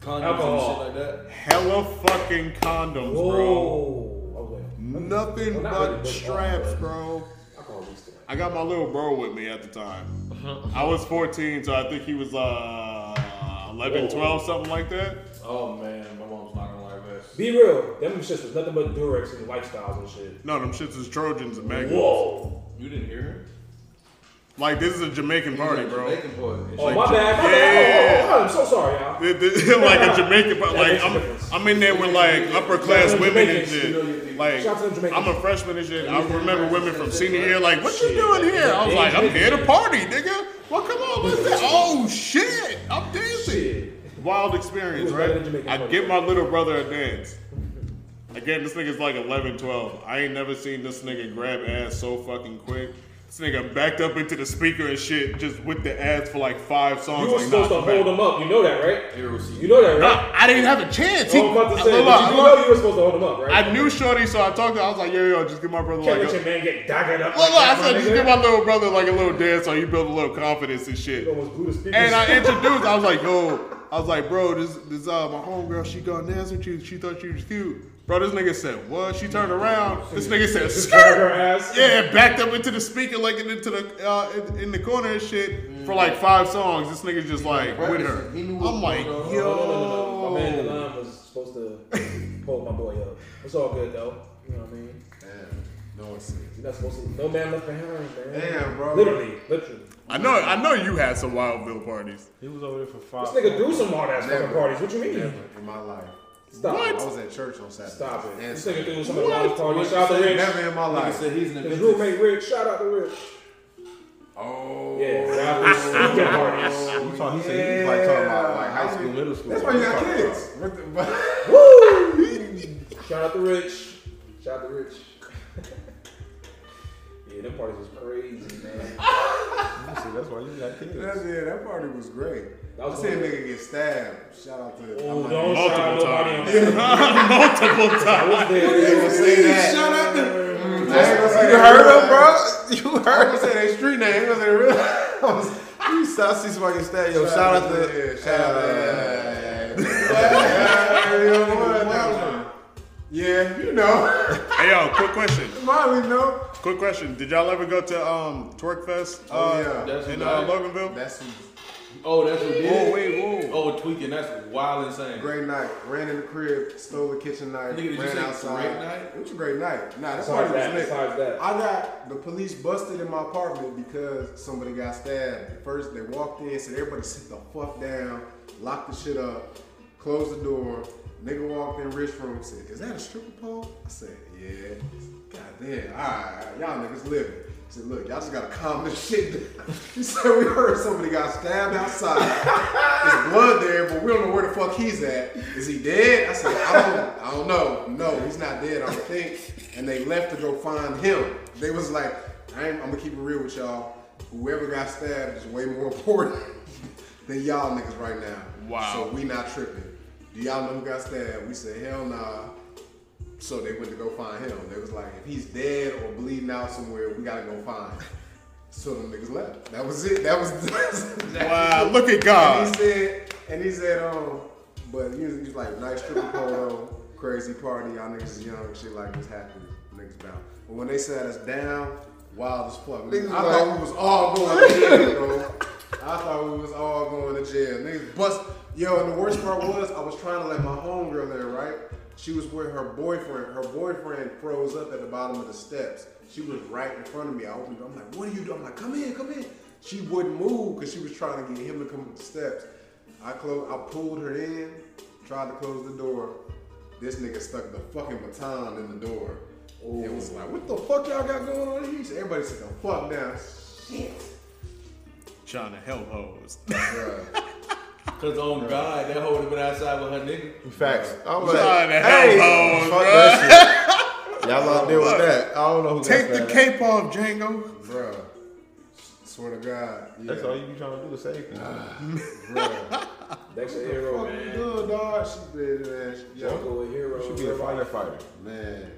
Speaker 2: Condoms
Speaker 4: Alcohol.
Speaker 2: and shit like that.
Speaker 3: Hella fucking condoms, bro.
Speaker 4: Whoa. I was like,
Speaker 3: Nothing but straps, bro.
Speaker 4: I call these two.
Speaker 3: I got my
Speaker 4: Uh-huh.
Speaker 3: little bro with me at the time. I was 14, so I think he was uh
Speaker 8: 11, 12, something like that.
Speaker 2: Oh man, my mom's not gonna like this.
Speaker 4: Be real, them shits was nothing but Durex and lifestyles and shit.
Speaker 3: No, them shits is Trojans and Magnums.
Speaker 4: Whoa.
Speaker 2: You didn't hear her?
Speaker 3: Like this is a Jamaican party,
Speaker 2: Like
Speaker 3: bro.
Speaker 2: Jamaican boy. And she-
Speaker 4: Oh, my bad. My bad. Oh, oh, oh, I'm so sorry, y'all.
Speaker 3: It- it- like a Jamaican, but
Speaker 4: That
Speaker 3: like
Speaker 4: makes a
Speaker 3: I'm,
Speaker 4: difference.
Speaker 3: I'm in there with like upper class
Speaker 4: Shout out to
Speaker 3: women and
Speaker 4: Jamaicans, you know
Speaker 3: shit. Like
Speaker 4: Shout out to them Jamaicans.
Speaker 3: I'm a freshman and shit. I remember women from senior year like, "What you doing here?" I was
Speaker 4: Yeah,
Speaker 3: like, "I'm
Speaker 4: Jamaicans.
Speaker 3: here to party, nigga." Well, come on, what's that? Oh shit, I'm dancing. Wild experience,
Speaker 4: Who's
Speaker 3: right?
Speaker 4: better than Jamaican
Speaker 3: I
Speaker 4: folk?
Speaker 3: give my little brother a dance. Again, this nigga's like 11, 12. I ain't never seen this nigga grab ass so fucking quick. This nigga backed up into the speaker and shit, just whipped the ass for like five songs.
Speaker 4: You were
Speaker 3: like,
Speaker 4: supposed to
Speaker 3: knocked back.
Speaker 4: hold them up. You know that, right? You know that,
Speaker 3: Nah,
Speaker 4: right?
Speaker 3: I didn't have a chance.
Speaker 4: I was about to say,
Speaker 3: look,
Speaker 4: but you
Speaker 3: look,
Speaker 4: know you were supposed to hold him up, right?
Speaker 3: I knew Shorty, so I talked to her. I was like, yo, yo, just give my brother
Speaker 4: Can't
Speaker 3: like
Speaker 4: let
Speaker 3: a.
Speaker 4: your man get daggered up.
Speaker 3: Look, look,
Speaker 4: like
Speaker 3: I
Speaker 4: that,
Speaker 3: said,
Speaker 4: my
Speaker 3: just
Speaker 4: nigga.
Speaker 3: give my little brother like a little dance so he build a little confidence and shit.
Speaker 4: You almost blew the speakers.
Speaker 3: And I introduced, I was like, yo, I was like, bro, this, this, uh, my homegirl, she gonna dance with you. She thought you was cute. Bro, this nigga said, what? She turned around. This nigga said,
Speaker 4: Just
Speaker 3: skirt.
Speaker 4: her ass.
Speaker 3: Yeah, it backed up into the speaker, like into the uh, in, in the corner and shit for like five songs. This nigga's just like with her.
Speaker 1: He knew what
Speaker 3: I'm
Speaker 1: was
Speaker 3: like,
Speaker 1: going on.
Speaker 4: No, no, no, no, no. My man,
Speaker 3: yo.
Speaker 4: Delon was supposed to pull my boy up. It's all good, though. You know what I mean?
Speaker 1: Damn, no one said.
Speaker 4: You're not supposed to. No man left behind, man.
Speaker 1: Damn, bro.
Speaker 4: Literally, literally.
Speaker 3: I know, I know you had some Wildville parties.
Speaker 8: He was over there for five.
Speaker 4: This nigga threw some hard ass fucking
Speaker 1: Never.
Speaker 4: parties. What you mean?
Speaker 1: Never in my life.
Speaker 4: Stop.
Speaker 1: I
Speaker 4: What?
Speaker 1: was at church on Saturday.
Speaker 4: Stop it.
Speaker 1: And
Speaker 4: This nigga threw some hard parties.
Speaker 2: What
Speaker 4: Shout out
Speaker 2: you
Speaker 4: to
Speaker 2: said?
Speaker 4: Rich.
Speaker 1: Never in my
Speaker 2: Nigga
Speaker 1: life.
Speaker 2: said he's an
Speaker 4: His
Speaker 2: inventor.
Speaker 4: roommate Rich. Shout out to Rich.
Speaker 1: Oh.
Speaker 4: Yeah, that was weekend parties.
Speaker 8: He thought he said
Speaker 5: He's like talking about like high school, middle school.
Speaker 1: That's why you got kids. What the- but-
Speaker 4: Shout out to Rich. Shout out to Rich. yeah, them parties was crazy, man.
Speaker 8: That's why you got kids.
Speaker 1: That's yeah, that party was great.
Speaker 4: That was
Speaker 1: I seen a
Speaker 4: great.
Speaker 1: nigga get stabbed. Shout out to.
Speaker 4: Oh,
Speaker 1: I'm
Speaker 4: don't
Speaker 1: like,
Speaker 4: shout out
Speaker 3: Multiple
Speaker 4: nobody on that.
Speaker 3: Multiple times.
Speaker 4: I was there.
Speaker 1: they gonna say that. Mm-hmm. Shout out to.
Speaker 5: You heard him, bro. You
Speaker 1: I
Speaker 5: heard
Speaker 1: was
Speaker 5: him.
Speaker 1: gonna say their street name. It was their real. I was-
Speaker 5: You saw see somebody stat. Yo, shout out to.
Speaker 1: Yeah, shout out uh, to. Yeah, Yeah, you know.
Speaker 3: Hey yo, quick question.
Speaker 1: Molly, know.
Speaker 3: Quick question. Did y'all ever go to um Twerk Fest uh,
Speaker 1: Oh, yeah.
Speaker 2: That's
Speaker 3: in
Speaker 2: what
Speaker 3: uh,
Speaker 2: I-
Speaker 3: Loganville?
Speaker 1: That's
Speaker 2: Oh, that's what
Speaker 3: Oh
Speaker 2: did. it?
Speaker 3: wait, whoa.
Speaker 2: Oh, tweaking. That's wild
Speaker 1: a
Speaker 2: insane.
Speaker 1: great night. Ran in the crib, stole the kitchen knife,
Speaker 2: Nigga, did you
Speaker 1: ran
Speaker 2: say
Speaker 1: outside.
Speaker 2: great night?
Speaker 1: It was a great night. Nah, that
Speaker 4: Besides
Speaker 1: party was
Speaker 4: that,
Speaker 1: lit.
Speaker 4: besides that.
Speaker 1: I got the police busted in my apartment because somebody got stabbed. First, they walked in, said everybody sit the fuck down, lock the shit up, close the door. Nigga walked in Rich room, said, "Is that a stripper pole?" I said, "Yeah." God damn, all right, y'all niggas living. He said, "Look, y'all just gotta calm this shit down." He said, "We heard somebody got stabbed outside. There's blood there, but we don't know where the fuck he's at. Is he dead?" I said, "I don't." I don't know. No, he's not dead. I don't think. And they left to go find him. They was like, I ain't, I'm gonna keep it real with y'all. Whoever got stabbed is way more important than y'all niggas right now.
Speaker 3: Wow.
Speaker 1: So we not tripping. Do y'all know who got stabbed? We said hell nah. So they went to go find him. They was like, if he's dead or bleeding out somewhere, we gotta go find. him. So them niggas left. That was it. That was. that
Speaker 3: Wow, look at
Speaker 1: and
Speaker 3: God.
Speaker 1: he said, and he said, um, but he was, he was like, nice triple photo, crazy party, y'all niggas is young, shit like this happens, niggas bound. But when they sat us down, wild as fuck. Niggas, I thought we was all going to jail, bro. I thought we was all going to jail. Niggas bust. Yo, and the worst part was, I was trying to let my homegirl in, right? She was with her boyfriend. Her boyfriend froze up at the bottom of the steps. She was right in front of me. I opened. I'm like, "What are you doing?" I'm like, "Come in, come in." She wouldn't move because she was trying to get him to come up the steps. I closed. I pulled her in. Tried to close the door. This nigga stuck the fucking baton in the door. It was like, "What the fuck y'all got going on here?" He said, Everybody said, "The fuck down."
Speaker 3: Trying to help hoes.
Speaker 1: Bruh.
Speaker 2: Cause on God, that hoe would've been outside with her nigga.
Speaker 5: Facts. I'm like,
Speaker 3: Trying to help
Speaker 5: hey,
Speaker 3: hoes,
Speaker 5: fuck
Speaker 3: bruh.
Speaker 5: that shit. Y'all out there with that? I don't know who
Speaker 3: Take the
Speaker 5: got that.
Speaker 3: cape off, Django.
Speaker 1: Bruh. Swear to God. Yeah.
Speaker 5: That's all you be trying to do to save people.
Speaker 1: Bruh.
Speaker 4: Next to Hero,
Speaker 1: Fucking
Speaker 4: man.
Speaker 1: good, dog. She been, man. She-
Speaker 4: Jungle with Hero.
Speaker 5: You should be a firefighter.
Speaker 1: Man,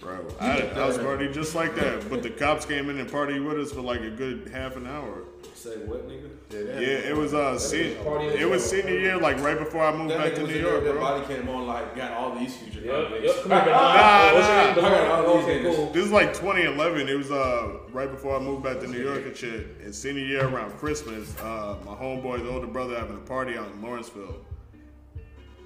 Speaker 3: Bro, I, I was partying just like that, but the cops came in and partied with us for like a good half an hour.
Speaker 2: Say what, nigga?
Speaker 3: Yeah, it was uh, sen- it was senior year, like right before I moved
Speaker 2: That
Speaker 3: back
Speaker 2: nigga
Speaker 3: to
Speaker 2: was
Speaker 3: New
Speaker 2: in there,
Speaker 3: York,
Speaker 2: that
Speaker 3: bro.
Speaker 2: body came on like got all these future
Speaker 4: Yep,
Speaker 2: projects.
Speaker 4: yep. Come here,
Speaker 3: Nah,
Speaker 4: What's your
Speaker 3: nah.
Speaker 4: name?
Speaker 2: I got all
Speaker 4: DeLon?
Speaker 2: these
Speaker 4: Okay,
Speaker 2: niggas.
Speaker 4: cool.
Speaker 3: This is like 2011. It was uh right before I moved back to New York and shit. And senior year around Christmas, uh, my homeboy's older brother having a party out in Lawrenceville.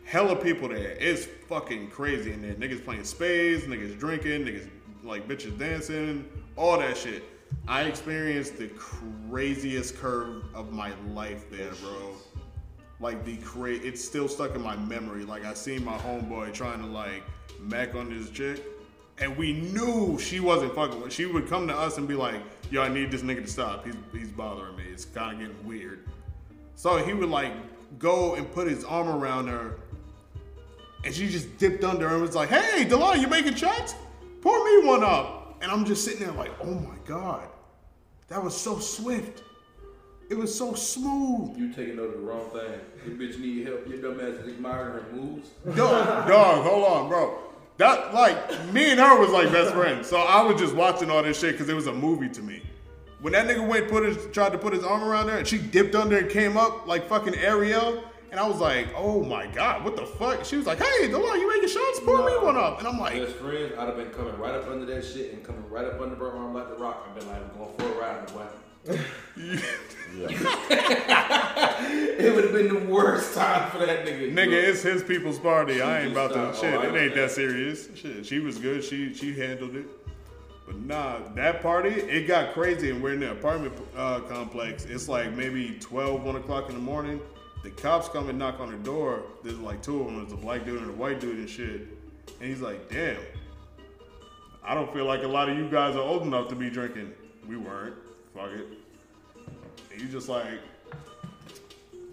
Speaker 3: Hella people there. It's fucking crazy in there. Niggas playing spades, niggas drinking, niggas like bitches dancing, all that shit. I experienced the craziest curve of my life there, bro. Like the cra it's still stuck in my memory. Like I seen my homeboy trying to like mac on this chick, and we knew she wasn't fucking with. She would come to us and be like, "Yo, I need this nigga to stop. He's he's bothering me. It's kind of getting weird." So he would like go and put his arm around her, and she just dipped under and was like, "Hey, Delon, you making shots? Pour me one up." And I'm just sitting there like, "Oh my god, that was so swift. It was so smooth."
Speaker 2: You taking over the wrong thing. Your bitch need help. Your dumb ass is admiring her moves.
Speaker 3: dog, dog, hold on, bro. That like me and her was like best friends. So I was just watching all this shit because it was a movie to me. When that nigga went put his tried to put his arm around her and she dipped under and came up like fucking Ariel. And I was like, oh my god, what the fuck? She was like, hey, Delon, you making shots? Pour me one up. And I'm like,
Speaker 2: Best friends, I'd have been coming right up under that shit and coming right up under her arm like the rock. I've been like, I'm going for a ride, boy. it would have been the worst time for that nigga.
Speaker 3: Nigga, it's his people's party. I ain't about to
Speaker 2: just, uh,
Speaker 3: shit.
Speaker 2: oh, I
Speaker 3: It ain't
Speaker 2: understand.
Speaker 3: that serious. Shit, she was good. She she handled it. But nah, that party it got crazy, and we're in the apartment uh, complex. It's like maybe 12, 1 o'clock in the morning. The cops come and knock on the door. There's like two of them. There's a black dude and a white dude and shit. And he's like, "Damn, I don't feel like a lot of you guys are old enough to be drinking. We weren't. Fuck it." And you just like,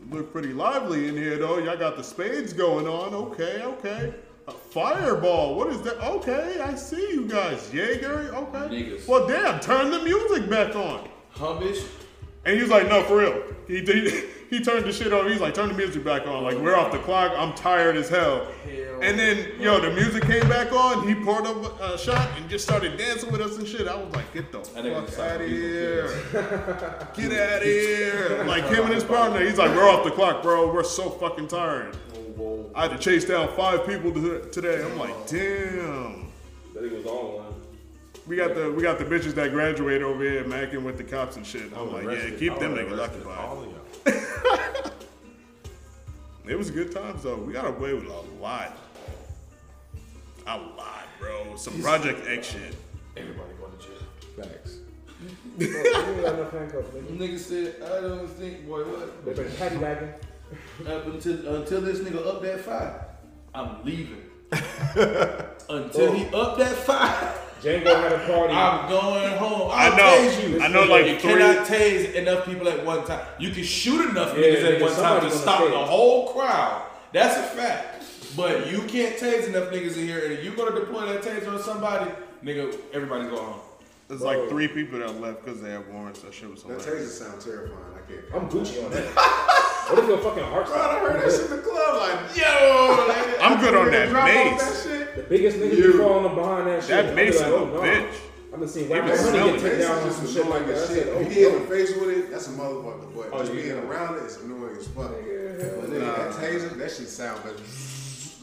Speaker 3: Look pretty lively in here, though. Y'all got the spades going on. Okay, okay. A fireball. What is that? Okay, I see you guys. Jaeger. Okay.
Speaker 2: Niggas.
Speaker 3: Well, damn. Turn the music back on.
Speaker 2: Humbish.
Speaker 3: And he was like, "No, for real." He he, he turned the shit on. He's like, "Turn the music back on." Like, we're off the clock. I'm tired as hell. and then, yo, the music came back on. He poured up a shot and just started dancing with us and shit. I was like, "Get the
Speaker 2: nigga
Speaker 3: fuck
Speaker 2: was
Speaker 3: out of
Speaker 2: psycho. He was
Speaker 3: here! Get out of here!" Like him and his partner. He's like, "We're off the clock, bro. We're so fucking tired." I had to chase down five people to- today. I'm like, "Damn."
Speaker 4: That nigga was on one.
Speaker 3: We got the we got the bitches that graduate over here macking with the cops and shit. I'm like, yeah,
Speaker 5: Arrested.
Speaker 3: keep them
Speaker 5: I would've
Speaker 3: niggas
Speaker 5: arrested
Speaker 3: occupied.
Speaker 5: all of y'all.
Speaker 3: It was good times though. We got away with a lot. A lot, bro. Some Project X shit.
Speaker 2: Everybody going to jail.
Speaker 5: Facts.
Speaker 4: Bro, you ain't got enough handcuffs, nigga.
Speaker 2: Nigga said, I don't think, boy, what?
Speaker 4: They've been paddywhacking.
Speaker 2: Up until, until this nigga up that five, I'm leaving. until he up that five.
Speaker 4: Django had a party.
Speaker 2: I'm going home.
Speaker 3: I
Speaker 2: I'll
Speaker 3: know.
Speaker 2: Tase you.
Speaker 3: I know, like,
Speaker 2: you
Speaker 3: three-
Speaker 2: cannot tase enough people at one time. You can shoot enough
Speaker 4: Yeah,
Speaker 2: niggas at
Speaker 4: nigga,
Speaker 2: one time to
Speaker 4: somebody's
Speaker 2: stop
Speaker 4: gonna
Speaker 2: the
Speaker 4: tase.
Speaker 2: whole crowd. That's a fact. But you can't tase enough niggas in here, and if you gonna deploy that taser on somebody, nigga, everybody's going home.
Speaker 3: There's like three people that left because they had warrants. That shit was
Speaker 1: That
Speaker 3: hilarious.
Speaker 1: taser sound terrifying. I can't.
Speaker 4: I'm Gucci on that. What if your fucking heart
Speaker 1: Bro, I
Speaker 4: stopped?
Speaker 1: heard that shit in the club. Like, yo, like,
Speaker 3: I'm good on that
Speaker 1: drop off
Speaker 3: bass.
Speaker 1: That shit.
Speaker 4: The biggest nigga be falling behind that shit.
Speaker 3: That
Speaker 4: I be
Speaker 3: Mason
Speaker 4: like, oh,
Speaker 3: a
Speaker 4: nah.
Speaker 3: bitch.
Speaker 4: I've been seeing white
Speaker 3: was
Speaker 4: money
Speaker 3: selling
Speaker 4: get taken
Speaker 1: Bass
Speaker 4: down on
Speaker 1: is
Speaker 4: some
Speaker 1: just
Speaker 4: shit
Speaker 1: annoying
Speaker 4: like that. I
Speaker 1: as
Speaker 4: said,
Speaker 1: shit.
Speaker 4: oh,
Speaker 1: If you hit
Speaker 4: fuck.
Speaker 1: the face with it, that's a motherfucker. But
Speaker 4: Oh,
Speaker 1: just
Speaker 4: yeah.
Speaker 1: being around it, it's annoying as fuck. But nigga, that taser, that shit sound better.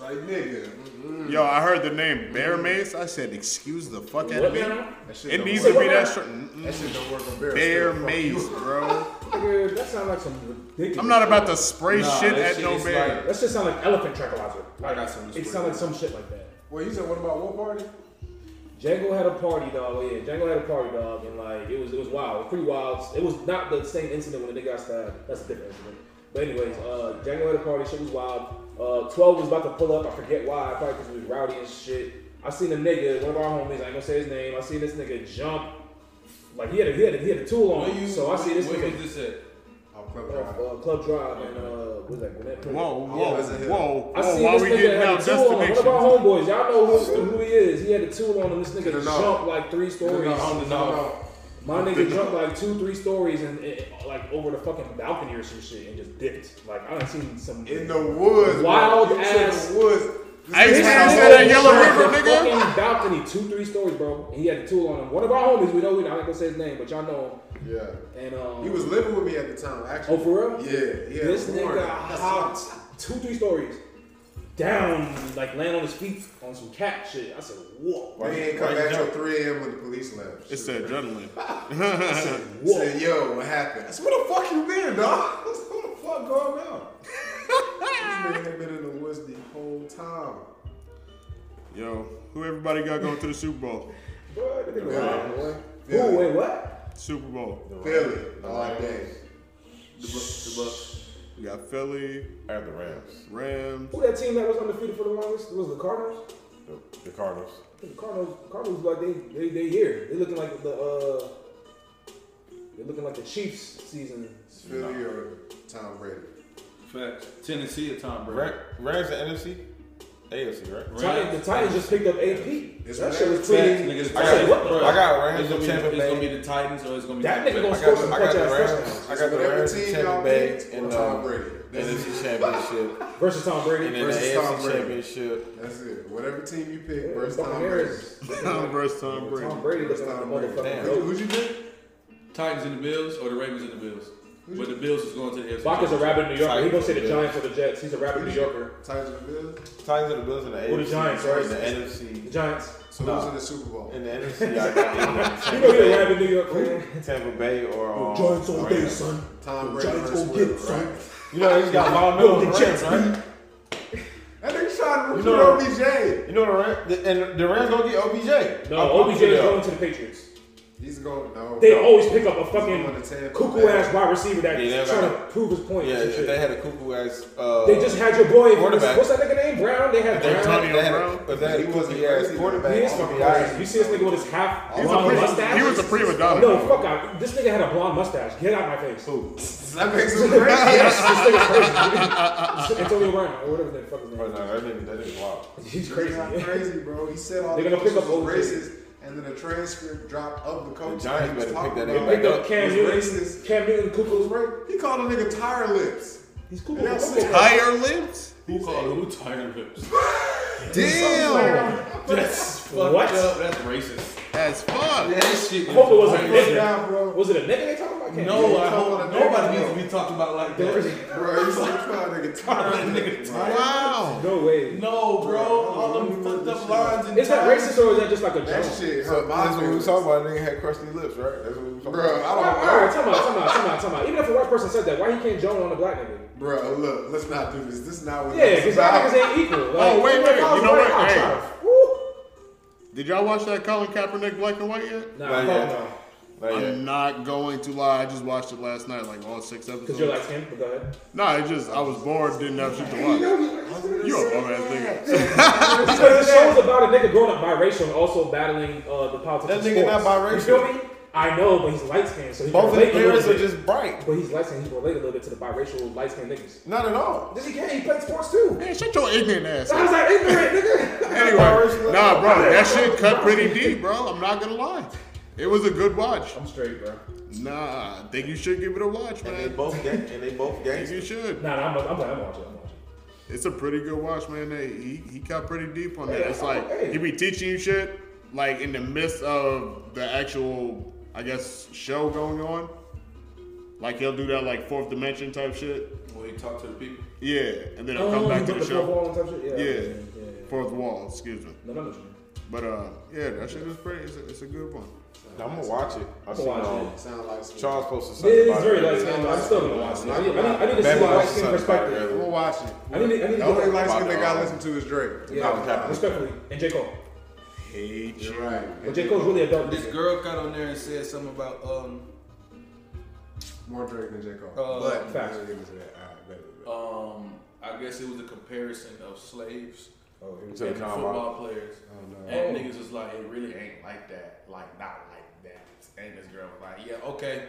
Speaker 1: Like, nigga. mm-mm.
Speaker 3: Yo, I heard the name Bear Mace. I said, excuse the fuck out
Speaker 4: What
Speaker 3: of me.
Speaker 4: now?
Speaker 1: That shit
Speaker 3: It
Speaker 1: don't
Speaker 3: needs to
Speaker 1: work.
Speaker 3: be that short.
Speaker 1: That shit don't work on Bear.
Speaker 3: Bear
Speaker 1: Still, fuck
Speaker 3: Mace,
Speaker 1: you.
Speaker 3: bro.
Speaker 4: Nigga, that sound like some ridiculous.
Speaker 3: I'm not about to spray
Speaker 2: Nah,
Speaker 3: shit
Speaker 2: that
Speaker 3: at
Speaker 2: shit
Speaker 3: no
Speaker 2: is
Speaker 3: bear.
Speaker 2: like-
Speaker 4: That shit sound like elephant tranquilizer.
Speaker 2: I got some.
Speaker 4: It sound like some shit like that.
Speaker 1: Well, you said what about what party?
Speaker 4: Django had a party, dog. Yeah, Django had a party, dog, and like it was it was wild, it was pretty wild. It was not the same incident when the nigga got stabbed. That's a different incident. But anyways, uh, Django had a party. Shit was wild. Uh, Twelve was about to pull up. I forget why. Probably because we was rowdy and shit. I seen a nigga, one of our homies. I ain't gonna say his name. I seen this nigga jump. Like he had a, he had a, he had a tool on.
Speaker 2: What
Speaker 4: him.
Speaker 2: you,
Speaker 4: so I see this
Speaker 2: what
Speaker 4: nigga
Speaker 2: you just said.
Speaker 1: Oh, Club
Speaker 4: uh,
Speaker 1: Drive.
Speaker 4: uh, Club Drive and uh, what was that Gwinnett? Prison.
Speaker 3: Whoa, whoa,
Speaker 1: that's a hit.
Speaker 3: whoa,
Speaker 4: I
Speaker 3: whoa!
Speaker 4: seen
Speaker 3: Why
Speaker 4: this
Speaker 3: we
Speaker 4: nigga
Speaker 3: getting
Speaker 4: had
Speaker 3: out
Speaker 4: a tool on. One of our
Speaker 3: destinations?
Speaker 4: homeboys, y'all know who, who he is. He had a tool on him. This nigga
Speaker 1: Didn't know.
Speaker 4: jumped like three stories.
Speaker 2: No, no.
Speaker 4: My nigga jumped like two, three stories and it, like over the fucking balcony or some shit and just dipped. Like I done seen some
Speaker 1: In the woods. bro.
Speaker 4: Wild
Speaker 1: You said
Speaker 4: ass-
Speaker 1: the woods.
Speaker 3: I ain't
Speaker 4: He
Speaker 3: trying
Speaker 4: had
Speaker 3: to
Speaker 4: a
Speaker 3: say that Yellow
Speaker 4: fucking
Speaker 3: River, nigga.
Speaker 4: balcony, two, three stories, bro. And he had a tool on him. One of our homies, we know, we, I'm not gonna say his name, but y'all know
Speaker 1: Yeah.
Speaker 4: him. And um,
Speaker 1: He was living with me at the time,
Speaker 4: oh
Speaker 1: actually.
Speaker 4: for real?
Speaker 1: Yeah, yeah.
Speaker 4: This nigga hopped two, three stories down, like land on his feet on some cat shit. I said, whoa,
Speaker 1: They ain't come back till 3 a.m. when the police left.
Speaker 3: It's the adrenaline.
Speaker 1: Whoa. Said, yo, what happened? I said, where the fuck you been, dog? what the fuck going on? this nigga been in the woods the whole time.
Speaker 3: Yo, who everybody got going to the Super Bowl?
Speaker 4: boy, that nigga
Speaker 1: Yeah,
Speaker 4: wild."
Speaker 1: boy.
Speaker 4: Ooh,
Speaker 1: Philly,
Speaker 4: wait, what?
Speaker 3: Super Bowl.
Speaker 1: Philly, all day.
Speaker 8: The Bucks. The Bucks.
Speaker 3: We got Philly,
Speaker 5: I have the Rams,
Speaker 3: Rams.
Speaker 4: Who that team that was undefeated for the longest? Was it the Cardinals?
Speaker 5: the, the Cardinals.
Speaker 4: I think The Cardinals, Cardinals, like they, they, they here. They looking like the, uh, they looking like the Chiefs season.
Speaker 1: It's Philly or Tom Brady.
Speaker 2: Facts. Tennessee or Tom Brady.
Speaker 5: Ra- Rams the NFC, AFC, right?
Speaker 4: Titan, the Titans just picked up AP.
Speaker 1: It's
Speaker 4: that
Speaker 1: right.
Speaker 4: shit was
Speaker 2: Facts,
Speaker 4: pretty.
Speaker 2: niggas.
Speaker 4: I said, what the
Speaker 2: Bro,
Speaker 5: I got Rams
Speaker 2: It's gonna be
Speaker 5: and Tampa
Speaker 2: the- it's gonna be
Speaker 5: Bay.
Speaker 2: the Titans or it's gonna be
Speaker 4: That
Speaker 2: the
Speaker 4: nigga gonna
Speaker 5: I
Speaker 4: score
Speaker 5: got,
Speaker 4: some
Speaker 5: the- I got
Speaker 4: clutch
Speaker 5: the
Speaker 4: ass
Speaker 5: Rams.
Speaker 4: touchdowns
Speaker 5: I got the
Speaker 1: Whatever
Speaker 5: Rams,
Speaker 1: team
Speaker 5: Tampa
Speaker 1: y'all
Speaker 5: Bay,
Speaker 1: pick,
Speaker 5: and
Speaker 1: or Tom
Speaker 5: uh,
Speaker 1: Brady. That's
Speaker 5: NFC Championship,
Speaker 4: versus Tom Brady.
Speaker 5: and then the
Speaker 1: Versus Tom
Speaker 5: AFC
Speaker 1: Brady.
Speaker 5: Championship.
Speaker 1: That's it. Whatever team you pick,
Speaker 4: Yeah,
Speaker 1: versus
Speaker 4: Buccaneers.
Speaker 1: Tom Brady.
Speaker 3: Versus Tom Brady.
Speaker 4: Tom Brady looking like a
Speaker 1: Tom Brady.
Speaker 4: motherfucking
Speaker 5: Damn.
Speaker 1: Who-
Speaker 4: goat.
Speaker 1: Who'd you pick?
Speaker 2: Titans and the Bills or the Ravens and the Bills. But the Bills is going to the AFC.
Speaker 4: Bach is a rabid New Yorker. He gonna say the
Speaker 5: Yeah.
Speaker 4: Giants or the Jets. He's a rabid New Yorker.
Speaker 1: Titans and Bills.
Speaker 5: Titans and the Bills in the AFC.
Speaker 4: Who the Giants,
Speaker 5: In
Speaker 4: right?
Speaker 5: the NFC.
Speaker 4: The Giants.
Speaker 1: So who's
Speaker 5: Nah.
Speaker 1: in the Super Bowl?
Speaker 5: In the NFC, I got
Speaker 4: You
Speaker 5: Tampa
Speaker 4: know he's a
Speaker 5: Bay,
Speaker 4: rabid New York fan.
Speaker 5: Tampa Bay or um, Rams.
Speaker 4: son.
Speaker 1: Tom
Speaker 4: The
Speaker 1: Brady
Speaker 4: Giants
Speaker 1: versus
Speaker 4: gonna get
Speaker 1: Wheeler,
Speaker 4: some.
Speaker 1: right?
Speaker 5: You know, he's got long
Speaker 4: Yo,
Speaker 5: middle
Speaker 4: the Jets,
Speaker 5: right?
Speaker 1: That nigga trying to
Speaker 5: You
Speaker 1: recruit
Speaker 5: know-
Speaker 1: OBJ.
Speaker 5: You know the Rams, the- and the Rams gonna get OBJ.
Speaker 4: No, OBJ is going to the Patriots.
Speaker 1: He's going no.
Speaker 4: They
Speaker 1: no.
Speaker 4: always pick up a
Speaker 1: Going to
Speaker 4: fucking
Speaker 1: Tampa
Speaker 4: cuckoo
Speaker 1: Bay.
Speaker 4: ass wide receiver
Speaker 5: Yeah, they
Speaker 4: that's
Speaker 5: got-
Speaker 4: trying to prove his point.
Speaker 5: Yeah,
Speaker 4: and
Speaker 5: if
Speaker 4: shit.
Speaker 5: they had a cuckoo as uh,
Speaker 4: They just had your boy. What's
Speaker 5: quarterback.
Speaker 4: that nigga name? Brown. They had
Speaker 5: They
Speaker 4: Brown.
Speaker 5: had, they had
Speaker 3: Antonio Brown.
Speaker 5: a, if they had a
Speaker 1: He wasn't
Speaker 5: cuckoo as
Speaker 1: crazy.
Speaker 5: quarterback.
Speaker 4: He is
Speaker 5: I'll
Speaker 4: fucking
Speaker 5: be honest.
Speaker 4: crazy. You see this nigga with his
Speaker 3: He
Speaker 4: half
Speaker 3: was a
Speaker 4: blonde
Speaker 3: prima-
Speaker 4: mustache?
Speaker 3: He was a prima donna.
Speaker 4: no, fuck out. This nigga had a blonde mustache. Get out of my face.
Speaker 1: That makes him crazy.
Speaker 4: Yes, this nigga crazy. Antonio Brown or whatever the fuck his
Speaker 5: Oh,
Speaker 4: name.
Speaker 5: no, that nigga, that nigga wild.
Speaker 4: is.
Speaker 1: He's
Speaker 4: He's
Speaker 1: not
Speaker 4: crazy.
Speaker 1: crazy, bro. He said all the
Speaker 4: They're gonna pick up
Speaker 1: coaches
Speaker 4: OJ.
Speaker 1: was racist, and then a transcript dropped of the coach.
Speaker 5: The Giants
Speaker 1: that he was
Speaker 5: better pick
Speaker 1: talking
Speaker 5: that
Speaker 1: about.
Speaker 5: nigga
Speaker 4: Picked up Cam
Speaker 1: He's
Speaker 4: Newton.
Speaker 1: racist.
Speaker 4: Cam Newton cuckoo's right.
Speaker 1: Right? He called a nigga tire lips.
Speaker 4: He's cool.
Speaker 1: And that's
Speaker 4: Okay.
Speaker 3: Higher lips?
Speaker 2: Who called who Tiger Lips?
Speaker 3: Damn.
Speaker 2: That's fucked
Speaker 4: What?
Speaker 2: up. That's racist.
Speaker 3: That's fuck.
Speaker 2: That shit
Speaker 4: I hope it wasn't a
Speaker 2: crazy.
Speaker 4: nigga.
Speaker 1: Yeah, bro.
Speaker 4: Was it a nigga they talking about? Cam
Speaker 2: No,
Speaker 4: Newton?
Speaker 2: I hope
Speaker 1: Nigga,
Speaker 2: nobody
Speaker 1: bro.
Speaker 2: needs to be talked about like that.
Speaker 1: Bro, he's like, called a nigga tire lips.
Speaker 5: uh,
Speaker 3: Wow.
Speaker 4: No way.
Speaker 2: No, bro. All them fucked up lines and
Speaker 4: Is that
Speaker 2: times.
Speaker 4: racist or is that just like a
Speaker 1: That
Speaker 4: joke?
Speaker 1: shit
Speaker 5: So
Speaker 1: hurt my
Speaker 5: that's what we was
Speaker 1: feelings.
Speaker 5: talking about. Nigga had crusty lips, right? That's what we was talking
Speaker 1: Bro,
Speaker 5: about.
Speaker 1: I
Speaker 4: All
Speaker 1: don't know.
Speaker 4: right, time out, time out, time out, time out. Even if a white person said that, why he can't join on a black nigga?
Speaker 1: Bro, look, let's not do this. This is not what
Speaker 4: Yeah,
Speaker 1: this
Speaker 4: because
Speaker 1: is
Speaker 4: y'all
Speaker 1: about.
Speaker 4: niggas ain't equal. Like,
Speaker 3: Oh, wait a
Speaker 4: if
Speaker 3: minute.
Speaker 4: I was
Speaker 3: You know
Speaker 4: white,
Speaker 3: what?
Speaker 4: I'd
Speaker 3: Hey.
Speaker 4: try to- Woo.
Speaker 3: Did y'all watch that Colin Kaepernick black and white yet?
Speaker 4: Nah,
Speaker 5: Like,
Speaker 4: fuck
Speaker 5: yeah.
Speaker 4: no.
Speaker 5: Like, yeah.
Speaker 3: I'm not going to lie. I just watched it last night, like all six episodes.
Speaker 4: Because you're like him, but go ahead.
Speaker 3: nah, it just I was bored, didn't have shit to watch. You a bum ass nigga.
Speaker 4: Because the show is about a nigga growing up biracial and also battling uh, the politics
Speaker 5: That
Speaker 4: of
Speaker 5: nigga
Speaker 4: sports.
Speaker 5: not
Speaker 4: You feel me? I know, but he's light skinned, so he
Speaker 5: Both of
Speaker 4: can
Speaker 5: the
Speaker 4: relate a
Speaker 5: parents
Speaker 4: little
Speaker 5: are
Speaker 4: bit.
Speaker 5: just bright.
Speaker 4: But he's light skinned, he can relate a little bit to the biracial light skinned niggas.
Speaker 5: Not at all.
Speaker 4: Yes, he can. He played sports too.
Speaker 3: Man, shut your ignorant ass.
Speaker 4: So I
Speaker 3: up.
Speaker 4: was like, ignorant, nigga.
Speaker 3: Anyway, nah, bro, that shit cut pretty deep, bro. I'm not gonna lie. It was a good watch.
Speaker 4: I'm straight, bro.
Speaker 3: Nah, I think you should give it a watch,
Speaker 5: And they
Speaker 3: man.
Speaker 5: both gang. And they both
Speaker 3: I think
Speaker 5: gang.
Speaker 3: you should.
Speaker 4: Nah, nah, I'm, I'm, I'm watching. I'm watching.
Speaker 3: It's a pretty good watch, man. They, he he got pretty deep on that.
Speaker 4: Hey,
Speaker 3: It's like
Speaker 4: hey.
Speaker 3: he be teaching you shit, like in the midst of the actual, I guess, show going on. Like he'll do that like fourth dimension type shit.
Speaker 2: Well, you talk to the people.
Speaker 3: Yeah, and then he'll
Speaker 4: Oh,
Speaker 3: come back to the show.
Speaker 4: Football and type shit?
Speaker 3: Yeah.
Speaker 4: Yeah. yeah.
Speaker 3: Fourth wall, excuse me.
Speaker 4: No, no, no.
Speaker 3: But uh, yeah, that shit is pretty. It's a, it's a good one.
Speaker 5: I'm gonna watch it. I seen
Speaker 4: watch
Speaker 5: um,
Speaker 1: Sound like some-
Speaker 5: Charles
Speaker 4: Yeah,
Speaker 5: posted something
Speaker 4: it's
Speaker 5: about
Speaker 4: very
Speaker 5: it.
Speaker 4: light skinned. I'm still gonna watch it. I need, I need, I need to see
Speaker 5: Batman
Speaker 4: the light skinned
Speaker 5: posted something about it
Speaker 4: perspective.
Speaker 5: earlier.
Speaker 1: We'll watch it.
Speaker 4: I need, to- I need to
Speaker 1: The
Speaker 4: get
Speaker 1: only
Speaker 4: that-
Speaker 1: light skin
Speaker 5: About,
Speaker 1: nigga I
Speaker 5: um,
Speaker 1: listen to is Drake.
Speaker 4: Yeah,
Speaker 5: Not Kaepernick.
Speaker 4: respectfully. And J. Cole.
Speaker 3: Hate you.
Speaker 1: You're right.
Speaker 4: But J. Cole's really a dope
Speaker 2: This
Speaker 4: nigga.
Speaker 2: girl got on there and said something about um
Speaker 1: More Drake than J. Cole.
Speaker 2: Uh,
Speaker 1: but
Speaker 4: facts.
Speaker 1: it was that. All right, better, better.
Speaker 2: um I guess it was a comparison of slaves
Speaker 4: Oh, here we
Speaker 5: To the
Speaker 2: and
Speaker 5: combine.
Speaker 2: football players.
Speaker 1: Oh, no.
Speaker 2: And niggas was like, it really ain't like that. Like, not like that. And this girl was like, yeah, okay.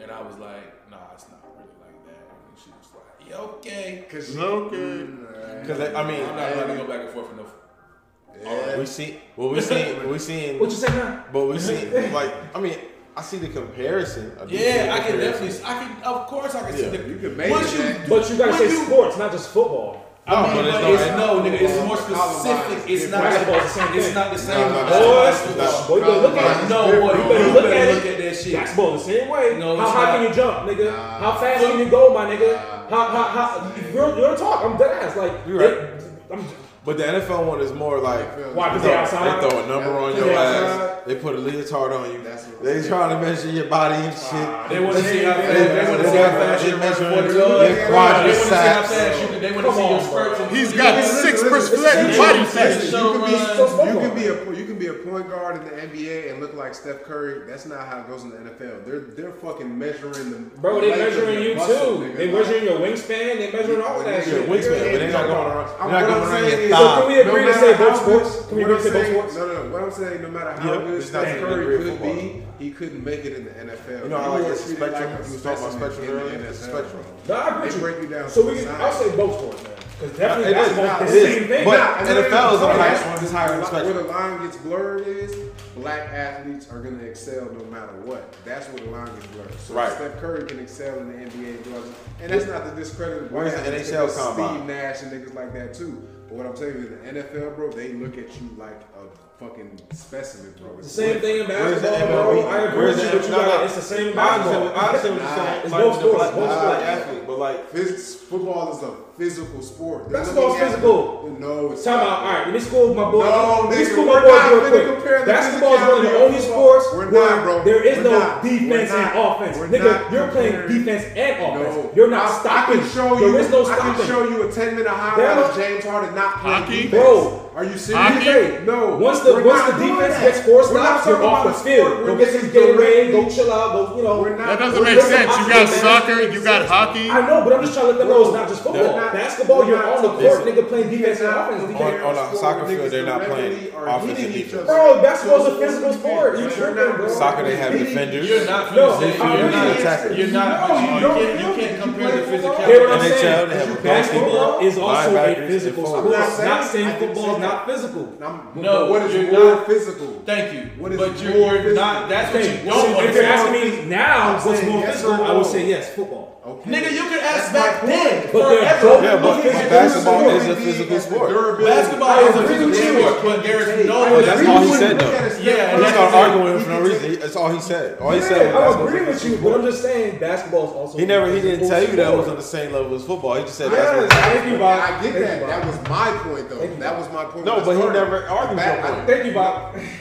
Speaker 2: And I was like, nah, it's not really like that. And she was like, yeah, okay.
Speaker 1: Cause
Speaker 3: Okay.
Speaker 5: Because I mean,
Speaker 2: I'm not about to go back and forth for no.
Speaker 5: we see. Well, we see. We
Speaker 4: go.
Speaker 5: seen.
Speaker 4: What you say now?
Speaker 5: But we see, like, I mean, I see the comparison. Of these
Speaker 2: Yeah,
Speaker 5: two
Speaker 2: I can
Speaker 5: comparison.
Speaker 2: definitely. I can, of course, I can see
Speaker 5: Yeah,
Speaker 2: the.
Speaker 1: you can make
Speaker 2: once
Speaker 1: it,
Speaker 2: you,
Speaker 1: man.
Speaker 4: But you gotta
Speaker 2: What
Speaker 4: say
Speaker 2: you-
Speaker 4: sports, not just football.
Speaker 9: I mean,
Speaker 2: but it's
Speaker 9: but
Speaker 2: not-
Speaker 9: it's no, nigga. It's more
Speaker 1: Columbine
Speaker 9: specific. It's
Speaker 4: different.
Speaker 9: not.
Speaker 4: Basketball's the same
Speaker 9: It's
Speaker 4: thing.
Speaker 9: not the same.
Speaker 1: no, no.
Speaker 4: Boy,
Speaker 1: That's-
Speaker 4: boy, you better look at it.
Speaker 9: No, boy,
Speaker 4: You better look at it.
Speaker 9: that shit.
Speaker 4: Basketball the same way.
Speaker 9: No,
Speaker 4: how
Speaker 9: it's
Speaker 4: high
Speaker 9: not.
Speaker 4: can you jump, nigga? how fast can you go, my nigga? How how how? You don't, you don't talk. I'm dead ass. Like
Speaker 5: You're right.
Speaker 4: it- I'm,
Speaker 5: But the NFL one is more like
Speaker 4: why? Cause
Speaker 5: they
Speaker 4: they
Speaker 5: throw,
Speaker 4: outside.
Speaker 5: they throw a number on your
Speaker 4: Yeah.
Speaker 5: ass. They put a leotard on you.
Speaker 1: That's what-
Speaker 5: They trying to measure your body and shit.
Speaker 9: They want to see how
Speaker 5: They-
Speaker 9: fast.
Speaker 5: they-
Speaker 9: They want to
Speaker 5: they
Speaker 9: see how
Speaker 5: got-
Speaker 9: fast
Speaker 5: they
Speaker 9: you run
Speaker 5: measure
Speaker 9: for the
Speaker 5: your
Speaker 9: club.
Speaker 5: your
Speaker 9: They want to see how
Speaker 5: quadriceps.
Speaker 9: fast you. They want to
Speaker 4: Come
Speaker 9: see your
Speaker 4: on, bro.
Speaker 9: spurts. and-
Speaker 3: He's got
Speaker 1: Listen,
Speaker 3: six
Speaker 1: listen, listen.
Speaker 3: percent body
Speaker 1: Listen,
Speaker 3: fat.
Speaker 1: You could be, uh,
Speaker 4: Showrun.
Speaker 1: you could be a you could be a point guard in the NBA and look like Steph Curry. That's not how it goes in the NFL. They're they're fucking measuring the
Speaker 4: Bro, they
Speaker 1: length of
Speaker 4: measuring
Speaker 1: your
Speaker 4: you
Speaker 1: muscle,
Speaker 4: too.
Speaker 1: nigga.
Speaker 4: They
Speaker 1: Like,
Speaker 4: measuring your wingspan. They measuring all of that
Speaker 5: Your
Speaker 4: shit.
Speaker 5: wingspan, but they not going around.
Speaker 1: I'm- what
Speaker 5: They're not
Speaker 1: I'm
Speaker 5: going around
Speaker 1: saying
Speaker 5: your
Speaker 1: is-
Speaker 5: thigh.
Speaker 4: So can we agree to
Speaker 1: matter
Speaker 4: say both
Speaker 1: how
Speaker 4: sports?
Speaker 1: good-
Speaker 4: Can we
Speaker 1: what
Speaker 4: agree to
Speaker 1: I'm
Speaker 4: say both
Speaker 1: saying-
Speaker 4: sports?
Speaker 1: No, no, no. What I'm saying, no matter how
Speaker 5: Yeah,
Speaker 1: good
Speaker 5: it's not
Speaker 1: Steph
Speaker 5: even
Speaker 1: Curry
Speaker 5: agree
Speaker 1: could
Speaker 5: football.
Speaker 1: be, he couldn't make it in the NFL.
Speaker 5: You know, I
Speaker 1: He
Speaker 5: like
Speaker 1: was
Speaker 5: the
Speaker 1: treated
Speaker 5: spectrum.
Speaker 1: like a
Speaker 5: You was talking
Speaker 1: specimen
Speaker 5: about spectrum
Speaker 1: in the
Speaker 5: earlier. It's
Speaker 1: NFL.
Speaker 5: spectrum.
Speaker 4: No, I agree
Speaker 1: They
Speaker 4: with
Speaker 1: break you down to
Speaker 4: So we
Speaker 1: the
Speaker 4: can,
Speaker 1: size.
Speaker 4: I'll say both sports, man. Because definitely
Speaker 5: It is,
Speaker 4: basketball
Speaker 5: it
Speaker 4: is the same
Speaker 5: is.
Speaker 4: thing.
Speaker 5: But
Speaker 1: Nah, and then
Speaker 5: NFL is on
Speaker 1: where-
Speaker 5: the highest one, this higher
Speaker 1: where-
Speaker 5: spectrum.
Speaker 1: Where the line gets blurred is black athletes are going to excel no matter what. That's where the line gets blurred. So
Speaker 5: Right.
Speaker 1: Steph Curry can excel in the NBA gloves. And that's not to discredit black
Speaker 5: Where's the
Speaker 1: athletes,
Speaker 5: NHL
Speaker 1: 'cause
Speaker 5: combine?
Speaker 1: Steve Nash and niggas like that too. But what I'm telling you, the NFL, bro, they look at you like a fucking specimen, bro.
Speaker 4: It's the same thing in
Speaker 5: Where's the
Speaker 4: basketball,
Speaker 5: MLB?
Speaker 4: bro. I agree
Speaker 5: Where's
Speaker 4: with you,
Speaker 5: the
Speaker 4: but you
Speaker 5: M- no,
Speaker 4: got
Speaker 5: no.
Speaker 4: it. It's the same in
Speaker 5: I understand
Speaker 4: basketball.
Speaker 5: what- I understand what you're saying.
Speaker 4: It's
Speaker 5: Like,
Speaker 4: both
Speaker 5: the
Speaker 4: sports,
Speaker 5: black-
Speaker 4: both
Speaker 5: the black
Speaker 4: sports.
Speaker 5: athlete, but like
Speaker 1: Phys- football is a physical sport. They're
Speaker 4: Basketball's
Speaker 1: looking at-
Speaker 4: physical.
Speaker 1: No, it's
Speaker 4: Time
Speaker 1: not.
Speaker 4: out. All right, let me school my boy.
Speaker 1: No,
Speaker 4: let me
Speaker 1: nigga,
Speaker 4: school
Speaker 1: we're not
Speaker 4: my boys
Speaker 1: finna
Speaker 4: real
Speaker 1: compare
Speaker 4: quick.
Speaker 1: the
Speaker 4: Basketball is one of the
Speaker 1: physicality of
Speaker 4: only
Speaker 1: football.
Speaker 4: sports
Speaker 1: We're
Speaker 4: where
Speaker 1: not, bro.
Speaker 4: there is
Speaker 1: We're
Speaker 4: no
Speaker 1: not.
Speaker 4: defense
Speaker 1: We're
Speaker 4: and
Speaker 1: not.
Speaker 4: offense.
Speaker 1: We're
Speaker 4: Nigga,
Speaker 1: not
Speaker 4: you're playing
Speaker 1: comparing.
Speaker 4: defense and offense.
Speaker 1: No.
Speaker 4: You're not
Speaker 1: I-
Speaker 4: stopping.
Speaker 1: I can show you.
Speaker 4: There is no stopping.
Speaker 1: I can show you a ten minute highlight
Speaker 4: Bama-
Speaker 1: of James Harden not playing
Speaker 3: Hockey?
Speaker 1: defense.
Speaker 4: Bro.
Speaker 1: are you serious?
Speaker 3: Hockey?
Speaker 4: DK,
Speaker 1: No.
Speaker 4: Once the
Speaker 1: We're
Speaker 4: once
Speaker 1: not
Speaker 4: the
Speaker 1: doing
Speaker 4: defense
Speaker 1: that.
Speaker 4: gets four
Speaker 1: We're not
Speaker 4: stops, you're
Speaker 1: talking
Speaker 4: off the
Speaker 1: about a
Speaker 4: field.
Speaker 1: sport where
Speaker 4: Go
Speaker 1: this
Speaker 4: get some
Speaker 1: is directly-
Speaker 4: Gatorade. Go chill out. Go you know.
Speaker 1: We're not-
Speaker 3: That doesn't
Speaker 1: we're
Speaker 3: make
Speaker 1: not
Speaker 3: sense. You
Speaker 1: talking
Speaker 3: got
Speaker 1: about
Speaker 3: soccer, you got hockey.
Speaker 4: I know, but I'm just trying to let them know it's not just football.
Speaker 1: We're not-
Speaker 4: Basketball,
Speaker 1: we're
Speaker 4: you're
Speaker 1: not
Speaker 4: on the court,
Speaker 1: talking-
Speaker 4: nigga, playing defense and
Speaker 1: We're
Speaker 4: offense.
Speaker 1: not
Speaker 4: DK.
Speaker 5: on- on a
Speaker 1: sport
Speaker 5: soccer
Speaker 1: where
Speaker 5: field, they're
Speaker 1: niggas
Speaker 5: not playing
Speaker 1: directly are
Speaker 5: offense and
Speaker 1: hitting each
Speaker 5: defense.
Speaker 1: other.
Speaker 4: Bro, basketball's
Speaker 1: So
Speaker 4: a physical
Speaker 1: it's
Speaker 4: sport. You
Speaker 1: defense. We're
Speaker 4: tripping,
Speaker 1: not-
Speaker 4: bro.
Speaker 5: soccer, they have
Speaker 1: Hitting-
Speaker 5: defenders.
Speaker 9: You're not
Speaker 4: No,
Speaker 9: finna say
Speaker 4: I'm
Speaker 9: you're not
Speaker 5: really-
Speaker 9: attacking. You're not. you,
Speaker 1: No, you don't
Speaker 9: can't,
Speaker 1: do
Speaker 9: you
Speaker 1: it.
Speaker 9: can't compare the
Speaker 1: You play football.
Speaker 4: Hear what
Speaker 9: physicality.
Speaker 4: I'm
Speaker 5: NHL,
Speaker 4: saying?
Speaker 5: they have a
Speaker 4: Basketball
Speaker 5: basketball,
Speaker 4: is also a
Speaker 5: linebackers, and
Speaker 4: physical
Speaker 5: forwards.
Speaker 4: sport.
Speaker 1: I'm not
Speaker 4: Not
Speaker 1: saying-
Speaker 4: saying
Speaker 1: I didn't
Speaker 4: football
Speaker 1: say
Speaker 4: is not
Speaker 1: that.
Speaker 4: physical.
Speaker 1: I'm,
Speaker 9: No,
Speaker 1: no, what is
Speaker 9: you're
Speaker 1: more
Speaker 9: not-
Speaker 1: physical?
Speaker 9: Thank you.
Speaker 1: What is
Speaker 9: But
Speaker 1: more
Speaker 9: you're
Speaker 1: physical?
Speaker 9: not. That's what
Speaker 4: Okay,
Speaker 9: you don't
Speaker 4: so
Speaker 9: want to
Speaker 4: if you're
Speaker 9: say.
Speaker 4: asking me now
Speaker 1: I'm
Speaker 4: what's
Speaker 1: saying
Speaker 4: more
Speaker 1: yes
Speaker 4: physical,
Speaker 1: or
Speaker 4: I
Speaker 1: no.
Speaker 4: would say yes, football.
Speaker 1: Okay.
Speaker 9: Nigga, you can ask
Speaker 1: That's my
Speaker 9: back
Speaker 1: point.
Speaker 9: then.
Speaker 4: But they're
Speaker 9: forever.
Speaker 4: both-
Speaker 5: Yeah,
Speaker 9: Because
Speaker 5: but- but
Speaker 9: it's-
Speaker 5: basketball is a
Speaker 1: Durability
Speaker 5: physical
Speaker 1: and the
Speaker 5: sport.
Speaker 1: durability.
Speaker 9: Basketball is
Speaker 1: I
Speaker 9: a
Speaker 1: agree with
Speaker 9: physical
Speaker 1: you.
Speaker 9: sport, but there is
Speaker 1: I
Speaker 9: no.
Speaker 1: agree
Speaker 5: But that's
Speaker 1: with
Speaker 5: all he
Speaker 1: you.
Speaker 5: said,
Speaker 1: Look
Speaker 9: Yeah,
Speaker 1: at it.
Speaker 5: though. He's
Speaker 9: and
Speaker 1: Look
Speaker 9: that's-
Speaker 1: at
Speaker 5: not
Speaker 1: it.
Speaker 5: arguing
Speaker 1: We
Speaker 5: for
Speaker 1: can
Speaker 5: no reason.
Speaker 1: take-
Speaker 5: He- That's all he said. All he
Speaker 4: Yeah, I'm
Speaker 5: said. was basketball
Speaker 4: agreeing with you,
Speaker 5: is a physical
Speaker 4: but I'm
Speaker 5: sport.
Speaker 4: just saying basketball is also.
Speaker 5: He never.
Speaker 4: a
Speaker 5: He didn't
Speaker 4: physical
Speaker 5: tell you that
Speaker 4: sport.
Speaker 5: was on the same level as football. He just said
Speaker 4: Yes,
Speaker 5: that's.
Speaker 4: thank you, Bob.
Speaker 1: I get
Speaker 4: Thank
Speaker 1: that.
Speaker 4: you, Bob.
Speaker 1: That was my point, though.
Speaker 4: Thank you,
Speaker 1: That was my point. when
Speaker 5: No,
Speaker 1: I
Speaker 5: but he
Speaker 1: started.
Speaker 5: never argued
Speaker 1: Back-
Speaker 5: your point.
Speaker 4: Thank you, Bob.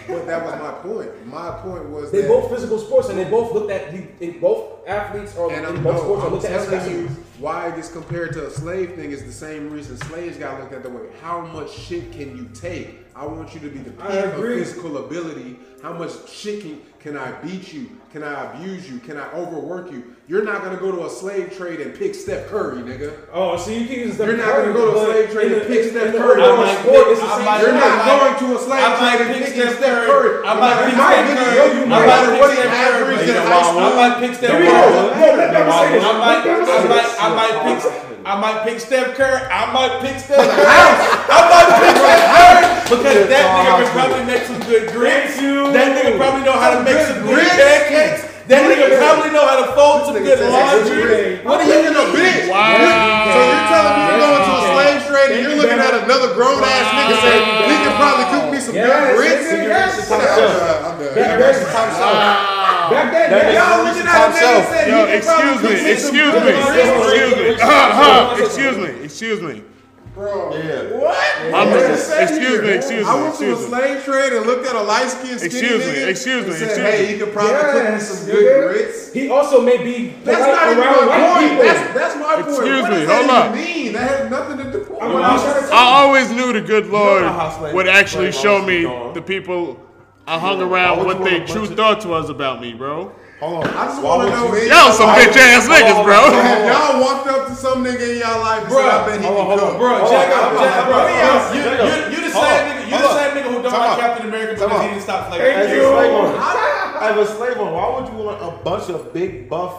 Speaker 1: But that was my point. My point was
Speaker 4: They
Speaker 1: that
Speaker 4: both physical sports, and they both looked at the. they both athletes are
Speaker 1: And
Speaker 4: in
Speaker 1: I'm,
Speaker 4: both
Speaker 1: no,
Speaker 4: sports are
Speaker 1: I'm
Speaker 4: looked at as
Speaker 1: telling you
Speaker 4: specimens.
Speaker 1: why this compared to a slave thing is the same reason slaves got looked at the way. How much shit can you take? I want you to be the peak
Speaker 4: I
Speaker 1: of
Speaker 4: agree.
Speaker 1: physical ability. How much shit can, can I beat you? Can I abuse you? Can I overwork you? You're not gonna go to a slave trade and pick Steph Curry, nigga.
Speaker 4: Oh, so you keep using Steph
Speaker 1: You're not
Speaker 4: Curry,
Speaker 1: gonna go to a
Speaker 4: but
Speaker 1: slave trade
Speaker 4: in
Speaker 1: and
Speaker 4: the-
Speaker 1: pick
Speaker 4: in
Speaker 1: Steph
Speaker 4: the
Speaker 1: Curry.
Speaker 4: overall
Speaker 1: I might
Speaker 4: sport, it's the
Speaker 9: pick-
Speaker 4: same
Speaker 9: I might-
Speaker 1: You're
Speaker 4: thing.
Speaker 1: not
Speaker 9: might-
Speaker 1: going to a slave
Speaker 9: I might
Speaker 1: trade and
Speaker 9: pick
Speaker 1: picking
Speaker 9: Steph
Speaker 1: Steph
Speaker 9: Curry.
Speaker 1: Curry.
Speaker 9: I
Speaker 1: No
Speaker 9: might
Speaker 1: matter
Speaker 9: pick
Speaker 1: how
Speaker 9: Steph
Speaker 1: good
Speaker 9: Curry.
Speaker 1: you are,
Speaker 9: I
Speaker 1: No
Speaker 9: might
Speaker 1: matter
Speaker 9: pick
Speaker 1: what he
Speaker 9: Steph Curry.
Speaker 1: averaged in
Speaker 5: You know
Speaker 1: high
Speaker 5: why I
Speaker 1: school.
Speaker 9: I might pick Steph
Speaker 4: Here
Speaker 9: Curry.
Speaker 4: we go. No,
Speaker 9: I
Speaker 4: let them
Speaker 9: might,
Speaker 4: say this.
Speaker 9: I might,
Speaker 4: Let them say
Speaker 9: I might,
Speaker 4: this.
Speaker 9: I might pick, I might pick Steph Curry. I might pick Steph Curry. I might pick Steph Curry because that nigga can probably make some good grits.
Speaker 4: Thank you.
Speaker 9: That nigga probably know how to make some good
Speaker 1: grits.
Speaker 9: pancakes. That nigga probably know how to fold some good
Speaker 1: This nigga says it's
Speaker 9: laundry.
Speaker 1: great.
Speaker 9: What are you gonna bitch?
Speaker 3: Wow. So you're telling me you're going to a slave trade and you're looking at another grown ass nigga saying he can probably cook me some
Speaker 4: Yes,
Speaker 3: good grits?
Speaker 4: nigga, yes.
Speaker 1: I'm done. I'm done.
Speaker 4: Back then, back then,
Speaker 5: That
Speaker 4: yeah,
Speaker 5: nigga
Speaker 4: y'all
Speaker 5: is
Speaker 4: looking
Speaker 5: top
Speaker 4: at a nigga
Speaker 5: shelf.
Speaker 4: saying
Speaker 3: Yo,
Speaker 4: he can probably
Speaker 3: excuse
Speaker 4: cook
Speaker 3: me,
Speaker 4: some
Speaker 3: excuse
Speaker 4: good
Speaker 3: me,
Speaker 4: grits.
Speaker 3: excuse me, Uh-huh. excuse me, excuse me.
Speaker 1: Bro.
Speaker 3: I'm excuse me, excuse
Speaker 1: I
Speaker 3: me,
Speaker 1: went to a
Speaker 3: excuse me.
Speaker 1: slave trade and looked at a light skinned skinny
Speaker 3: Excuse me,
Speaker 1: nigga
Speaker 3: excuse me,
Speaker 1: and said,
Speaker 3: excuse
Speaker 1: hey,
Speaker 3: me.
Speaker 1: you could probably cook me
Speaker 4: Yes,
Speaker 1: some good
Speaker 4: nigga.
Speaker 1: grits.
Speaker 4: He also may be
Speaker 1: That's
Speaker 4: polite
Speaker 1: not even my
Speaker 4: around white
Speaker 1: point.
Speaker 4: people.
Speaker 1: That's, that's my point.
Speaker 3: Excuse
Speaker 1: what
Speaker 3: me,
Speaker 1: does that
Speaker 3: hold
Speaker 1: even mean? That has nothing to do with
Speaker 4: I'm not trying to
Speaker 3: I
Speaker 4: tell you.
Speaker 3: always knew the good Lord
Speaker 5: how slaves-
Speaker 3: would actually
Speaker 5: slaves
Speaker 3: show
Speaker 5: always
Speaker 3: me
Speaker 5: gone.
Speaker 3: the people I hung around
Speaker 5: would
Speaker 3: what
Speaker 5: you
Speaker 3: their
Speaker 5: want a
Speaker 3: true
Speaker 5: bunch of-
Speaker 3: thoughts was about me, bro.
Speaker 5: Hold on.
Speaker 1: I just
Speaker 5: Why
Speaker 1: want
Speaker 5: would
Speaker 1: to know if
Speaker 5: you-
Speaker 3: Y'all some bitch ass niggas, bro.
Speaker 1: Have y'all walked up to some nigga in y'all life and said, I bet he
Speaker 5: Hold on,
Speaker 1: can
Speaker 5: hold on.
Speaker 1: cook?
Speaker 9: Bro, check out, check out, bro.
Speaker 5: Hold on.
Speaker 9: You,
Speaker 5: Hold on.
Speaker 9: you, you the
Speaker 5: Hold
Speaker 9: same
Speaker 5: on.
Speaker 9: nigga. You
Speaker 5: Hold
Speaker 9: the
Speaker 5: on.
Speaker 9: same nigga who don't
Speaker 5: Time
Speaker 9: like
Speaker 5: out.
Speaker 9: Captain America
Speaker 5: Time
Speaker 9: because he
Speaker 5: out.
Speaker 9: didn't stop
Speaker 5: As
Speaker 9: playing.
Speaker 5: a slave owner, as a slave owner, why would you want a bunch of big buff?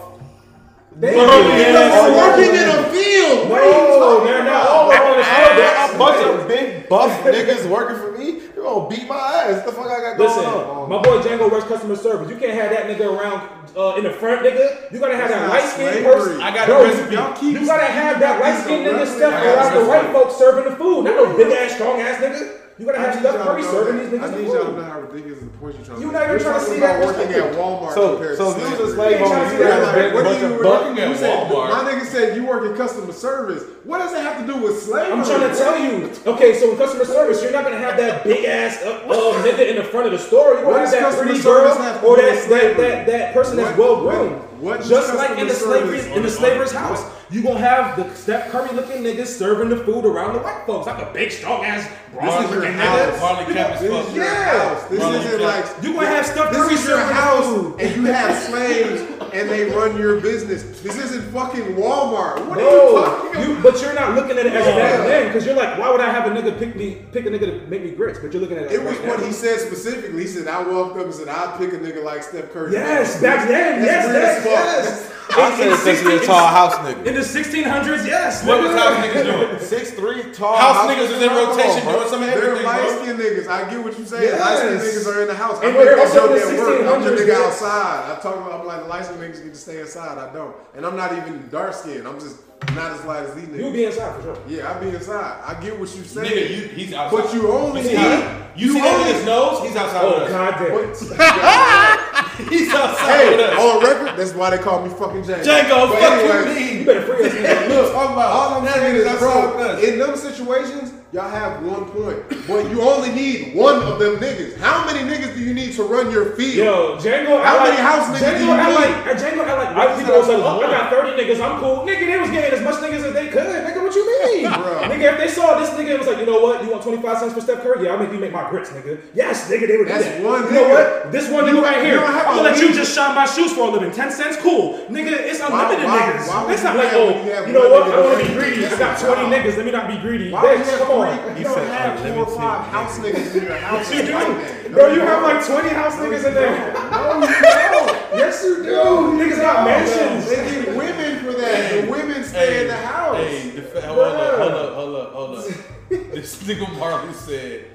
Speaker 4: They-
Speaker 1: Because
Speaker 4: Yeah.
Speaker 1: we're working in a field. What are you
Speaker 5: Oh,
Speaker 1: talking
Speaker 4: No, oh, they're not
Speaker 1: about?
Speaker 4: all on the
Speaker 5: There are a bunch of big buff niggas working for me. You're
Speaker 1: gonna beat my ass. The fuck I got
Speaker 4: Listen,
Speaker 1: going on.
Speaker 4: my boy Django works customer service. You can't have that nigga around uh, in the front, nigga. You gotta have that
Speaker 1: not
Speaker 4: light skinned
Speaker 1: slavery.
Speaker 4: person.
Speaker 2: I got
Speaker 4: Bro,
Speaker 2: a recipe.
Speaker 1: Y'all keep
Speaker 4: You gotta have that
Speaker 1: y'all keep
Speaker 4: light skinned
Speaker 1: some
Speaker 4: nigga
Speaker 1: wrestling.
Speaker 4: stuff
Speaker 2: I got
Speaker 4: around the
Speaker 2: this
Speaker 4: white
Speaker 2: one.
Speaker 4: folks serving the food. Not no big ass, strong ass nigga. You gotta
Speaker 1: I
Speaker 4: have
Speaker 1: need
Speaker 4: Steph
Speaker 1: y'all
Speaker 4: Curry
Speaker 1: to know
Speaker 4: serving
Speaker 1: that.
Speaker 4: these niggas
Speaker 1: I
Speaker 4: the
Speaker 1: need y'all to
Speaker 4: food.
Speaker 1: know how ridiculous the point you're trying to
Speaker 4: You
Speaker 1: make.
Speaker 4: not even
Speaker 1: You're
Speaker 4: trying to
Speaker 1: talking
Speaker 4: see
Speaker 1: about
Speaker 4: that
Speaker 1: working at
Speaker 4: perspective.
Speaker 1: Walmart
Speaker 11: So,
Speaker 1: compared
Speaker 11: so
Speaker 1: to
Speaker 11: if you was a slave
Speaker 1: slavery.
Speaker 4: Yeah,
Speaker 11: owner,
Speaker 4: Chauncey,
Speaker 11: you would
Speaker 1: Yeah,
Speaker 4: that's
Speaker 11: have a
Speaker 1: like,
Speaker 11: big
Speaker 1: what do
Speaker 11: bunch
Speaker 1: you
Speaker 11: of
Speaker 1: work-
Speaker 11: buck.
Speaker 1: you said-
Speaker 2: Walmart.
Speaker 1: My nigga said you work in customer service. What does that have to do with slavery?
Speaker 4: I'm trying to tell you. Okay, so in customer service, you're not gonna have that big ass uh, uh, nigga in the front of the store. You
Speaker 1: What
Speaker 4: gonna have
Speaker 1: does
Speaker 4: that
Speaker 1: customer
Speaker 4: pretty girl
Speaker 1: service have to
Speaker 4: or
Speaker 1: do with
Speaker 4: that that,
Speaker 1: slavery?
Speaker 4: that that person that's
Speaker 1: What-
Speaker 4: well groomed.
Speaker 1: what- what
Speaker 4: Just
Speaker 1: does
Speaker 4: like in the
Speaker 1: customer
Speaker 4: slavery
Speaker 1: service
Speaker 4: in the
Speaker 1: on-
Speaker 4: slaver's
Speaker 1: on-
Speaker 4: house, you gonna have the Steph Curry looking niggas serving the food around the white folks, like a big strong ass
Speaker 1: This
Speaker 4: bronze
Speaker 1: is your
Speaker 4: looking
Speaker 1: house.
Speaker 4: nigga.
Speaker 2: Marley Cap is
Speaker 1: This
Speaker 2: fucked.
Speaker 1: is your house. This
Speaker 2: Marlon
Speaker 1: isn't
Speaker 2: Cap.
Speaker 1: like
Speaker 4: You gonna have Steph
Speaker 1: This
Speaker 4: Curry
Speaker 1: is your
Speaker 4: serving the
Speaker 1: house,
Speaker 4: food.
Speaker 1: and you have slaves, and they run your business. This isn't fucking Walmart. What are you talking
Speaker 4: No,
Speaker 1: about?
Speaker 4: you, but you're not looking at it as a bad thing because you're like, why would I have a nigga pick me, pick a nigga to make me grits? But you're looking at it.
Speaker 1: It
Speaker 4: as
Speaker 1: was
Speaker 4: right now.
Speaker 1: what he said specifically. He said, "I walked up and said I'd pick a nigga like Steph Curry."
Speaker 4: Yes, back then,
Speaker 1: That's
Speaker 4: yes,
Speaker 1: weird as
Speaker 4: yes,
Speaker 1: fuck.
Speaker 4: yes.
Speaker 11: I said it's just a tall house nigga.
Speaker 4: In the 1600s, yes.
Speaker 2: What
Speaker 4: nigga.
Speaker 2: was house niggas doing?
Speaker 11: Six three tall
Speaker 2: House niggas is in
Speaker 11: Come on,
Speaker 2: rotation
Speaker 11: bro.
Speaker 2: doing some of
Speaker 1: They're
Speaker 2: everything,
Speaker 1: light
Speaker 2: bro.
Speaker 1: skinned niggas. I get what you're saying.
Speaker 4: Yes.
Speaker 1: Light skinned niggas are in the house. I
Speaker 4: And
Speaker 1: make
Speaker 4: we're
Speaker 1: that
Speaker 4: also
Speaker 1: joke
Speaker 4: in
Speaker 1: at
Speaker 4: the
Speaker 1: work. I'm the
Speaker 4: 1600s,
Speaker 1: nigga
Speaker 4: yeah.
Speaker 1: outside. I talk about I'm like the light skinned niggas get to stay inside. I don't. And I'm not even dark skinned. I'm just not as light as these niggas.
Speaker 4: You'll be inside for sure.
Speaker 1: yeah, I be inside. I get what you saying.
Speaker 2: Nigga, you, he's outside.
Speaker 1: but you only
Speaker 2: You see,
Speaker 1: eat.
Speaker 2: how- you see that nigga's nose? He's outside
Speaker 4: Oh,
Speaker 2: with us.
Speaker 4: God damn. oh,
Speaker 2: He's outside
Speaker 1: Hey,
Speaker 2: with us.
Speaker 1: on record, that's why they call me fucking Django.
Speaker 2: Django,
Speaker 1: But
Speaker 2: fuck you,
Speaker 1: anyway,
Speaker 2: mean.
Speaker 4: You better free us. nigga.
Speaker 1: Look, all I'm
Speaker 2: That
Speaker 1: saying
Speaker 2: nigga's
Speaker 1: is, bro,
Speaker 2: outside
Speaker 1: in them situations, y'all have one point. But you only need one of them niggas. How many niggas do you need to run your field?
Speaker 4: Yo, Django,
Speaker 1: How
Speaker 4: I
Speaker 1: many
Speaker 4: like,
Speaker 1: house niggas
Speaker 4: Django,
Speaker 1: do you
Speaker 4: I
Speaker 1: need?
Speaker 4: like, uh, Django, I like, white people was like, oh, I got 30 niggas, I'm cool. Nigga, they was getting as much niggas as they could. Nigga, what you mean?
Speaker 1: Bruh.
Speaker 4: nigga, if they saw this nigga, it was like, you know what, you want 25 cents for Steph Curry? Yeah, I'll make you make my grits, nigga. Yes, nigga, they would do
Speaker 1: That's
Speaker 4: that.
Speaker 1: one
Speaker 4: You know
Speaker 1: nigga.
Speaker 4: what? This one
Speaker 1: You-
Speaker 4: nigga right
Speaker 1: you
Speaker 4: here,
Speaker 1: don't have
Speaker 4: I'm
Speaker 1: to
Speaker 4: gonna let you
Speaker 1: leave.
Speaker 4: just shine my shoes for a living. 10 cents? Cool. Nigga, it's unlimited
Speaker 1: why-
Speaker 4: niggas.
Speaker 1: why would
Speaker 4: it's not
Speaker 1: you
Speaker 4: like,
Speaker 1: have-
Speaker 4: oh,
Speaker 1: you have
Speaker 4: you know
Speaker 1: one
Speaker 4: what,
Speaker 1: nigga
Speaker 4: I wanna
Speaker 1: that
Speaker 4: be
Speaker 1: you
Speaker 4: greedy. I
Speaker 1: think
Speaker 4: got
Speaker 1: that's
Speaker 4: 20
Speaker 1: a job?
Speaker 4: niggas, let me not be greedy.
Speaker 1: Why would you
Speaker 4: Bitch,
Speaker 1: have
Speaker 4: come on.
Speaker 1: three? You don't have four or five house niggas in your house.
Speaker 4: You
Speaker 1: like
Speaker 4: do.
Speaker 1: that.
Speaker 4: Bro, you have like 20 house niggas in there.
Speaker 1: No, you don't.
Speaker 4: Yes, you do. Niggas got mansions.
Speaker 1: They get women for that. The women stay in the house.
Speaker 2: Hey, the fa- hold up, hold up, hold up, hold up. this nigga Marley said,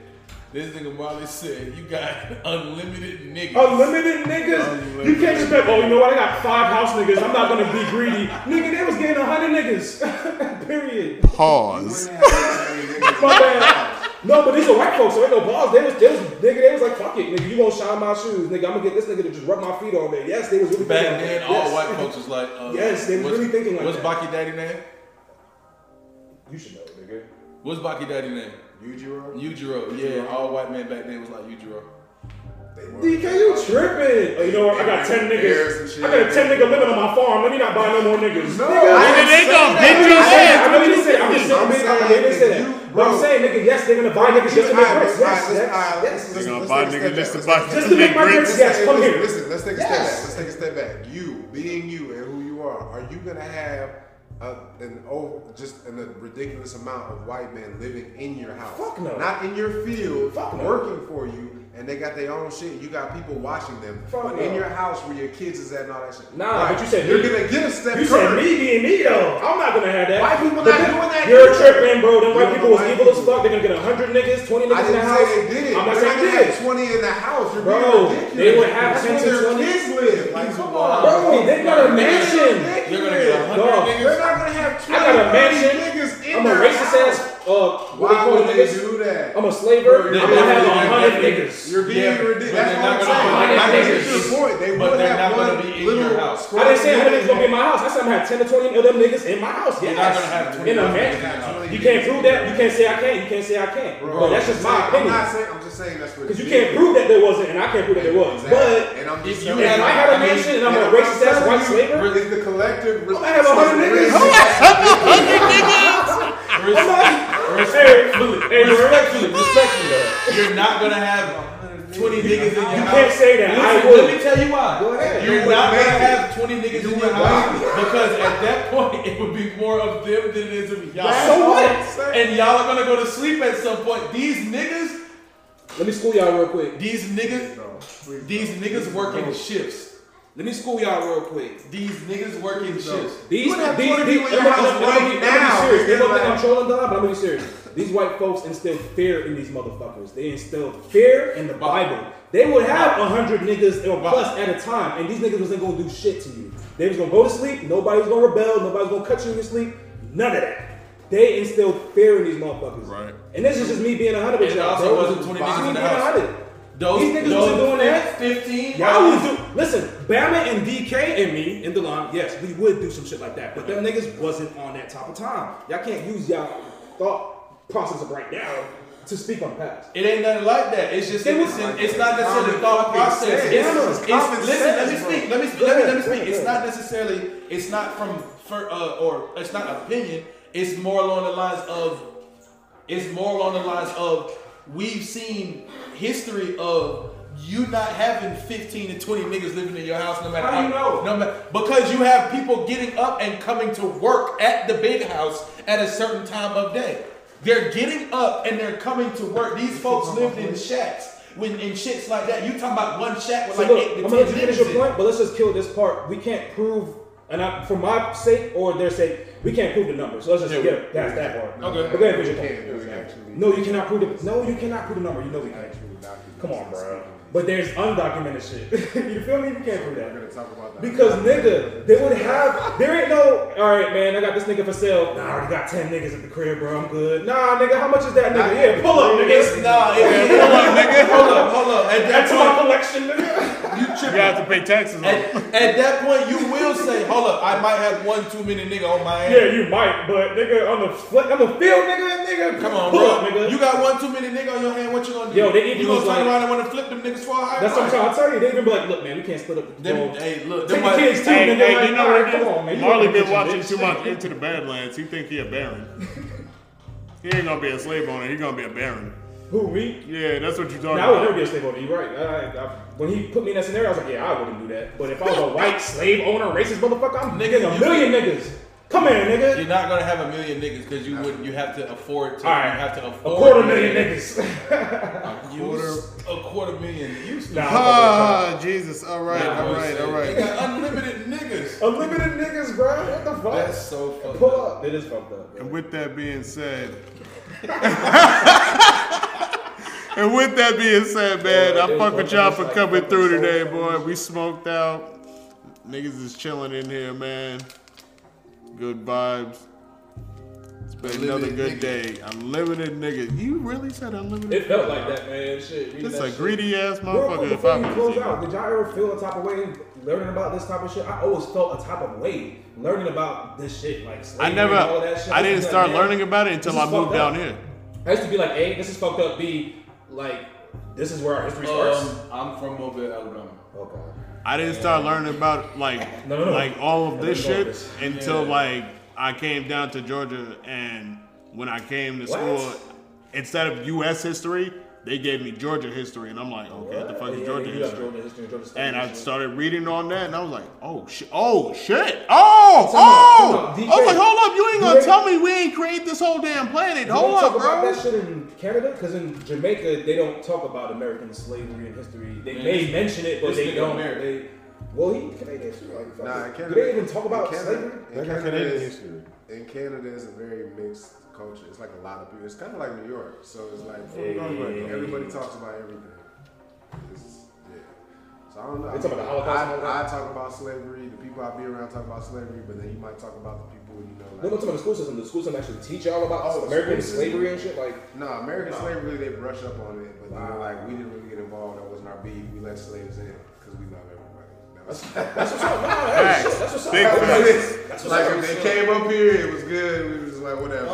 Speaker 2: this nigga Marley said, you got unlimited niggas.
Speaker 4: Unlimited niggas. You can't just be like, oh, you know what? I got five house niggas. I'm not gonna be greedy. Nigga, they was getting a hundred niggas. Period.
Speaker 3: Pause.
Speaker 4: My bad. No, but these are white folks, so ain't no balls. They was, they was, nigga, they was like, fuck it, nigga, you gonna shine my shoes, nigga. I'm gonna get this nigga to just rub my feet all day. Yes, they was really
Speaker 2: Back
Speaker 4: thinking
Speaker 2: then,
Speaker 4: like that.
Speaker 2: all
Speaker 4: Yes.
Speaker 2: white folks was like, uh,
Speaker 4: Yes, they was
Speaker 2: what's-
Speaker 4: really thinking like
Speaker 2: What's
Speaker 4: that.
Speaker 2: Baki Daddy name?
Speaker 4: You should know, nigga.
Speaker 2: What's Baki Daddy name?
Speaker 1: Yujiro,
Speaker 2: Yujiro. Yeah, all white men back then was like Yujiro.
Speaker 4: DK, you tripping? Oh, you know what? I got ten niggas. I got a ten nigga limit on my farm. Let me not buy no more niggas.
Speaker 1: No,
Speaker 4: Nigga,
Speaker 1: I
Speaker 3: Where did they go? Bitch, you said.
Speaker 4: I know you didn't say I'm just saying,
Speaker 1: I'm
Speaker 4: man,
Speaker 1: saying,
Speaker 4: I didn't say
Speaker 1: you-
Speaker 4: that. But I'm
Speaker 1: bro.
Speaker 4: saying, nigga, yes, they're gonna buy niggas just to make bricks. Yes, yes, yes.
Speaker 1: They're
Speaker 3: They're gonna buy niggas just to buy
Speaker 4: Just to make my
Speaker 3: grits.
Speaker 4: grits. Yes, come
Speaker 1: listen,
Speaker 4: here.
Speaker 1: Listen, let's take a
Speaker 4: Yes.
Speaker 1: step back. Let's take a step back. You, being you and who you are, are you gonna have a, an oh, just an, a ridiculous amount of white men living in your house?
Speaker 4: Fuck no.
Speaker 1: Not in your field,
Speaker 4: Fuck no.
Speaker 1: working for you, and they got their own shit. You got people watching them,
Speaker 4: Fuck
Speaker 1: but
Speaker 4: no.
Speaker 1: in your house where your kids is at and all that shit.
Speaker 4: Nah,
Speaker 1: Right.
Speaker 4: but you said
Speaker 1: you're
Speaker 4: me.
Speaker 1: gonna get a step.
Speaker 4: You said me being me though. I'm not gonna have that.
Speaker 1: White people
Speaker 4: But
Speaker 1: not
Speaker 4: then-
Speaker 1: doing that
Speaker 4: You're
Speaker 1: either.
Speaker 4: tripping, bro. Them
Speaker 1: You
Speaker 4: white
Speaker 1: know
Speaker 4: people was
Speaker 1: white
Speaker 4: evil as
Speaker 1: people.
Speaker 4: fuck. They're gonna get hundred niggas, twenty
Speaker 1: I
Speaker 4: niggas in the
Speaker 1: didn't
Speaker 4: house.
Speaker 1: say they did it.
Speaker 4: I'm not
Speaker 1: They're
Speaker 4: saying
Speaker 1: gonna
Speaker 4: they
Speaker 1: have
Speaker 4: did.
Speaker 1: Twenty in the house, you're
Speaker 4: Bro,
Speaker 1: being ridiculous.
Speaker 4: they would have
Speaker 1: That's
Speaker 4: 10
Speaker 1: where
Speaker 4: to
Speaker 1: their
Speaker 4: 20.
Speaker 1: kids live. Like, come on,
Speaker 4: Bro, they got a mansion.
Speaker 1: Ridiculous.
Speaker 2: You're gonna get a hundred
Speaker 4: Dog.
Speaker 1: They're
Speaker 2: niggas.
Speaker 1: not gonna have
Speaker 4: I got a
Speaker 1: 20
Speaker 4: mansion.
Speaker 1: niggas in
Speaker 4: I'm a
Speaker 1: their
Speaker 4: racist
Speaker 1: house.
Speaker 4: ass. Uh, what
Speaker 1: Why
Speaker 4: do
Speaker 1: would they
Speaker 4: they call
Speaker 1: do
Speaker 4: them niggas?
Speaker 1: that?
Speaker 4: I'm a slaver. I'm
Speaker 2: They-
Speaker 4: gonna have
Speaker 2: they-
Speaker 4: a hundred
Speaker 2: they-
Speaker 4: niggas.
Speaker 1: You're being
Speaker 2: Yeah, but
Speaker 1: ridiculous.
Speaker 2: they're
Speaker 1: That's what I'm
Speaker 2: not gonna
Speaker 4: be
Speaker 1: saying.
Speaker 4: in
Speaker 1: Like,
Speaker 4: your
Speaker 1: it's
Speaker 2: house.
Speaker 1: to the point. They
Speaker 2: But
Speaker 1: would
Speaker 2: they're
Speaker 1: have
Speaker 2: not gonna
Speaker 1: one
Speaker 2: be in your
Speaker 1: little
Speaker 2: house.
Speaker 1: squad
Speaker 4: I didn't say
Speaker 1: nigga.
Speaker 4: hundred niggas gonna be in my house. I said I'm gonna have ten to twenty of them niggas in my house.
Speaker 2: You're
Speaker 4: Yes.
Speaker 2: not gonna have 20 niggas
Speaker 4: in a
Speaker 2: in your house.
Speaker 4: mansion. You can't prove that. You can't say I can't. You can't say I can't. Bro, that's just my
Speaker 1: I'm
Speaker 4: opinion.
Speaker 1: not saying. I'm just saying that's what.
Speaker 4: Because
Speaker 1: it
Speaker 4: you
Speaker 1: is.
Speaker 4: can't prove that there wasn't, and I can't prove that there was.
Speaker 1: Exactly.
Speaker 4: But
Speaker 1: and I'm just
Speaker 2: if you
Speaker 1: saying-
Speaker 4: if I had a mansion and I'm a racist ass white slaver,
Speaker 1: Is the collective?
Speaker 4: gonna have a hundred niggas.
Speaker 2: Res-
Speaker 4: I'm not. Hey, hey, respect-
Speaker 2: Respectfully, respectfully, you're not gonna have 20 niggas in your
Speaker 4: You
Speaker 2: house.
Speaker 4: can't say that. I
Speaker 2: Listen,
Speaker 4: would.
Speaker 2: Let me tell you why.
Speaker 1: Go ahead. You
Speaker 2: You're
Speaker 1: would
Speaker 2: not gonna
Speaker 1: make it.
Speaker 2: have 20 niggas
Speaker 1: You
Speaker 2: in your
Speaker 1: would
Speaker 2: house
Speaker 1: make it.
Speaker 2: because at that point it would be more of them than it is of y'all.
Speaker 1: That's
Speaker 4: So
Speaker 1: all
Speaker 4: what?
Speaker 1: I'm saying.
Speaker 2: And y'all are gonna go to sleep at some point. These niggas,
Speaker 4: Let me school y'all real quick.
Speaker 2: these niggas, these niggas working shifts.
Speaker 4: Let me school y'all real quick.
Speaker 2: These niggas working shifts.
Speaker 4: These,
Speaker 1: would have
Speaker 4: these,
Speaker 1: 20
Speaker 4: these,
Speaker 1: people in your
Speaker 4: let me-
Speaker 1: house
Speaker 4: let me- let me
Speaker 1: right
Speaker 4: be- let me be
Speaker 1: now.
Speaker 4: serious.
Speaker 1: You're
Speaker 4: you don't think I'm trolling, Don, but I'm gonna be serious. These white folks instilled fear in these motherfuckers. They instilled fear in the Bible. They would have hundred niggas or plus at a time, and these niggas wasn't gonna do shit to you. They was gonna go to sleep. Nobody was gonna rebel. Nobody was gonna cut you in your sleep. None of that. They instilled fear in these motherfuckers.
Speaker 3: Right.
Speaker 4: And this is just me being 100 with
Speaker 2: And
Speaker 4: y'all.
Speaker 2: also
Speaker 4: bro.
Speaker 2: wasn't 20 niggas
Speaker 4: Me
Speaker 2: in the
Speaker 4: being
Speaker 2: house.
Speaker 4: 100.
Speaker 2: Those,
Speaker 4: These niggas
Speaker 2: those
Speaker 4: wasn't doing that.
Speaker 2: Fifteen.
Speaker 4: Y'all would do. Listen, Bama and DK and me and Delon, yes, we would do some shit like that. But them niggas wasn't on that top of time. Y'all can't use y'all thought process of right now to speak on the past.
Speaker 2: It ain't nothing like that. It's just
Speaker 4: It
Speaker 2: it's,
Speaker 4: was-
Speaker 2: it's not necessarily thought process.
Speaker 1: sense.
Speaker 2: It's,
Speaker 4: Yeah, I know,
Speaker 2: it's,
Speaker 4: it's
Speaker 1: common
Speaker 2: listen. Let me
Speaker 1: sense, bro.
Speaker 2: speak. Let me let me, let me speak. It's not necessarily. It's not from for, uh, or it's not opinion. It's more along the lines of. It's more along the lines of we've seen history of you not having 15 to 20 niggas living in your house no matter
Speaker 4: How do you know?
Speaker 2: no matter because you have people getting up and coming to work at the big house at a certain time of day they're getting up and they're coming to work these folks lived in shacks when in shits like that you talking about one shack with
Speaker 4: So
Speaker 2: like
Speaker 4: look,
Speaker 2: eight to
Speaker 4: I'm
Speaker 2: ten
Speaker 4: gonna let you finish
Speaker 2: niggas
Speaker 4: your
Speaker 2: in it.
Speaker 4: point, but let's just kill this part. We can't prove, and I, for my sake or their sake, we can't prove the numbers. So let's just get past that part.
Speaker 2: Okay.
Speaker 4: But go ahead, finish
Speaker 1: You
Speaker 4: your point.
Speaker 1: can't do it actually.
Speaker 4: No, you cannot prove it. No, you cannot prove the number. You know we can't.
Speaker 1: Actual documents.
Speaker 4: Come on, bro. But there's undocumented shit. you feel me? You can't prove that.
Speaker 1: We're gonna talk about that.
Speaker 4: Because nigga, they would have. There ain't no. All right, man. I got this nigga for sale. Nah, I already got ten niggas at the crib, bro. I'm good. Nah, nigga. How much is that, nigga? Yeah, pull up,
Speaker 2: it's
Speaker 4: nigga.
Speaker 2: nah, it- hold up, nigga. Hold up, hold up. At that
Speaker 4: That's my
Speaker 2: point,
Speaker 4: collection, nigga.
Speaker 3: You have to pay taxes. on it.
Speaker 2: at, at that point, you will say, "Hold up, I might have one too many nigga on my ass."
Speaker 4: yeah, you might, but nigga, on the fl- on the field, nigga, nigga.
Speaker 2: Come on,
Speaker 4: pull
Speaker 2: bro.
Speaker 4: up, nigga.
Speaker 2: You got one too many nigga on your hand. What you gonna do?
Speaker 4: Yo, they even
Speaker 2: you gonna
Speaker 4: was
Speaker 2: turn
Speaker 4: like-
Speaker 2: around and want to flip them niggas for a high
Speaker 4: That's what I'm
Speaker 2: price?
Speaker 4: trying to tell you. They even be like, look, man, we can't split up. The
Speaker 2: Them,
Speaker 4: twelve.
Speaker 2: hey, look, them
Speaker 4: Take the
Speaker 2: white-
Speaker 4: kids too,
Speaker 3: Hey,
Speaker 4: nigga.
Speaker 3: hey,
Speaker 4: Like,
Speaker 3: you know what
Speaker 4: alright,
Speaker 3: it
Speaker 4: Come
Speaker 3: is?
Speaker 4: on, man. You
Speaker 3: Marley
Speaker 4: don't get
Speaker 3: been
Speaker 4: your
Speaker 3: watching
Speaker 4: bitch.
Speaker 3: too much Into the Badlands. He think he a baron. he ain't gonna be a slave owner. He gonna be a baron.
Speaker 4: Who me?
Speaker 3: Yeah, that's what you're talking
Speaker 4: Now, I would never
Speaker 3: about.
Speaker 4: be a slave owner. You're right. I, I, I, when he put me in that scenario, I was like, yeah, I wouldn't do that. But if I was a white slave owner, racist motherfucker, I'm
Speaker 2: Nigga,
Speaker 4: nigga, a
Speaker 2: you-
Speaker 4: million niggas. Come here, nigga.
Speaker 2: You're not gonna have a million niggas because you would you have to afford to
Speaker 4: All right,
Speaker 2: you have to
Speaker 4: a
Speaker 2: afford
Speaker 4: quarter million niggas.
Speaker 2: A quarter a quarter million. You still
Speaker 4: Nah,
Speaker 3: Ah, Jesus. All right,
Speaker 2: I
Speaker 3: all
Speaker 2: would
Speaker 3: right,
Speaker 2: say
Speaker 3: all
Speaker 2: They
Speaker 3: right.
Speaker 2: got unlimited niggas.
Speaker 4: unlimited niggas, bro. What the fuck?
Speaker 2: That's so fucked
Speaker 4: Pull
Speaker 2: up.
Speaker 4: up. It is fucked up. bro.
Speaker 3: And with that being said, and with that being said, man, I fuck with y'all for coming through today, boy. We smoked out. Niggas is chilling in here, man. Good vibes. It's been another good day. Unlimited niggas. You really said unlimited?
Speaker 4: It felt like that, man. Shit. reading
Speaker 3: That's
Speaker 4: that
Speaker 3: a
Speaker 4: shit.
Speaker 3: greedy ass
Speaker 4: Real quick
Speaker 3: motherfucker. If
Speaker 4: before
Speaker 3: I
Speaker 4: you
Speaker 3: was
Speaker 4: close
Speaker 3: you.
Speaker 4: out, did y'all ever feel a type of way learning about this type of shit? I always felt a type of way learning about this shit, like
Speaker 3: I
Speaker 4: slavery
Speaker 3: never.
Speaker 4: and all that shit.
Speaker 3: I didn't
Speaker 4: was like,
Speaker 3: start
Speaker 4: man,
Speaker 3: learning about it until
Speaker 4: this
Speaker 3: I
Speaker 4: is
Speaker 3: moved
Speaker 4: fucked
Speaker 3: down
Speaker 4: up.
Speaker 3: here.
Speaker 4: I used to be like, A, this is fucked up. B, like, this is where our history starts.
Speaker 2: Um, I'm from Mobile, Alabama.
Speaker 4: oh god.
Speaker 3: I didn't start learning about like
Speaker 4: No, no, no.
Speaker 3: like all of
Speaker 4: I
Speaker 3: this
Speaker 4: didn't know
Speaker 3: shit
Speaker 4: this.
Speaker 3: until like I came down to Georgia and when I came to school, instead of U.S. history, they gave me Georgia history, and I'm like, okay, what the fuck
Speaker 4: Yeah,
Speaker 3: is
Speaker 4: yeah,
Speaker 3: Georgia
Speaker 4: you got
Speaker 3: history?
Speaker 4: Georgia history and Georgia stuff
Speaker 3: And I
Speaker 4: shit.
Speaker 3: started reading on that, and I was like, "Oh shit! Oh shit! Oh oh!" I was like,
Speaker 4: Time out, time out, DK.
Speaker 3: "Hold up! You ain't gonna
Speaker 4: DK.
Speaker 3: tell me we ain't create this whole damn planet!
Speaker 4: You don't
Speaker 3: Hold
Speaker 4: talk
Speaker 3: up,
Speaker 4: about
Speaker 3: bro!"
Speaker 4: that shit in Canada because in Jamaica they don't talk about American slavery and history. They
Speaker 2: Man,
Speaker 4: may
Speaker 2: this-
Speaker 4: mention it, but
Speaker 2: this
Speaker 4: they
Speaker 2: nigga
Speaker 4: don't.
Speaker 2: American.
Speaker 4: They, well, he Canadian too. Like, fuck
Speaker 1: Nah,
Speaker 4: it.
Speaker 1: in
Speaker 4: Do
Speaker 1: Canada,
Speaker 4: they even talk
Speaker 1: in
Speaker 4: about
Speaker 1: Canada-
Speaker 4: slavery?
Speaker 1: In Canada,
Speaker 11: Canadian
Speaker 1: is,
Speaker 11: history.
Speaker 1: in Canada is a very mixed culture. It's like a lot of people. It's kind of like New York. So it's like from Brooklyn, everybody talks about everything. It's, yeah. So I don't know.
Speaker 4: They talk about the Holocaust and all
Speaker 1: I,
Speaker 4: that?
Speaker 1: I talk about slavery. The people I be around talk about slavery, but then you might talk about the people you know.
Speaker 4: No,
Speaker 1: Like,
Speaker 4: no, talk about the school system. The school system actually teach y'all about
Speaker 1: Oh, the
Speaker 4: American
Speaker 1: school system.
Speaker 4: slavery and shit. Like,
Speaker 1: No, American slavery, they brush up on it, but they're like, we didn't really get involved. That wasn't our beef. We let slaves in because we love everybody. That was-
Speaker 4: that's what's up. Nah, hey, shit, that's what's up.
Speaker 3: Big
Speaker 4: Like,
Speaker 3: facts.
Speaker 4: That's what's
Speaker 1: like,
Speaker 4: up.
Speaker 1: if they came up here, it was good. We was just like, whatever.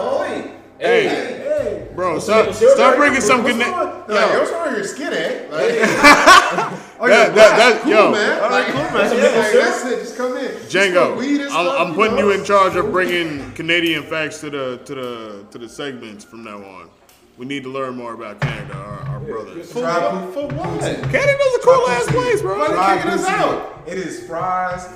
Speaker 3: Hey, bro, stop, stop bringing some
Speaker 1: What's
Speaker 3: connect.
Speaker 1: wrong?
Speaker 3: Yo,
Speaker 1: Like, what's wrong with your skin, eh? Like, oh,
Speaker 3: That-
Speaker 1: you're
Speaker 3: that-
Speaker 1: black.
Speaker 3: that-
Speaker 1: cool,
Speaker 3: yo.
Speaker 1: man.
Speaker 3: All right,
Speaker 1: like,
Speaker 3: cool, man.
Speaker 1: That's,
Speaker 3: Yeah.
Speaker 1: like, that's it. Just come in. Just smoke weed
Speaker 3: Django,
Speaker 1: and
Speaker 3: I'll,
Speaker 1: stuff,
Speaker 3: I'm
Speaker 1: you
Speaker 3: putting
Speaker 1: know?
Speaker 3: you in charge of bringing Canadian facts to the to the to the segments from now on. We need to learn more about Canada, our, our brothers.
Speaker 1: Try for what?
Speaker 3: Canada's a cool ass place, bro.
Speaker 1: Why they kicking us
Speaker 3: They
Speaker 1: out? It is fries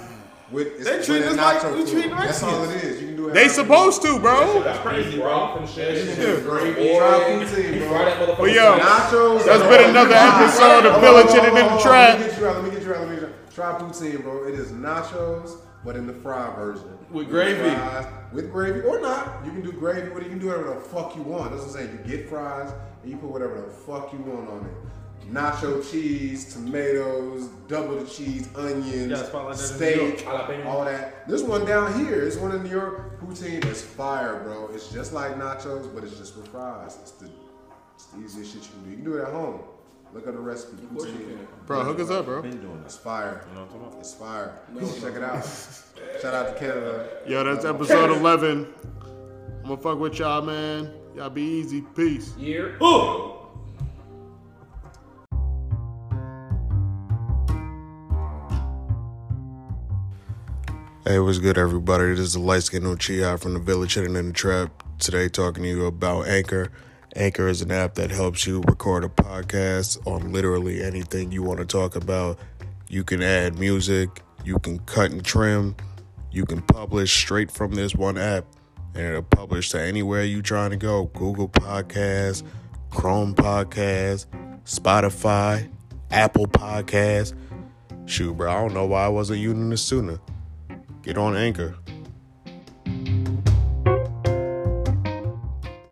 Speaker 1: with. It's,
Speaker 3: They treat
Speaker 1: with
Speaker 3: us like
Speaker 1: nacho
Speaker 3: we
Speaker 1: food.
Speaker 3: treat
Speaker 1: That's all it is. You can do it.
Speaker 3: They supposed to, bro.
Speaker 4: That's crazy, bro. And shit.
Speaker 1: to. Great
Speaker 4: Or
Speaker 1: fried food team,
Speaker 4: you
Speaker 1: bro.
Speaker 4: fry that motherfucker.
Speaker 3: But yo,
Speaker 1: Nachos.
Speaker 3: That's been another episode of
Speaker 1: Hold on,
Speaker 3: Village
Speaker 1: hold on,
Speaker 3: in the
Speaker 1: hold on, Let
Speaker 3: Trap.
Speaker 1: me get you out. Let me get you out. Let me get you out. Try poutine, bro. It is nachos, but in the fry version.
Speaker 2: With
Speaker 1: the
Speaker 2: gravy.
Speaker 1: fries, with gravy or not. You can do gravy, or you can do whatever the fuck you want. That's what I'm saying. You get fries and you put whatever the fuck you want on it. Nacho cheese, tomatoes, double the cheese, onions,
Speaker 2: Yeah, it's probably like that in New
Speaker 1: steak,
Speaker 4: Jalapeno.
Speaker 1: all that. This one down here is one in New York poutine is fire, bro. It's just like nachos, but it's just with fries. It's the, it's the easiest shit you can do. You can do it at home. Look at the recipe. Poutine.
Speaker 3: Bro, hook us up, bro.
Speaker 1: It's fire. It's fire. Check it out. Shout out to Canada.
Speaker 3: Yo, that's episode 11. I'm gonna fuck with y'all, man. Y'all be easy. Peace.
Speaker 4: Year.
Speaker 12: Hey, what's good, everybody? This is the light skinned Uchiha from the Village Hidden in the Trap. Today, talking to you about Anchor. Anchor is an app that helps you record a podcast on literally anything you want to talk about. You can add music, you can cut and trim, you can publish straight from this one app, and it'll publish to anywhere you're trying to go Google Podcasts, Chrome Podcasts, Spotify, Apple Podcasts. Shoot, bro, I don't know why I wasn't using this sooner get on Anchor.